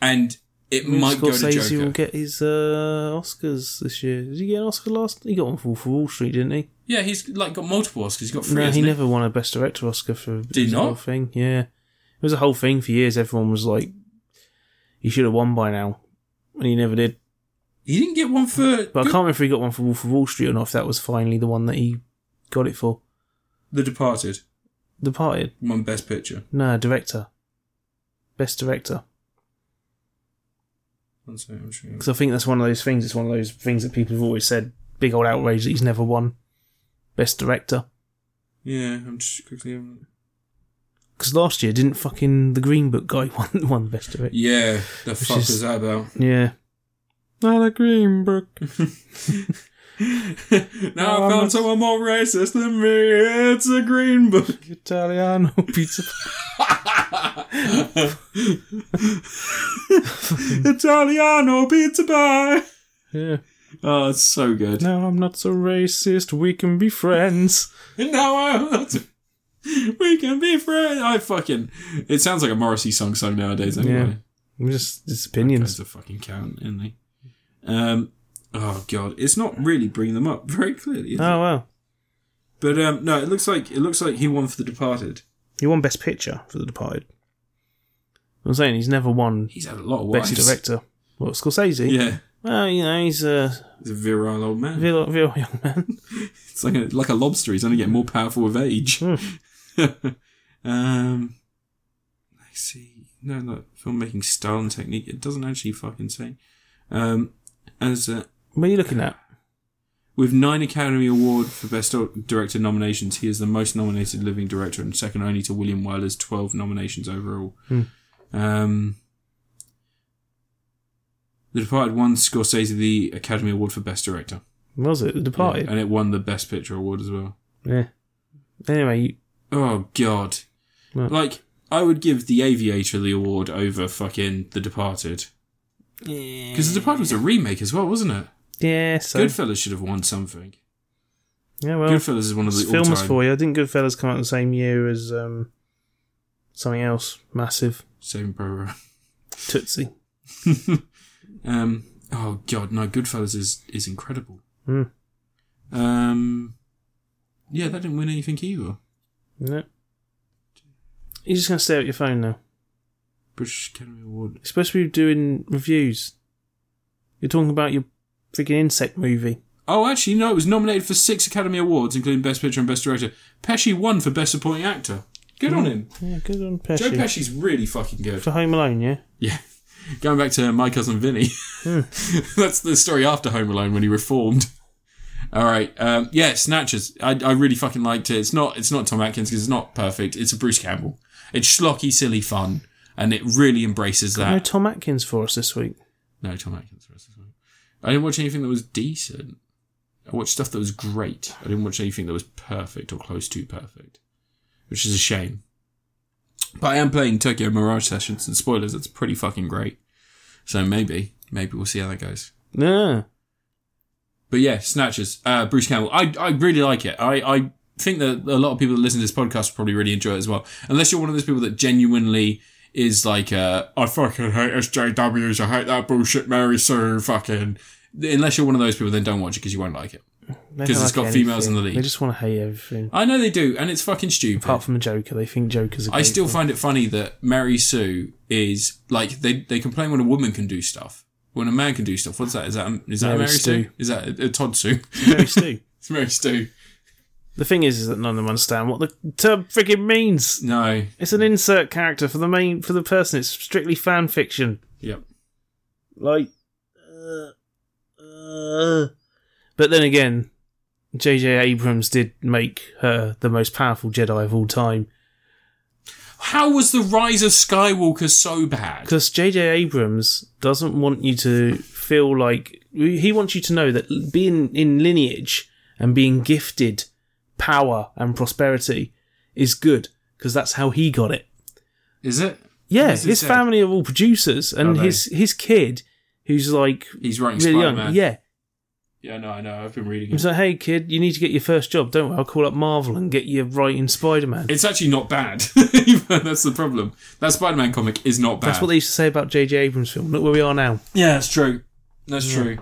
and it might go to Hmm. Scorsese Joker. will get his uh, Oscars this year. Did he get an Oscar last? He got one for Wolf of Wall Street, didn't he? yeah, he's like got multiple Oscars. He's got three. No, hasn't he he never won a Best Director Oscar for he his whole not? thing. Yeah, it was a whole thing for years. Everyone was like, "He should have won by now," and he never did. He didn't get one for But I can't remember if he got one for Wolf of Wall Street or not. If that was finally the one that he got it for. The Departed. Departed. One Best Picture. No, director. Best director. One second, I'm sure. Because I think that's one of those things. It's one of those things that people have always said. Big old outrage that he's never won. Best director. Yeah, I'm just quickly. having- Because last year didn't fucking the Green Book guy won won best director. Yeah, the fuck is- is that about? Yeah. Not a Green Book. Oh, now I Um, found someone more racist than me. It's a green book. Italiano pizza. Italiano pizza pie. Yeah. Oh, it's so good. Now I'm not so racist. We can be friends. And now I. We can be friends. I fucking. It sounds like a Morrissey song sung nowadays. Anyway, Yeah. I'm just it's it's opinions. a fucking count, isn't they? Um. Oh god, it's not really bringing them up very clearly. Is it? Oh wow. But um, no, it looks like it looks like he won for The Departed. He won best picture for The Departed. I'm saying he's never won He's had a lot of best wives. director. Well, Scorsese. Yeah, Well, you know he's a he's a virile old man. real, real young man. It's like a, like a lobster. He's only getting more powerful with age. Hmm. um, let's see. No, no, filmmaking style and technique. It doesn't actually fucking say. Um, as uh, What are you looking at? with nine Academy Award for Best Director nominations, he is the most nominated living director and second only to William Wyler's twelve nominations overall. Hmm. Um, the Departed won Scorsese the Academy Award for Best Director, Was it The Departed? and it won the Best Picture award as well. Yeah. Anyway, you, Oh god. Right. Like I would give The Aviator the award over fucking The Departed. Because The Departed was a remake as well, wasn't it? yeah, so Goodfellas should have won something. yeah, well, Goodfellas is one of it's the all film was time for you. I think Goodfellas come out the same year as um, something else massive, saving program. Tootsie. Um oh god, no, Goodfellas is is incredible. Hmm. Um Yeah, that didn't win anything either. No, you're just gonna stare at your phone now. British Academy Award. You're supposed to be doing reviews. You're talking about your freaking insect movie. Oh, actually, no, it was nominated for six Academy Awards, including Best Picture and Best Director. Pesci won for Best Supporting Actor. Good on him. Yeah, good on Joe Pesci. Pesci's really fucking good. For Home Alone, yeah. Yeah. Going back to my cousin Vinny. That's the story after Home Alone when he reformed. All right. Um, yeah, Snatchers. I, I really fucking liked it. It's not it's not Tom Atkins because it's not perfect. It's a Bruce Campbell. It's schlocky, silly fun, and it really embraces No that. Tom Atkins for us this week. No, Tom Atkins. the rest of the time. I didn't watch anything that was decent. I watched stuff that was great. I didn't watch anything that was perfect or close to perfect, which is a shame. But I am playing Tokyo Mirage Sessions, and spoilers, it's pretty fucking great. So maybe, maybe we'll see how that goes. Yeah. But yeah, Snatchers, uh, Bruce Campbell. I, I really like it. I, I think that a lot of people that listen to this podcast probably really enjoy it as well. Unless you're one of those people that genuinely is like, uh, I fucking hate SJWs. I hate that bullshit Mary Sue fucking. Unless you're one of those people, then don't watch it because you won't like it. They 'Cause don't it's like got females in the anything. lead. They just want to hate everything. I know they do, and it's fucking stupid. Apart from the Joker, they think Joker's a I great still film. find it funny that Mary Sue is like they, they complain when a woman can do stuff, when a man can do stuff. What's that? Is that is that a Mary Mary Sue? Stu. Is that a, a Todd Sue? Very Stu. it's Mary Sue. The thing is, is that none of them understand what the term friggin' means. No. It's an insert character for the main for the person. It's strictly fan fiction. Yep. Like, uh, uh. but then again, J.J. Abrams did make her the most powerful Jedi of all time. How was the Rise of Skywalker so bad? Because J.J. Abrams doesn't want you to feel like he wants you to know that being in lineage and being gifted power and prosperity is good because that's how he got it. Is it? Yeah, Yes, he his said. family are all producers, and they? his his kid, who's like He's writing really Spider Man. young, yeah. yeah, no, I know. I've been reading He's it. like, "Hey, kid, you need to get your first job, don't we? I'll call up Marvel and get you writing Spider Man." It's actually not bad. That's the problem. That Spider Man comic is not bad. That's what they used to say about J.J. Abrams' film. Look where we are now. Yeah, that's true. That's true.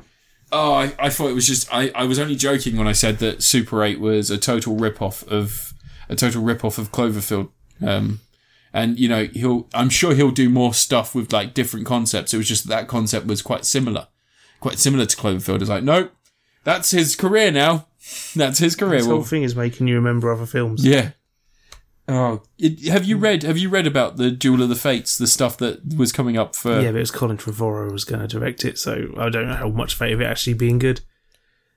Oh, I, I thought it was just I, I was only joking when I said that Super Eight was a total rip off of a total rip off of Cloverfield. Um, and you know he'll I'm sure he'll do more stuff with like different concepts. It was just that concept was quite similar, quite similar to Cloverfield. It's like nope, that's his career now. That's his career. This Well, whole thing is making you remember other films. yeah. Oh, it, have you read? Have you read about the Duel of the Fates? The stuff that was coming up for Yeah, but it was Colin Trevorrow was going to direct it, so I don't know how much fate of it actually being good.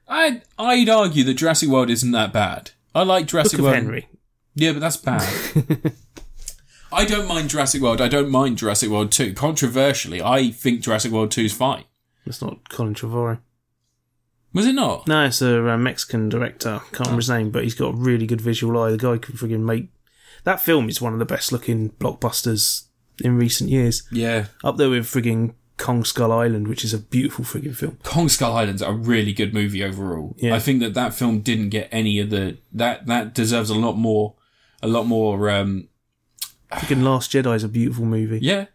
I'd, I'd argue that Jurassic World isn't that bad. I like Jurassic Book of World. Henry. Yeah, but that's bad. I don't mind Jurassic World. I don't mind Jurassic World 2. Controversially, I think Jurassic World 2 is fine. It's not Colin Trevorrow. Was it not? No, it's a uh, Mexican director. Can't remember his name, but he's got a really good visual eye. The guy can friggin' make that film is one of the best looking blockbusters in recent years. Yeah. Up there with friggin' Kong Skull Island, which is a beautiful friggin' film. Kong Skull Island's a really good movie overall. Yeah. I think that that film didn't get any of the that that deserves a lot more a lot more um Friggin' Last Jedi is a beautiful movie. Yeah.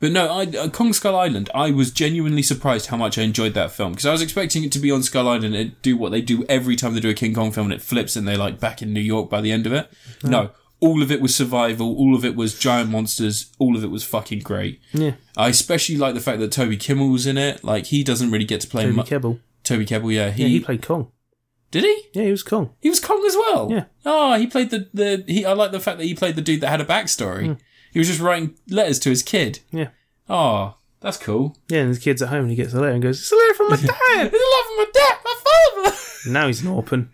But no, I, uh, Kong Skull Island, I was genuinely surprised how much I enjoyed that film because I was expecting it to be on Skull Island and do what they do every time they do a King Kong film and it flips and they're like back in New York by the end of it. No, all of it was survival, all of it was giant monsters, all of it was fucking great. Yeah, I especially like the fact that Toby Kimmel was in it. Like, he doesn't really get to play Toby mu- Kebbell. Toby Kebbell, yeah. He, Yeah, he played Kong. Did he? Yeah, he was Kong. He was Kong as well. Yeah. Oh, he played the, the he, I like the fact that he played the dude that had a Hmm. backstory. He was just writing letters to his kid. Yeah. Oh, that's cool. Yeah, and his kid's at home and he gets a letter and goes, It's a letter from my dad! It's a love of my dad, my father. now he's an orphan.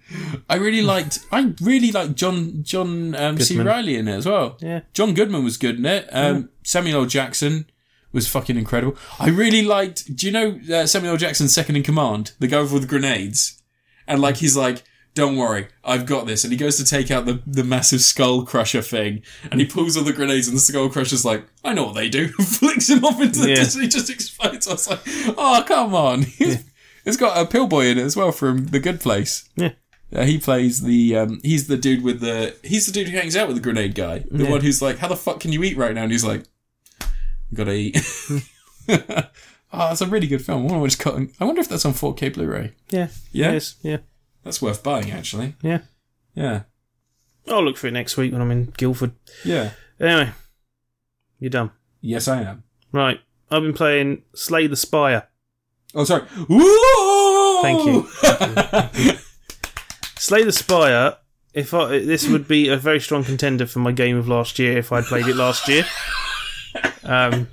I really liked. I really liked John John um, C. Goodman. Riley in it as well. Yeah. John Goodman was good in it. Um, Samuel L. Jackson was fucking incredible. I really liked. Do you know uh, Samuel L. Jackson's second in command, the guy with all the grenades, and like he's like. Don't worry, I've got this. And he goes to take out the, the massive skull crusher thing, and he pulls all the grenades, and the skull crusher's like, "I know what they do." Flicks him off into the Yeah. distance, he just explodes. I was like, "Oh come on!" it's got a pillboy in it as well from The Good Place. Yeah. Uh, he plays the um, he's the dude with the he's the dude who hangs out with the grenade guy, the one who's like, "How the fuck can you eat right now?" And he's like, "Gotta eat." oh, that's a really good film. I wonder, which cut, I wonder if that's on 4K Blu-ray. Yeah. Yeah? Yes. Yeah. That's worth buying, actually. Yeah. Yeah, I'll look for it next week when I'm in Guildford. yeah. Anyway, you're done. Yes, I am. Right. I've been playing Slay the Spire. Oh, sorry. Woo! Thank you. Slay the Spire. If I, this would be a very strong contender for my game of last year if I played it last year, um,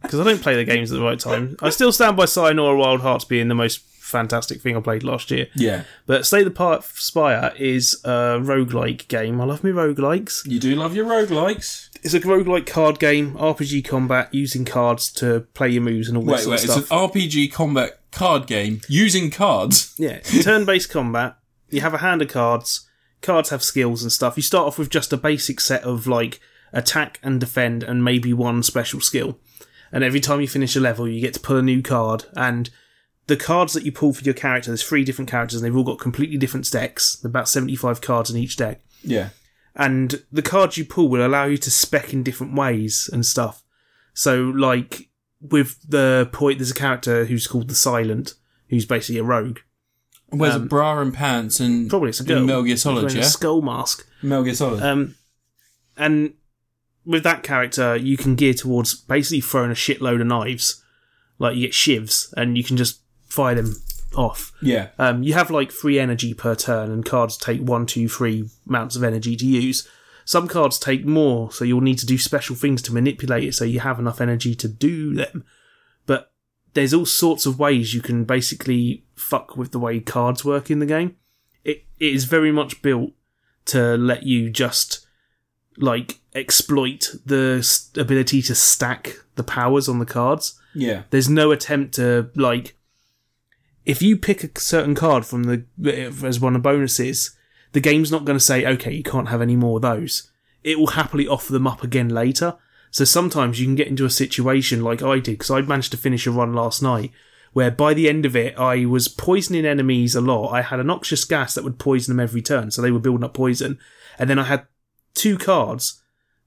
because I don't play the games at the right time. I still stand by Sayonara Wild Hearts being the most fantastic thing I played last year. yeah, But Slay the Pi- Spire is a roguelike game. I love me roguelikes. you do love your roguelikes. It's a roguelike card game, RPG combat, using cards to play your moves and all Wait, this sort wait. of It's stuff. an RPG combat card game using cards. Yeah, turn based combat. You have a hand of cards. Cards have skills and stuff. You start off with just a basic set of like attack and defend and maybe one special skill. And every time you finish a level, you get to pull a new card. And the cards that you pull for your character, there's three different characters and they've all got completely different decks. About 75 cards in each deck. Yeah. And the cards you pull will allow you to spec in different ways and stuff. So, like, with the point, there's a character who's called the Silent, who's basically a rogue. Wears a Um, bra and pants and probably it's a and girl. Metal Gear She's Solid, wearing a yeah. skull mask. Metal Gear Solid. Um, and with that character, you can gear towards basically throwing a shitload of knives. Like you get shivs, and you can just fire them off. yeah, Um, you have like three energy per turn, and cards take one, two, three amounts of energy to use. Some cards take more, so you'll need to do special things to manipulate it so you have enough energy to do them. But there's all sorts of ways you can basically fuck with the way cards work in the game. It, it is very much built to let you just like exploit the s- ability to stack the powers on the cards. Yeah. There's no attempt to like if you pick a certain card from the as one of bonuses, the game's not going to say okay, you can't have any more of those. It will happily offer them up again later. So sometimes you can get into a situation like I did because I managed to finish a run last night where by the end of it I was poisoning enemies a lot. I had a noxious gas that would poison them every turn, so they were building up poison. And then I had two cards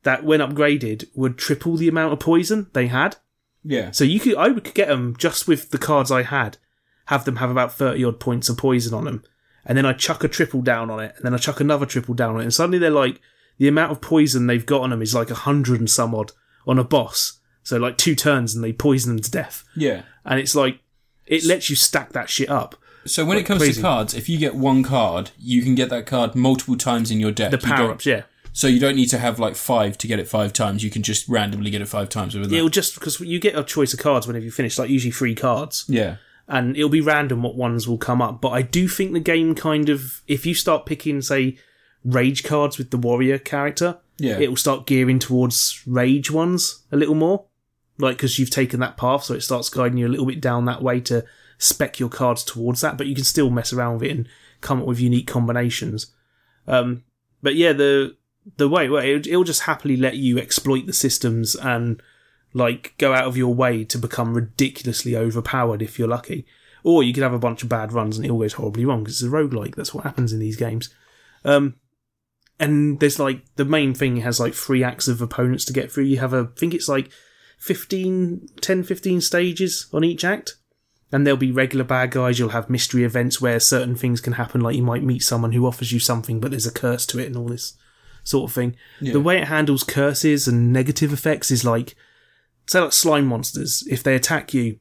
that when upgraded would triple the amount of poison they had. Yeah. So you could, I could get them just with the cards I had, have them have about thirty odd points of poison on them, and then I chuck a triple down on it, and then I chuck another triple down on it, and suddenly they're like, the amount of poison they've got on them is like a hundred and some odd on a boss. So like two turns and they poison them to death, Yeah. and it's like, it lets you stack that shit up. So when it comes crazy. to cards, if you get one card, you can get that card multiple times in your deck. The You don't- power ups, yeah. so you don't need to have like five to get it five times. You can just randomly get it five times with that. It'll just because you get a choice of cards whenever you finish, like usually three cards. yeah. and it'll be random what ones will come up. But I do think the game kind of, if you start picking, say, rage cards with the warrior character, Yeah. it will start gearing towards rage ones a little more, like because you've taken that path, so it starts guiding you a little bit down that way to spec your cards towards that. But you can still mess around with it and come up with unique combinations. Um, but yeah, the the way well, it, it'll just happily let you exploit the systems and like go out of your way to become ridiculously overpowered if you're lucky. Or you could have a bunch of bad runs and it all goes horribly wrong because it's a roguelike. That's what happens in these games. Um, and there's like the main thing has like three acts of opponents to get through. You have a, I think it's like 15, 10, 15 stages on each act. And there'll be regular bad guys. You'll have mystery events where certain things can happen. Like you might meet someone who offers you something, but there's a curse to it and all this sort of thing. The way it handles curses and negative effects is like, say like slime monsters. If they attack you,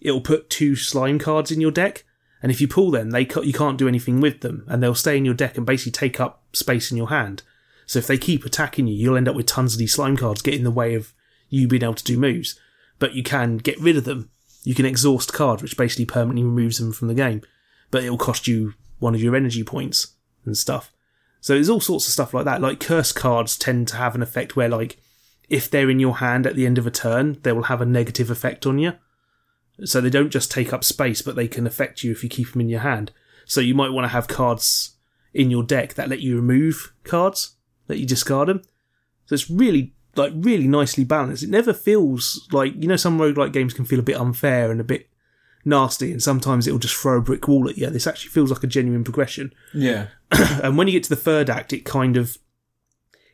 it'll put two slime cards in your deck, and if you pull them, they ca- you can't do anything with them, and they'll stay in your deck and basically take up space in your hand. So if they keep attacking you, you'll end up with tons of these slime cards get in the way of you being able to do moves. But you can get rid of them. You can exhaust cards, which basically permanently removes them from the game. But it'll cost you one of your energy points and stuff. So there's all sorts of stuff like that. Like curse cards tend to have an effect where like if they're in your hand at the end of a turn, they will have a negative effect on you. So they don't just take up space, but they can affect you if you keep them in your hand. So you might want to have cards in your deck that let you remove cards, let you discard them. So it's really like really nicely balanced. It never feels like you know some roguelike games can feel a bit unfair and a bit nasty, and sometimes it'll just throw a brick wall at you. This actually feels like a genuine progression Yeah. and when you get to the third act, it kind of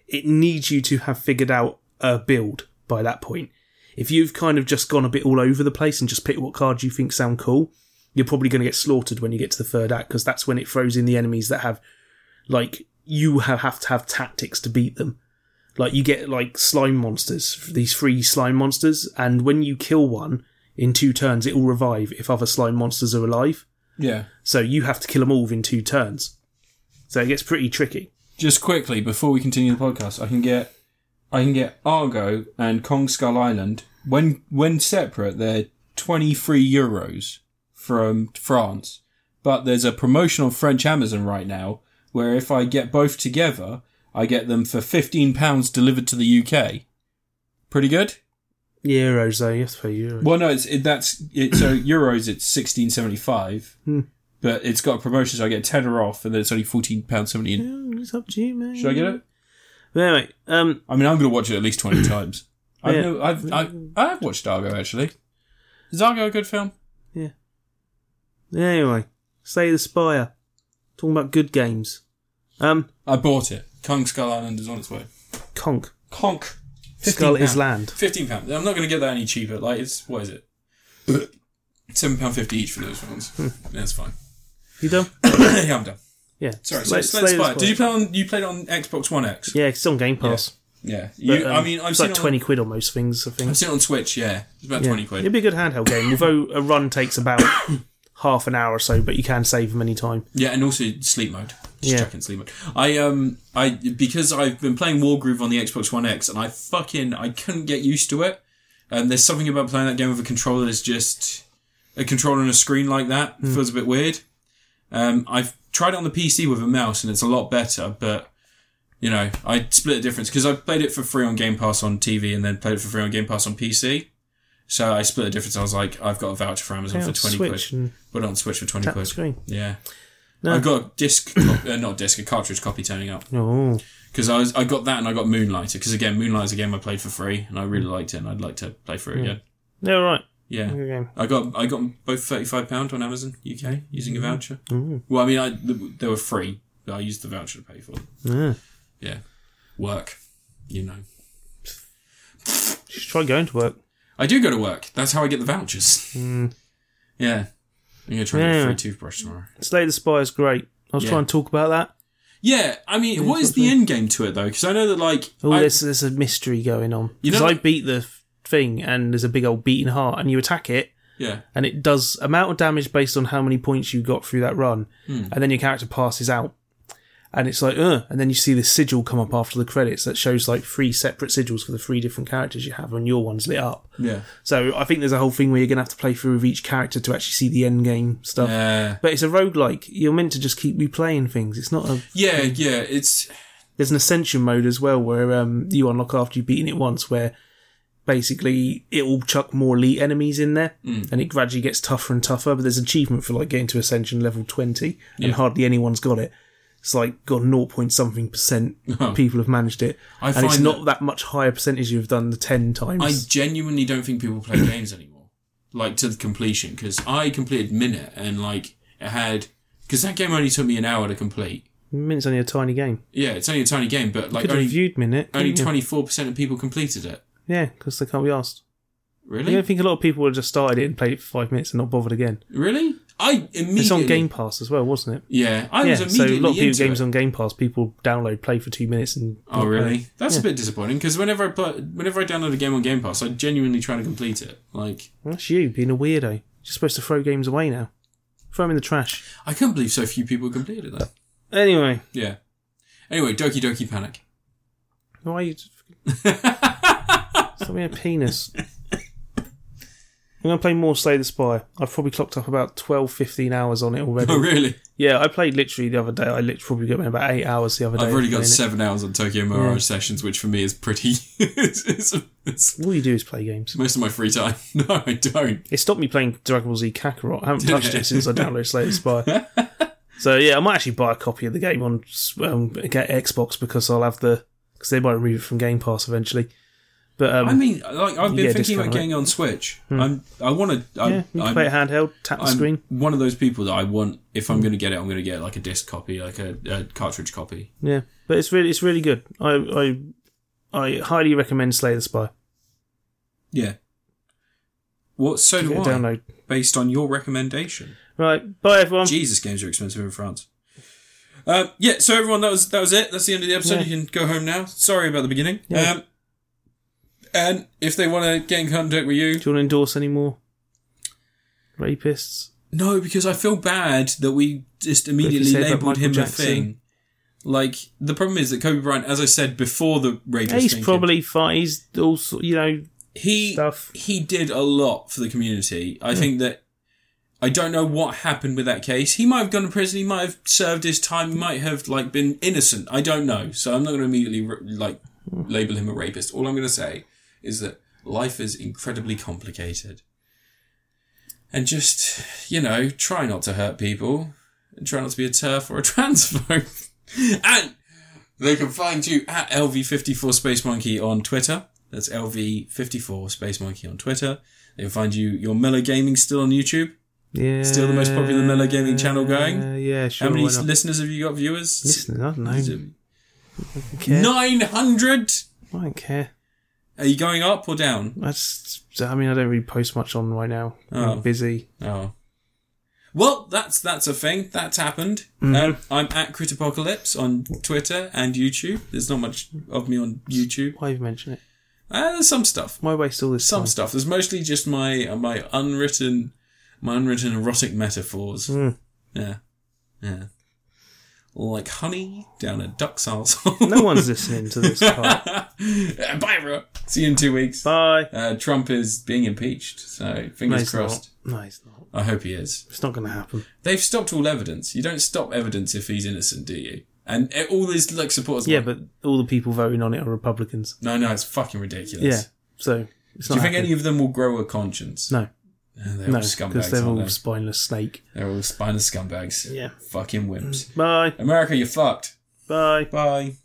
it needs you to have figured out a build by that point. If you've kind of just gone a bit all over the place and just picked what cards you think sound cool, you're probably going to get slaughtered when you get to the third act because that's when it throws in the enemies that have like you ha- have to have tactics to beat them. Like you get like slime monsters, these three slime monsters, and when you kill one in two turns, it will revive if other slime monsters are alive. Yeah. So you have to kill them all within two turns. So it gets pretty tricky. Just quickly before we continue the podcast, I can get I can get Argo and Kong Skull Island when when separate they're 23 euros from France. But there's a promotion on French Amazon right now where if I get both together, I get them for 15 pounds delivered to the UK. Pretty good? Euros though, you have to pay euros. Well, no, it's it, that's it, so euros. It's sixteen seventy five, Hmm. but it's got a promotion, so I get a tenner off, and then it's only fourteen pounds seventy. Yeah, It's up to you, man. Should I get it? But anyway, um, I mean, I'm going to watch it at least twenty times. I've, Yeah. no, I've I, I've watched Argo actually. Is Argo a good film? anyway, say the Spire. Talking about good games. Um, I bought it. Kong Skull Island is on its way. Conk. Conk. Skull is pound. land. Fifteen pounds. I'm not going to get that any cheaper. Like it's what is it? Seven pound fifty each for those ones. Hmm. That's fine. You done? yeah, I'm done. Yeah. Sorry. Slay- So, Slay Slay the the Spire. Did you play on? You played on Xbox One X. Yeah, it's on Game Pass. Yeah. But, You, um, I mean, I've it's seen like it on- twenty quid on most things. I think I've seen it on Switch, yeah. It's about Yeah. 20 quid. It'd be a good handheld game, although a run takes about half an hour or so, but you can save them any time. Yeah, and also sleep mode. Just Yeah. check in sleep mode. I um I because I've been playing Wargroove on the Xbox One X and I fucking I couldn't get used to it. And there's something about playing that game with a controller that's just a controller and a screen like that Hmm. feels a bit weird. Um I've tried it on the PC with a mouse and it's a lot better, but you know, I split the difference because I played it for free on Game Pass on TV and then played it for free on Game Pass on PC. So I split the difference. I was like, I've got a voucher for Amazon Yeah, for on twenty Switch quid. and Put it on Switch for twenty tap the quid. screen. Yeah. No. I got a disc, uh, not a disc, a cartridge copy turning up Oh, because I was I got that and I got Moonlighter because again Moonlighter's a game I played for free and I really liked it and I'd like to play through it again. yeah, right. Hmm. Yeah, Good game. I got I got both thirty five pound on Amazon UK using a voucher. Well, I mean, I they were free, but I used the voucher to pay for them. Yeah. Yeah, work, you know. Just try going to work. I do go to work. That's how I get the vouchers. Yeah, I'm gonna try and get a free toothbrush tomorrow. Slay the Spire is great. I was Yeah. trying to talk about that. Yeah, I mean, what is the end game to it though? Because I know that like Oh, I- there's there's a mystery going on. You know Because I that- beat the f- thing, and there's a big old beating heart, and you attack it, yeah, and it does amount of damage based on how many points you got through that run, Hmm. and then your character passes out, and it's like, uh, and then you see this sigil come up after the credits that shows like three separate sigils for the three different characters you have, and your one's lit up. yeah, So I think there's a whole thing where you're gonna have to play through with each character to actually see the end game stuff. yeah, But it's a roguelike. You're meant to just keep replaying things. It's not a yeah, yeah. It's there's an ascension mode as well where um, you unlock after you've beaten it once where basically it will chuck more elite enemies in there Hmm. and it gradually gets tougher and tougher but there's achievement for like getting to ascension level 20 and hardly anyone's got it it's like got 0. point something percent people have managed it I and it's find not that much higher percentage you've done the 10 I times genuinely don't think people play games anymore, like to the completion. Because I completed Minute and like it had because that game only took me an hour to complete. minute's only a tiny game Yeah, it's only a tiny game, but like could have only reviewed minute only couldn't you? twenty four percent of people completed it. yeah because they can't be asked I Really, don't think a lot of people would have just started it and played it for five minutes and not bothered again. really? I immediately. It's on Game Pass as well, wasn't it? Yeah, I yeah, was so a immediately lot of people into games it. on Game Pass, people download, play for two minutes, and Oh really? That's a bit disappointing because whenever I play, whenever I download a game on Game Pass, I genuinely try to complete it. Like That's you being a weirdo. You're supposed to throw games away now. Throw them in the trash. I can't believe so few people completed it. Though. Anyway, Yeah. Anyway, Doki Doki Panic. why are you? Stop being a penis. I'm gonna play more Slay the Spy. I've probably clocked up about 12, 15 hours on it already. Oh really? Yeah, I played literally the other day. I literally probably got about eight hours the other day. I've already got playing it. seven hours on Tokyo Mirage sessions, which for me is pretty. it's, it's, it's All you do is play games. most of my free time. No, I don't. It stopped me playing Dragon Ball Z Kakarot. I haven't touched it since I downloaded Slay the Spy. So yeah, I might actually buy a copy of the game on um, get Xbox because I'll have the because they might remove it from Game Pass eventually. But um, I mean, like I've been get a thinking about discount, getting on Switch. I'm. I want to. yeah, you can play it handheld, tap the I'm screen. Hmm. one of those people that I want. If I'm going to get it, I'm going to get like a disc copy, like a, a cartridge copy. Yeah, but it's really it's really good. I I I highly recommend Slay the Spy. Yeah. What? So do Get a I. download. Based on your recommendation. Right, bye everyone. Jesus, games are expensive in France. Uh, yeah, so everyone, that was that was it. That's the end of the episode. Yeah. You can go home now. Sorry about the beginning. Yeah. Um, and if they want to get in contact with you, do you want to endorse any more rapists? no, because I feel bad that we just say immediately about labelled Michael him Jackson- a thing. Like the problem is that Kobe Bryant, as I said before, the rapist. He's thing came- probably fine. He's also you know he stuff. he did a lot for the community. I think that I don't know what happened with that case. He might have gone to prison. He might have served his time. He might have like been innocent. I don't know. So I'm not going to immediately r- like label him a rapist. All I'm going to say is that life is incredibly complicated, and just you know, try not to hurt people, and try not to be a turf or a transphobe. and they can find you at LV54 Space Monkey on Twitter. That's LV54 Space Monkey on Twitter. They can find you your Mellow Gaming still on YouTube. Yeah, Still the most popular mellow gaming channel going? Uh, yeah, sure. How many why not? listeners have you got? Viewers? Listen, I don't know. I care. Nine hundred. I don't care. Are you going up or down? I just, I mean, I don't really post much on right now. Oh. I'm busy. Oh. Well, that's that's a thing. That's happened. Um, I'm at Critapocalypse on Twitter and YouTube. There's not much of me on YouTube. Why have you mentioned it? Uh, there's some stuff. Why waste all this some time? stuff. There's mostly just my uh, my unwritten my unwritten erotic metaphors. Hmm. Yeah, yeah. Like honey down a duck's arsehole. Uh, No one's listening to this part. Bye, bro. See you in two weeks. Bye. Uh, Trump is being impeached, so No, fingers it's crossed. not. No, it's not. I hope he is. It's not going to happen. They've stopped all evidence. You don't stop evidence if he's innocent, do you? and it- all these like supporters. Yeah, like, but all the people voting on it are Republicans. no, no, it's fucking Yeah, ridiculous. so it's Do not you think happening. any of them will grow a conscience? No, No, they're no, all because scumbags. they're aren't all they? spineless snake. They're all spineless scumbags. Yeah. Fucking wimps. Bye, America, you're fucked. bye. Bye.